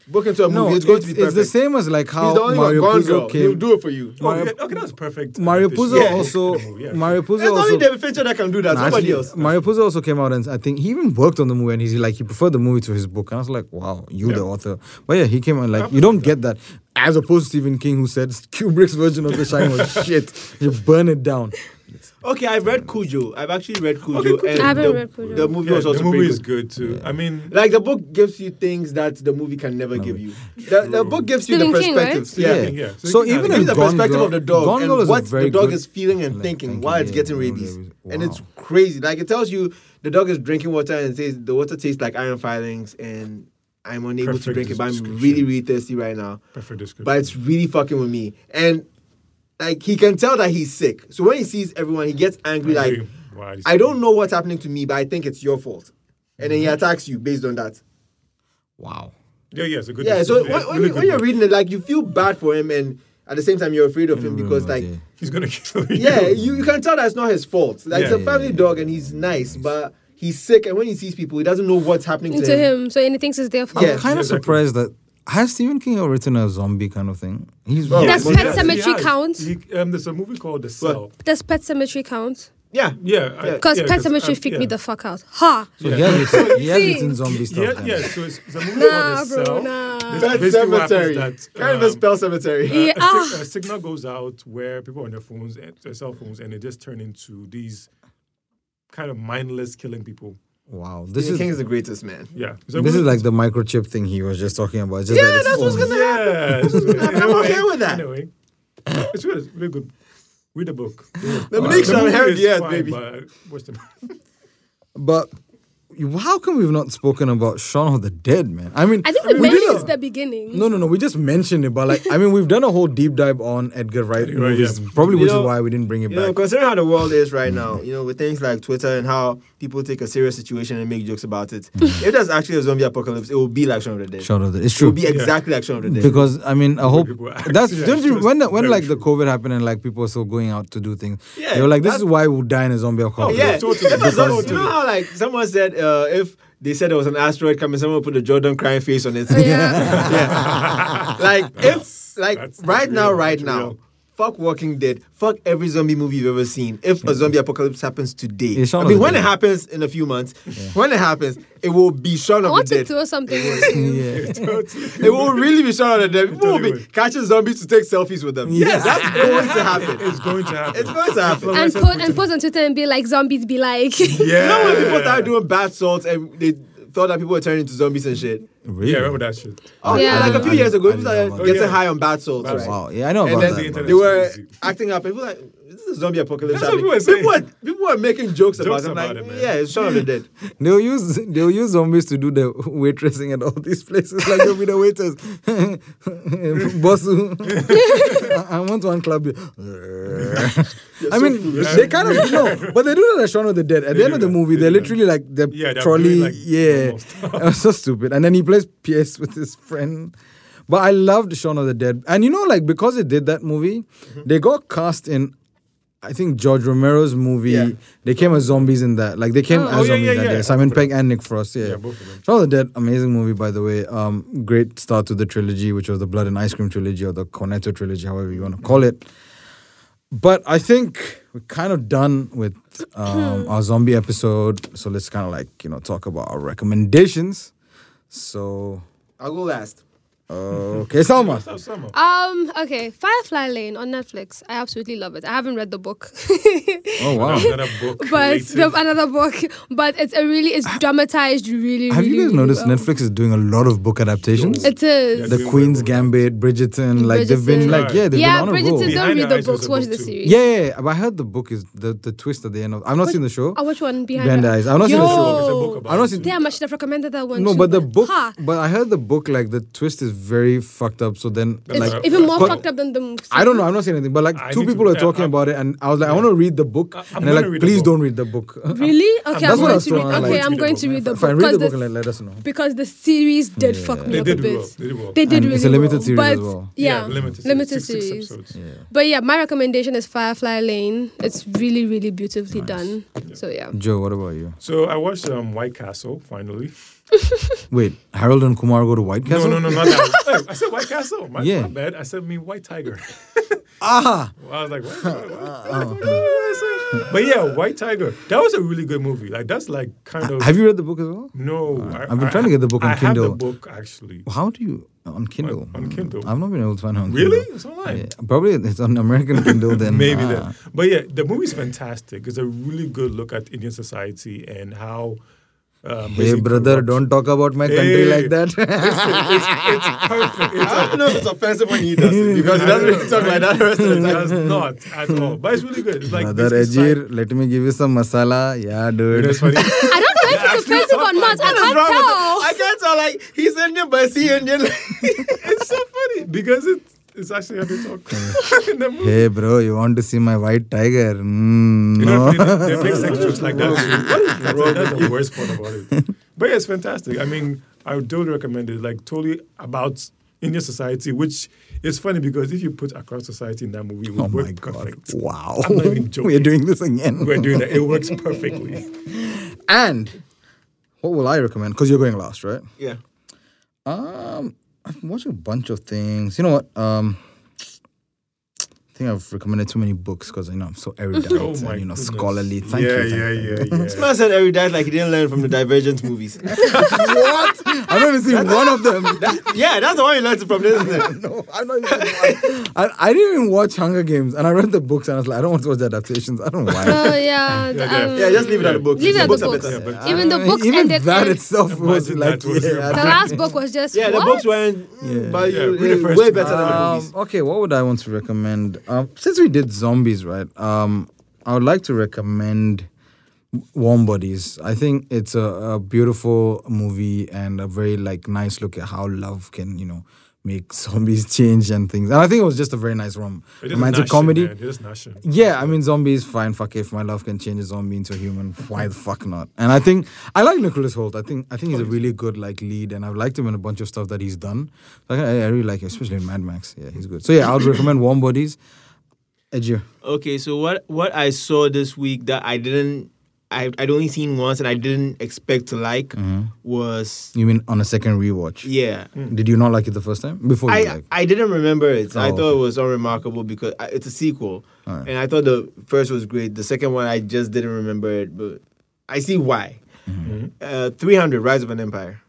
Speaker 2: book into a
Speaker 1: No,
Speaker 2: movie,
Speaker 1: it's,
Speaker 2: it's going to be
Speaker 1: it's
Speaker 2: perfect.
Speaker 1: the same as like
Speaker 2: He's the
Speaker 1: how
Speaker 2: only one.
Speaker 1: Mario
Speaker 2: Gone
Speaker 1: Puzo
Speaker 2: Girl.
Speaker 1: came.
Speaker 2: He'll do it for you.
Speaker 4: Oh,
Speaker 1: Mario-
Speaker 4: yeah, okay, that was perfect.
Speaker 2: *laughs*
Speaker 1: Mario
Speaker 4: adaptation.
Speaker 1: Puzo
Speaker 2: Oh, Yeah.
Speaker 1: also.
Speaker 4: Yeah.
Speaker 1: Mario Puzo
Speaker 2: It's
Speaker 1: also.
Speaker 2: only David Fincher that can do that.
Speaker 1: No,
Speaker 2: Somebody
Speaker 1: actually,
Speaker 2: else.
Speaker 1: Mario Puzo also came out and I think he even worked on the movie and he's like he preferred the movie to his book. And I was like, wow, you the author. But yeah, he came out like you don't get that. As opposed to Stephen King who said Kubrick's version of the Shining
Speaker 2: *laughs*
Speaker 1: was shit. You burn it down.
Speaker 2: Okay, I've read Cujo. I've actually read Cujo.
Speaker 4: Okay, Cujo.
Speaker 2: and
Speaker 3: I haven't
Speaker 2: the,
Speaker 3: read Cujo.
Speaker 2: The movie
Speaker 4: Yeah,
Speaker 2: was also
Speaker 4: the movie
Speaker 2: pretty
Speaker 4: is
Speaker 2: good.
Speaker 4: good too. I mean,
Speaker 2: Like the book gives you things that the movie can never give you. The, the book gives you the
Speaker 3: Stephen King, right?
Speaker 2: perspectives.
Speaker 1: Yeah.
Speaker 4: King, yeah. So
Speaker 1: So
Speaker 4: he can
Speaker 1: even
Speaker 4: have
Speaker 2: Give
Speaker 1: in
Speaker 2: the
Speaker 1: Gone
Speaker 2: perspective
Speaker 1: Girl,
Speaker 2: of the dog
Speaker 1: Gone Girl
Speaker 2: and
Speaker 1: is a
Speaker 2: what
Speaker 1: very
Speaker 2: the dog
Speaker 1: good-
Speaker 2: is feeling and
Speaker 1: like,
Speaker 2: thinking
Speaker 1: thinking,
Speaker 2: while it's
Speaker 1: yeah,
Speaker 2: getting
Speaker 1: yeah,
Speaker 2: rabies.
Speaker 1: rabies.
Speaker 2: And it's
Speaker 1: Wow.
Speaker 2: crazy. Like it tells you the dog is drinking water and says the water tastes like iron filings and I'm unable to
Speaker 4: Perfect
Speaker 2: drink it, but I'm
Speaker 4: description.
Speaker 2: really, really thirsty right now.
Speaker 4: perfect description.
Speaker 2: But it's really fucking with me. And like he can tell that he's sick. So when he sees everyone, he gets angry like
Speaker 4: Angry. Why is-
Speaker 2: I don't know what's happening to me, but I think it's your fault. And
Speaker 1: Mm-hmm.
Speaker 2: then he attacks you based on that.
Speaker 1: Wow.
Speaker 4: Yeah, yeah, it's a good.
Speaker 2: Yeah, so
Speaker 4: description.
Speaker 2: when,
Speaker 4: Yeah,
Speaker 2: when,
Speaker 4: really
Speaker 2: you,
Speaker 4: good
Speaker 2: when you're
Speaker 4: book.
Speaker 2: reading it, like you feel bad for him, and at the same time you're afraid of him because, like,
Speaker 1: Mm-hmm. Yeah.
Speaker 4: he's gonna kill
Speaker 2: *laughs*
Speaker 4: you.
Speaker 2: yeah, you, you can tell that's not his fault. Like, it's
Speaker 4: Yeah.
Speaker 2: a family dog, and he's nice, but he's sick, and when he sees people, he doesn't know what's happening to,
Speaker 3: to him, so anything is there for
Speaker 1: I'm
Speaker 2: Yeah.
Speaker 1: kind of
Speaker 4: exactly.
Speaker 1: surprised that has Stephen King ever written a zombie kind of thing? He's
Speaker 2: Well,
Speaker 3: Does
Speaker 2: Yeah.
Speaker 3: Pet
Speaker 2: Yeah.
Speaker 3: Cemetery
Speaker 4: He has-
Speaker 3: count?
Speaker 4: he- um, there's a movie called The Cell.
Speaker 3: Does Pet Cemetery count?
Speaker 2: Yeah,
Speaker 4: Yeah, I-
Speaker 3: Because
Speaker 4: yeah,
Speaker 3: Pet Cemetery
Speaker 4: um,
Speaker 3: freaked
Speaker 4: yeah.
Speaker 3: me the fuck out. Ha!
Speaker 1: so he has written, he has
Speaker 3: See?
Speaker 4: *laughs*
Speaker 1: written zombie stuff.
Speaker 4: Yeah,
Speaker 1: then.
Speaker 4: yeah. So it's, it's a movie
Speaker 3: Nah,
Speaker 4: called The
Speaker 3: bro,
Speaker 4: Cell.
Speaker 3: nah.
Speaker 4: That's
Speaker 2: Pet
Speaker 4: basically what
Speaker 2: cemetery.
Speaker 4: happens that,
Speaker 2: Can't even
Speaker 4: um,
Speaker 2: spell cemetery.
Speaker 3: Yeah.
Speaker 4: *laughs* a,
Speaker 3: Ah.
Speaker 4: sig- a signal goes out where people are on their phones, and their cell phones, and they just turn into these kind of mindless killing people.
Speaker 1: Wow, this
Speaker 2: Stephen King is
Speaker 1: is
Speaker 2: the greatest man.
Speaker 4: Yeah. So
Speaker 1: this
Speaker 4: we-
Speaker 1: is like the microchip thing he was just talking about. Just
Speaker 2: Yeah,
Speaker 1: that it's
Speaker 2: that's what's
Speaker 1: phone.
Speaker 2: gonna *laughs*
Speaker 4: Yeah. it's good.
Speaker 2: I'm okay with that.
Speaker 4: Anyway, it's good. It's really good. Read the book.
Speaker 2: The
Speaker 4: Uh,
Speaker 2: Malik's
Speaker 4: the
Speaker 2: on
Speaker 4: movie
Speaker 2: Harry
Speaker 4: is
Speaker 2: yet,
Speaker 4: fine,
Speaker 2: baby.
Speaker 4: but watch the-
Speaker 1: But how come we've not spoken about Shaun of the Dead, man? I mean,
Speaker 3: I think we
Speaker 1: did
Speaker 3: mentioned
Speaker 1: a-
Speaker 3: it at the beginning.
Speaker 1: No, no, no. We just mentioned it, but like, I mean, we've done a whole deep dive on Edgar Wright
Speaker 4: Wright,
Speaker 1: movies,
Speaker 4: yeah.
Speaker 1: probably,
Speaker 2: You
Speaker 1: which
Speaker 2: know-
Speaker 1: is why we didn't bring it
Speaker 2: You know,
Speaker 1: back.
Speaker 2: considering how the world is right now, you know, with things like Twitter and how people take a serious situation and make jokes about
Speaker 3: *laughs*
Speaker 2: it, if there's actually a zombie apocalypse, it will be like Shaun of the Dead.
Speaker 1: Shaun of the Dead. It's
Speaker 2: It will
Speaker 1: true
Speaker 2: be exactly like Shaun of the Dead.
Speaker 1: because I mean, I hope
Speaker 4: people are
Speaker 1: that's
Speaker 4: actually-
Speaker 1: don't you
Speaker 4: actually
Speaker 1: when the, when
Speaker 4: very
Speaker 1: like the
Speaker 4: true.
Speaker 1: COVID happened and like people were still going out to do things.
Speaker 2: Yeah,
Speaker 1: they were like, this
Speaker 2: that-
Speaker 1: is why we'll die in a zombie apocalypse.
Speaker 2: yeah,
Speaker 4: totally,
Speaker 2: If a zombie-
Speaker 4: totally.
Speaker 2: you know how like someone said uh, if they said there was an asteroid coming, someone would put a Jordan crying face on it.
Speaker 3: Oh, Yeah.
Speaker 2: like if like
Speaker 4: that's
Speaker 2: right
Speaker 4: real,
Speaker 2: now, right
Speaker 4: that's
Speaker 2: now,
Speaker 4: real.
Speaker 2: fuck Walking Dead, fuck every zombie movie you've ever seen. If a zombie apocalypse happens today,
Speaker 1: It's Shaun
Speaker 2: I
Speaker 1: of
Speaker 2: mean
Speaker 1: the
Speaker 2: when
Speaker 1: Dead.
Speaker 2: it happens in a few months, when it happens, it will be Shaun
Speaker 3: I
Speaker 2: of
Speaker 3: want
Speaker 2: the
Speaker 3: to
Speaker 2: Dead.
Speaker 3: throw something at you.
Speaker 1: Yeah.
Speaker 2: It will really be Shaun of the Dead. People will
Speaker 4: Totally
Speaker 2: be
Speaker 4: would.
Speaker 2: catching zombies to take selfies with them.
Speaker 1: Yeah.
Speaker 2: Yes, that's going to happen.
Speaker 4: It's going to happen.
Speaker 2: It's going to happen.
Speaker 3: And, po- and post on Twitter and be like, zombies be like. *laughs*
Speaker 4: *laughs* Yeah.
Speaker 2: You know when people started doing bath salts and they thought that people were turning into zombies and shit?
Speaker 1: Really?
Speaker 4: Yeah, I remember that shit.
Speaker 2: Oh,
Speaker 3: Yeah.
Speaker 2: yeah,
Speaker 3: I
Speaker 2: like a
Speaker 3: didn't-
Speaker 2: few
Speaker 1: I
Speaker 2: years
Speaker 1: didn't-
Speaker 2: ago,
Speaker 1: I didn't
Speaker 2: people
Speaker 1: know
Speaker 2: started
Speaker 1: about
Speaker 2: getting
Speaker 4: that.
Speaker 2: high on bath salts,
Speaker 4: Bath
Speaker 2: right?
Speaker 1: Wow. Yeah, I know
Speaker 2: And
Speaker 1: about
Speaker 2: then
Speaker 1: that.
Speaker 2: they,
Speaker 1: but-
Speaker 2: they were
Speaker 4: Crazy.
Speaker 2: acting up. People were like, this is a zombie apocalypse.
Speaker 4: That's
Speaker 2: happening."
Speaker 4: what people were saying.
Speaker 2: people, were, people were making jokes, about
Speaker 4: Jokes
Speaker 2: it. I'm
Speaker 4: about
Speaker 2: like,
Speaker 4: it, man.
Speaker 2: yeah, it's Shaun of the Dead.
Speaker 1: They'll use they'll use zombies to do the waitressing at all these places. Like they'll be the waiters. *laughs* Bossu. *laughs* I, I want one club. beer. I mean, they kind of no, but they do that at Shaun of the Dead. At the end
Speaker 4: do
Speaker 1: of the
Speaker 4: that.
Speaker 1: movie,
Speaker 4: They
Speaker 1: they're
Speaker 4: do that.
Speaker 1: literally like the
Speaker 4: Yeah, they're
Speaker 1: trolley.
Speaker 4: doing, like,
Speaker 1: yeah, *laughs*
Speaker 4: normal stuff.
Speaker 1: it was so stupid. And then he plays PS with his friend. But I loved Shaun of the Dead, and you know, like because they did that movie,
Speaker 4: Mm-hmm.
Speaker 1: they got cast in. I think George Romero's movie.
Speaker 2: Yeah.
Speaker 1: They came as zombies in that. Like they came
Speaker 4: Oh,
Speaker 1: as
Speaker 4: yeah,
Speaker 1: zombies
Speaker 4: yeah,
Speaker 1: that
Speaker 4: yeah.
Speaker 1: day. Simon Pegg and Nick Frost. Yeah,
Speaker 4: Yeah, both of them.
Speaker 1: Shaun of the Dead, amazing movie by the way. Um, great start to the trilogy, which was the Blood and Ice Cream trilogy or the Cornetto trilogy, however you want to call it. But I think we're kind of done with
Speaker 4: *clears throat*
Speaker 1: um, our zombie episode, so let's kind of like you know talk about our recommendations. So uh,
Speaker 2: I'll go last.
Speaker 1: okay, Salma.
Speaker 3: *laughs*
Speaker 4: Stop Oh, summer.
Speaker 3: Um, okay, Firefly Lane on Netflix. I absolutely love it. I haven't read the book. *laughs*
Speaker 1: Oh wow.
Speaker 4: Another
Speaker 2: *laughs*
Speaker 4: book.
Speaker 3: but
Speaker 4: related.
Speaker 3: the, another book. But it's a really it's dramatized really
Speaker 1: Have you
Speaker 3: really,
Speaker 1: guys noticed
Speaker 3: really well.
Speaker 1: Netflix is doing a lot of book adaptations?
Speaker 3: It is.
Speaker 4: Yeah,
Speaker 1: the
Speaker 4: doing
Speaker 1: Queen's
Speaker 4: well.
Speaker 1: Gambit, Bridgerton, like they've been
Speaker 3: Bridgerton.
Speaker 1: like yeah, they've
Speaker 3: yeah,
Speaker 1: been on a roll.
Speaker 3: Bridgerton,
Speaker 1: Yeah,
Speaker 3: don't
Speaker 4: Behind
Speaker 3: read
Speaker 4: the
Speaker 3: the
Speaker 4: Eyes was
Speaker 3: books,
Speaker 4: a
Speaker 3: watch
Speaker 4: book
Speaker 3: the
Speaker 4: too.
Speaker 3: series.
Speaker 1: yeah, yeah, but I heard the book is the, the twist at the end of. I've not seen the show.
Speaker 3: Oh, which one? Behind,
Speaker 1: Behind the
Speaker 3: the
Speaker 1: Eyes. I've not seen the show.
Speaker 4: It's a
Speaker 3: Yo.
Speaker 2: Oh.
Speaker 4: book about
Speaker 1: I don't
Speaker 4: it.
Speaker 1: see-
Speaker 3: Damn, I should have recommended that one.
Speaker 1: No,
Speaker 3: too,
Speaker 1: but the book.
Speaker 3: Ha.
Speaker 1: But I heard the book like the twist is very fucked up. So then,
Speaker 3: It's
Speaker 1: like,
Speaker 3: even more
Speaker 1: co-
Speaker 3: fucked up than the movie.
Speaker 1: I don't know. I'm not saying anything, but like
Speaker 4: I
Speaker 1: two
Speaker 4: need to-
Speaker 1: people were
Speaker 4: uh,
Speaker 1: talking
Speaker 4: I'm-
Speaker 1: about it, and I was like, I want to read the book,
Speaker 4: I- I'm
Speaker 1: and they're
Speaker 4: gonna
Speaker 1: like,
Speaker 4: read the
Speaker 1: please
Speaker 4: book."
Speaker 1: don't read the book.
Speaker 3: Really? Okay,
Speaker 1: That's
Speaker 3: I'm
Speaker 1: what I
Speaker 3: going
Speaker 1: was
Speaker 3: to read.
Speaker 1: told. I
Speaker 3: Okay,
Speaker 1: like
Speaker 3: I'm
Speaker 4: to
Speaker 3: going
Speaker 4: read
Speaker 3: to
Speaker 4: the
Speaker 1: *laughs*
Speaker 3: read the
Speaker 1: If I
Speaker 3: book
Speaker 1: read the
Speaker 3: because
Speaker 1: book and
Speaker 3: the
Speaker 1: like, let us know.
Speaker 3: because the series did fuck me
Speaker 4: They
Speaker 3: up a
Speaker 4: did
Speaker 3: bit.
Speaker 4: well. They did well.
Speaker 3: They did
Speaker 1: And
Speaker 3: really
Speaker 1: it's a limited
Speaker 3: well,
Speaker 1: series
Speaker 3: but
Speaker 1: as well.
Speaker 3: Yeah,
Speaker 4: limited,
Speaker 3: limited
Speaker 4: series. Six- six
Speaker 3: series.
Speaker 4: episodes.
Speaker 3: But yeah, my recommendation is Firefly Lane. It's really, really beautifully done. So yeah.
Speaker 1: Joe, what about you?
Speaker 4: So I watched um, White Castle finally.
Speaker 1: Wait, Harold and Kumar go to White Castle.
Speaker 4: No, no, no, not that. *laughs* Hey, I said White Castle. My,
Speaker 1: Yeah.
Speaker 4: my bad. I said me
Speaker 1: *laughs*
Speaker 4: White Tiger.
Speaker 1: Ah,
Speaker 4: I was like, what? what- what-
Speaker 1: Uh-huh.
Speaker 4: but yeah, White Tiger. That was a really good movie. Like that's like kind of.
Speaker 1: have you read the book as well?
Speaker 4: No, I,
Speaker 1: I've been trying to get the book on
Speaker 4: I
Speaker 1: Kindle.
Speaker 4: have the book actually.
Speaker 1: How do you on Kindle?
Speaker 4: on Kindle.
Speaker 1: I've not been able to find it on
Speaker 4: Really?
Speaker 1: Kindle.
Speaker 4: It's online.
Speaker 1: Yeah, probably it's on American
Speaker 4: *laughs*
Speaker 1: Kindle then.
Speaker 4: Maybe
Speaker 1: Ah.
Speaker 4: then. But yeah, the movie's fantastic. It's a really good look at Indian society and how. Um,
Speaker 1: Hey
Speaker 4: basically
Speaker 1: brother,
Speaker 4: corrupt-
Speaker 1: don't talk about my country
Speaker 4: Hey.
Speaker 1: like that.
Speaker 4: It's perfect. It's
Speaker 1: *laughs*
Speaker 2: I don't know if it's offensive when he does
Speaker 6: *laughs*
Speaker 2: it because he doesn't really talk like that the rest of the time.
Speaker 4: That's not at all. But it's really good. It's *laughs* like
Speaker 1: brother
Speaker 4: basically sci-
Speaker 1: Ajir, let me give you some masala. Yeah,
Speaker 4: You
Speaker 1: dude.
Speaker 4: know, it's funny.
Speaker 3: I don't know if it's offensive or not. I
Speaker 2: What's wrong with it?
Speaker 3: can't
Speaker 2: I can't tell. Like he's Indian, but is he Indian?
Speaker 6: *laughs*
Speaker 4: it's so funny because it, it's actually how they talk *laughs* in the movie.
Speaker 1: *laughs* Hey bro, you want to see my white tiger? Mm,
Speaker 4: You
Speaker 1: no.
Speaker 4: know,
Speaker 1: *laughs*
Speaker 4: they, they make sex jokes like *laughs* that. too. That's, the- that's the worst part
Speaker 1: *laughs*
Speaker 4: about it. But yeah, it's fantastic. I mean, I would totally recommend it. Like totally about Indian society, which is funny because if you put across society in that movie, it would
Speaker 1: Oh
Speaker 4: work
Speaker 1: my god!
Speaker 4: perfect.
Speaker 1: Wow,
Speaker 4: I'm not even joking.
Speaker 1: *laughs* we're doing this again.
Speaker 4: We're doing that. It works perfectly.
Speaker 1: *laughs* And what will I recommend? Because you're going last, right?
Speaker 2: yeah.
Speaker 1: Um, I've been watching a bunch of things. You know what? Um, think I've recommended too many books because you know I'm
Speaker 4: *laughs*
Speaker 1: so erudite
Speaker 4: Oh
Speaker 1: and
Speaker 4: my
Speaker 1: you know
Speaker 4: goodness.
Speaker 1: scholarly. Thank
Speaker 4: yeah,
Speaker 1: you.
Speaker 4: yeah,
Speaker 1: thank you.
Speaker 4: yeah, yeah,
Speaker 6: This man said erudite like he didn't learn from the Divergent movies. *laughs*
Speaker 1: What? I've not even seen one of
Speaker 4: *laughs*
Speaker 1: them.
Speaker 6: yeah, that's the one you learned it from, isn't it?
Speaker 1: No, I'm not even. I, I didn't even watch Hunger Games, and I read the books, and I was like, I don't want to watch the adaptations. I don't know why.
Speaker 3: *laughs* Oh yeah. the,
Speaker 4: yeah.
Speaker 3: um,
Speaker 6: Yeah, just leave it at the books.
Speaker 3: Leave it at the
Speaker 6: are
Speaker 3: books.
Speaker 6: better.
Speaker 4: Yeah, but-
Speaker 3: *laughs* Even the
Speaker 1: I mean,
Speaker 3: books
Speaker 1: even
Speaker 3: ended.
Speaker 1: that
Speaker 3: in-
Speaker 1: itself was
Speaker 4: Imagine
Speaker 1: like
Speaker 4: that was
Speaker 1: yeah,
Speaker 4: your
Speaker 1: I
Speaker 3: the
Speaker 1: don't-
Speaker 3: *laughs* last book was just
Speaker 6: Yeah, the
Speaker 3: what?
Speaker 6: books weren't,
Speaker 1: Yeah.
Speaker 6: but
Speaker 4: Yeah,
Speaker 6: you,
Speaker 4: read the
Speaker 6: uh,
Speaker 4: first
Speaker 6: way
Speaker 4: one.
Speaker 6: better than the
Speaker 1: Um,
Speaker 6: movies.
Speaker 1: okay, what would I want to recommend? Um, since we did zombies, right? Um, I would like to recommend Warm Bodies. I think it's a, a beautiful movie and a very like nice look at how love can you know make *laughs* zombies change and things. And I think it was just a very nice rom-
Speaker 4: It is
Speaker 1: romantic
Speaker 4: nashing,
Speaker 1: comedy. Oh.
Speaker 4: man. It is nashing.
Speaker 1: Yeah, I mean, zombies, fine, fuck it. If my love can change a zombie into a human, why the fuck not? And I think I like Nicholas Holt. I think I think he's a really good like lead, and I've liked him in a bunch of stuff that he's done. Like I, I really like him, especially in Mad Max. Yeah, he's good. So yeah, I would recommend Warm Bodies. Adieu.
Speaker 2: Okay, so what what I saw this week that I didn't I I'd only seen once and I didn't expect to like was
Speaker 1: You mean on a second rewatch?
Speaker 2: yeah.
Speaker 1: Mm-hmm. Did you not like it the first time? Before you
Speaker 2: I
Speaker 1: like.
Speaker 2: I didn't remember it. I
Speaker 1: Oh,
Speaker 2: thought
Speaker 1: okay.
Speaker 2: it was unremarkable because I, it's a sequel,
Speaker 1: Alright.
Speaker 2: and I thought the first was great. The second one I just didn't remember it, but I see why.
Speaker 1: Mm-hmm.
Speaker 2: Uh, Three hundred Rise of an Empire.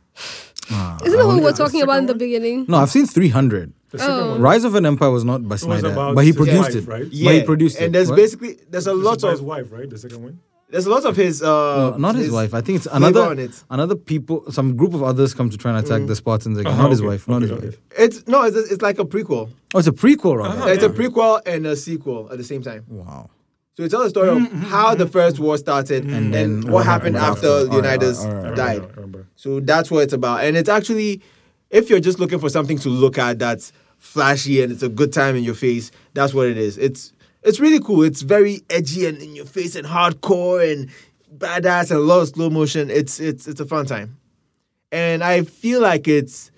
Speaker 1: Ah,
Speaker 3: Isn't
Speaker 1: I
Speaker 3: that what we
Speaker 1: wonder-
Speaker 3: were talking about in the
Speaker 4: one?
Speaker 3: beginning?
Speaker 1: No, I've seen 300.
Speaker 4: The second
Speaker 3: Oh.
Speaker 4: one
Speaker 1: Rise of an Empire was not by
Speaker 4: It was
Speaker 1: Snyder,
Speaker 4: about
Speaker 1: but he
Speaker 4: his
Speaker 1: produced
Speaker 4: wife,
Speaker 1: it.
Speaker 4: right?
Speaker 1: But he produced it.
Speaker 2: and there's
Speaker 1: What?
Speaker 2: basically there's a
Speaker 4: It's
Speaker 2: lot
Speaker 4: about his
Speaker 2: of
Speaker 4: wife, right? The second one.
Speaker 2: there's a lot of his uh
Speaker 1: No, not his,
Speaker 2: his-
Speaker 1: wife. I think it's
Speaker 2: flavor
Speaker 1: another
Speaker 2: on it. Mm.
Speaker 1: another people. Some group of others come to try and attack the Spartans again.
Speaker 4: Uh-huh,
Speaker 1: not his
Speaker 4: okay,
Speaker 1: wife. Not
Speaker 4: okay,
Speaker 1: his
Speaker 4: okay.
Speaker 1: wife.
Speaker 2: It's no, it's it's like a prequel.
Speaker 1: Oh, it's a prequel, rather.
Speaker 4: Uh-huh.
Speaker 2: It's a prequel and a sequel at the same time.
Speaker 1: Wow.
Speaker 2: So it tells the
Speaker 4: Mm-hmm,
Speaker 2: story of how the first war started and
Speaker 1: then
Speaker 2: then
Speaker 1: what
Speaker 2: what happened
Speaker 1: happened
Speaker 2: after
Speaker 1: after. Alright,
Speaker 2: Leonidas
Speaker 1: alright, alright.
Speaker 4: I
Speaker 2: died.
Speaker 4: remember, I remember.
Speaker 2: So that's what it's about. And it's actually, if you're just looking for something to look at that's flashy and it's a good time in your face, that's what it is. It's it's really cool. It's very edgy and in your face and hardcore and badass and a lot of slow motion. It's it's it's a fun time. And I feel like it's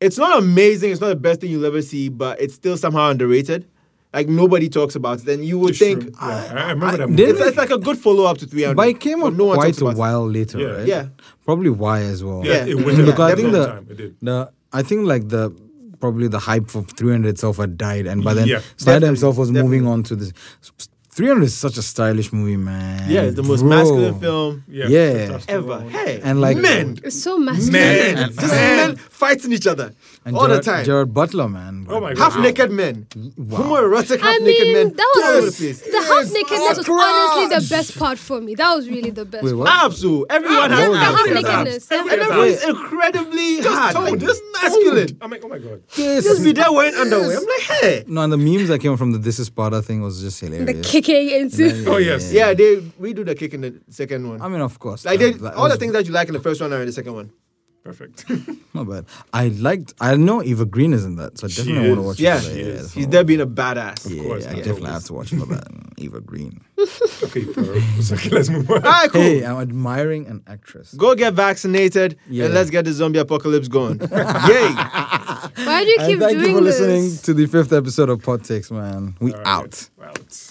Speaker 2: it's not amazing, it's not the best thing you'll ever see, but it's still somehow underrated. Like nobody talks about it. Then you would
Speaker 4: It's
Speaker 2: think
Speaker 4: true. Yeah, I, I remember that movie.
Speaker 1: did
Speaker 2: it's, it's like a good follow up to 300.
Speaker 1: But it came out
Speaker 2: one
Speaker 1: quite
Speaker 2: talks
Speaker 1: a
Speaker 2: about it.
Speaker 1: while later,
Speaker 4: Yeah.
Speaker 1: right?
Speaker 2: Yeah.
Speaker 1: Probably why as well.
Speaker 4: Yeah,
Speaker 2: Yeah.
Speaker 4: it went
Speaker 1: Because I
Speaker 4: a
Speaker 1: think
Speaker 4: long
Speaker 1: the-
Speaker 4: time. It did.
Speaker 1: The I think like the probably the hype for 300 itself had died, and by then
Speaker 4: Yeah.
Speaker 1: Snyder
Speaker 2: Definitely,
Speaker 1: himself was
Speaker 2: definitely.
Speaker 1: moving on to this. 300 is such a stylish movie, man.
Speaker 2: Yeah, it's the most
Speaker 1: Bro.
Speaker 2: masculine film
Speaker 4: Yeah.
Speaker 1: Yeah.
Speaker 4: fantastic.
Speaker 2: ever. Hey,
Speaker 1: And like-
Speaker 2: men,
Speaker 3: It's so masculine.
Speaker 2: men,
Speaker 4: And-
Speaker 2: just men fighting each other
Speaker 1: And
Speaker 2: all the
Speaker 1: Gerard-
Speaker 2: time.
Speaker 1: Gerard Butler, man.
Speaker 4: Oh my God.
Speaker 2: half naked men, homoerotic half
Speaker 3: I
Speaker 2: naked
Speaker 3: mean,
Speaker 2: men.
Speaker 3: that
Speaker 2: all over
Speaker 3: was
Speaker 2: the place.
Speaker 3: the half nakedness was honestly the best part for me. That was really the best.
Speaker 1: Wait,
Speaker 3: part.
Speaker 1: what?
Speaker 2: Abs, oh, everyone
Speaker 3: Yeah,
Speaker 2: has
Speaker 3: the half
Speaker 2: abs.
Speaker 3: nakedness.
Speaker 4: Abs.
Speaker 3: the
Speaker 2: And
Speaker 4: Every
Speaker 3: half-
Speaker 4: other-
Speaker 2: everyone's incredibly hard, like,
Speaker 4: toned,
Speaker 2: just masculine.
Speaker 4: I'm like, oh my god.
Speaker 1: This-
Speaker 2: Just be there wearing underwear. I'm like, hey.
Speaker 1: No, and the memes that came from the This Is Sparta thing was just hilarious.
Speaker 3: The kicking into.
Speaker 4: Oh yes.
Speaker 2: Yeah, they redo the kick in the second one.
Speaker 1: I mean, of course.
Speaker 2: like
Speaker 1: that-
Speaker 2: they,
Speaker 1: that
Speaker 2: all the
Speaker 1: was
Speaker 2: things that you like in the first one are in the second one.
Speaker 4: Perfect. *laughs*
Speaker 1: Not bad. I liked. I know Eva Green is in that, so I definitely want to
Speaker 4: is.
Speaker 1: watch.
Speaker 2: Yeah,
Speaker 1: it for that. yeah
Speaker 2: he's
Speaker 1: so-
Speaker 2: there being a badass.
Speaker 1: Yeah,
Speaker 4: course,
Speaker 1: I
Speaker 4: yeah.
Speaker 1: definitely have to watch for that. mm, Eva Green.
Speaker 4: okay, Pearl. It's *laughs* okay, let's move on.
Speaker 2: All right, cool.
Speaker 1: Hey, I'm admiring an actress.
Speaker 2: Go get vaccinated
Speaker 1: Yeah.
Speaker 2: and let's get the zombie apocalypse going. Yay!
Speaker 3: Why do you
Speaker 1: And
Speaker 3: keep
Speaker 1: thank you
Speaker 3: doing
Speaker 1: for
Speaker 3: this?
Speaker 1: listening to the fifth episode of Pod Takes, man. We
Speaker 4: All right,
Speaker 1: out.
Speaker 4: Out.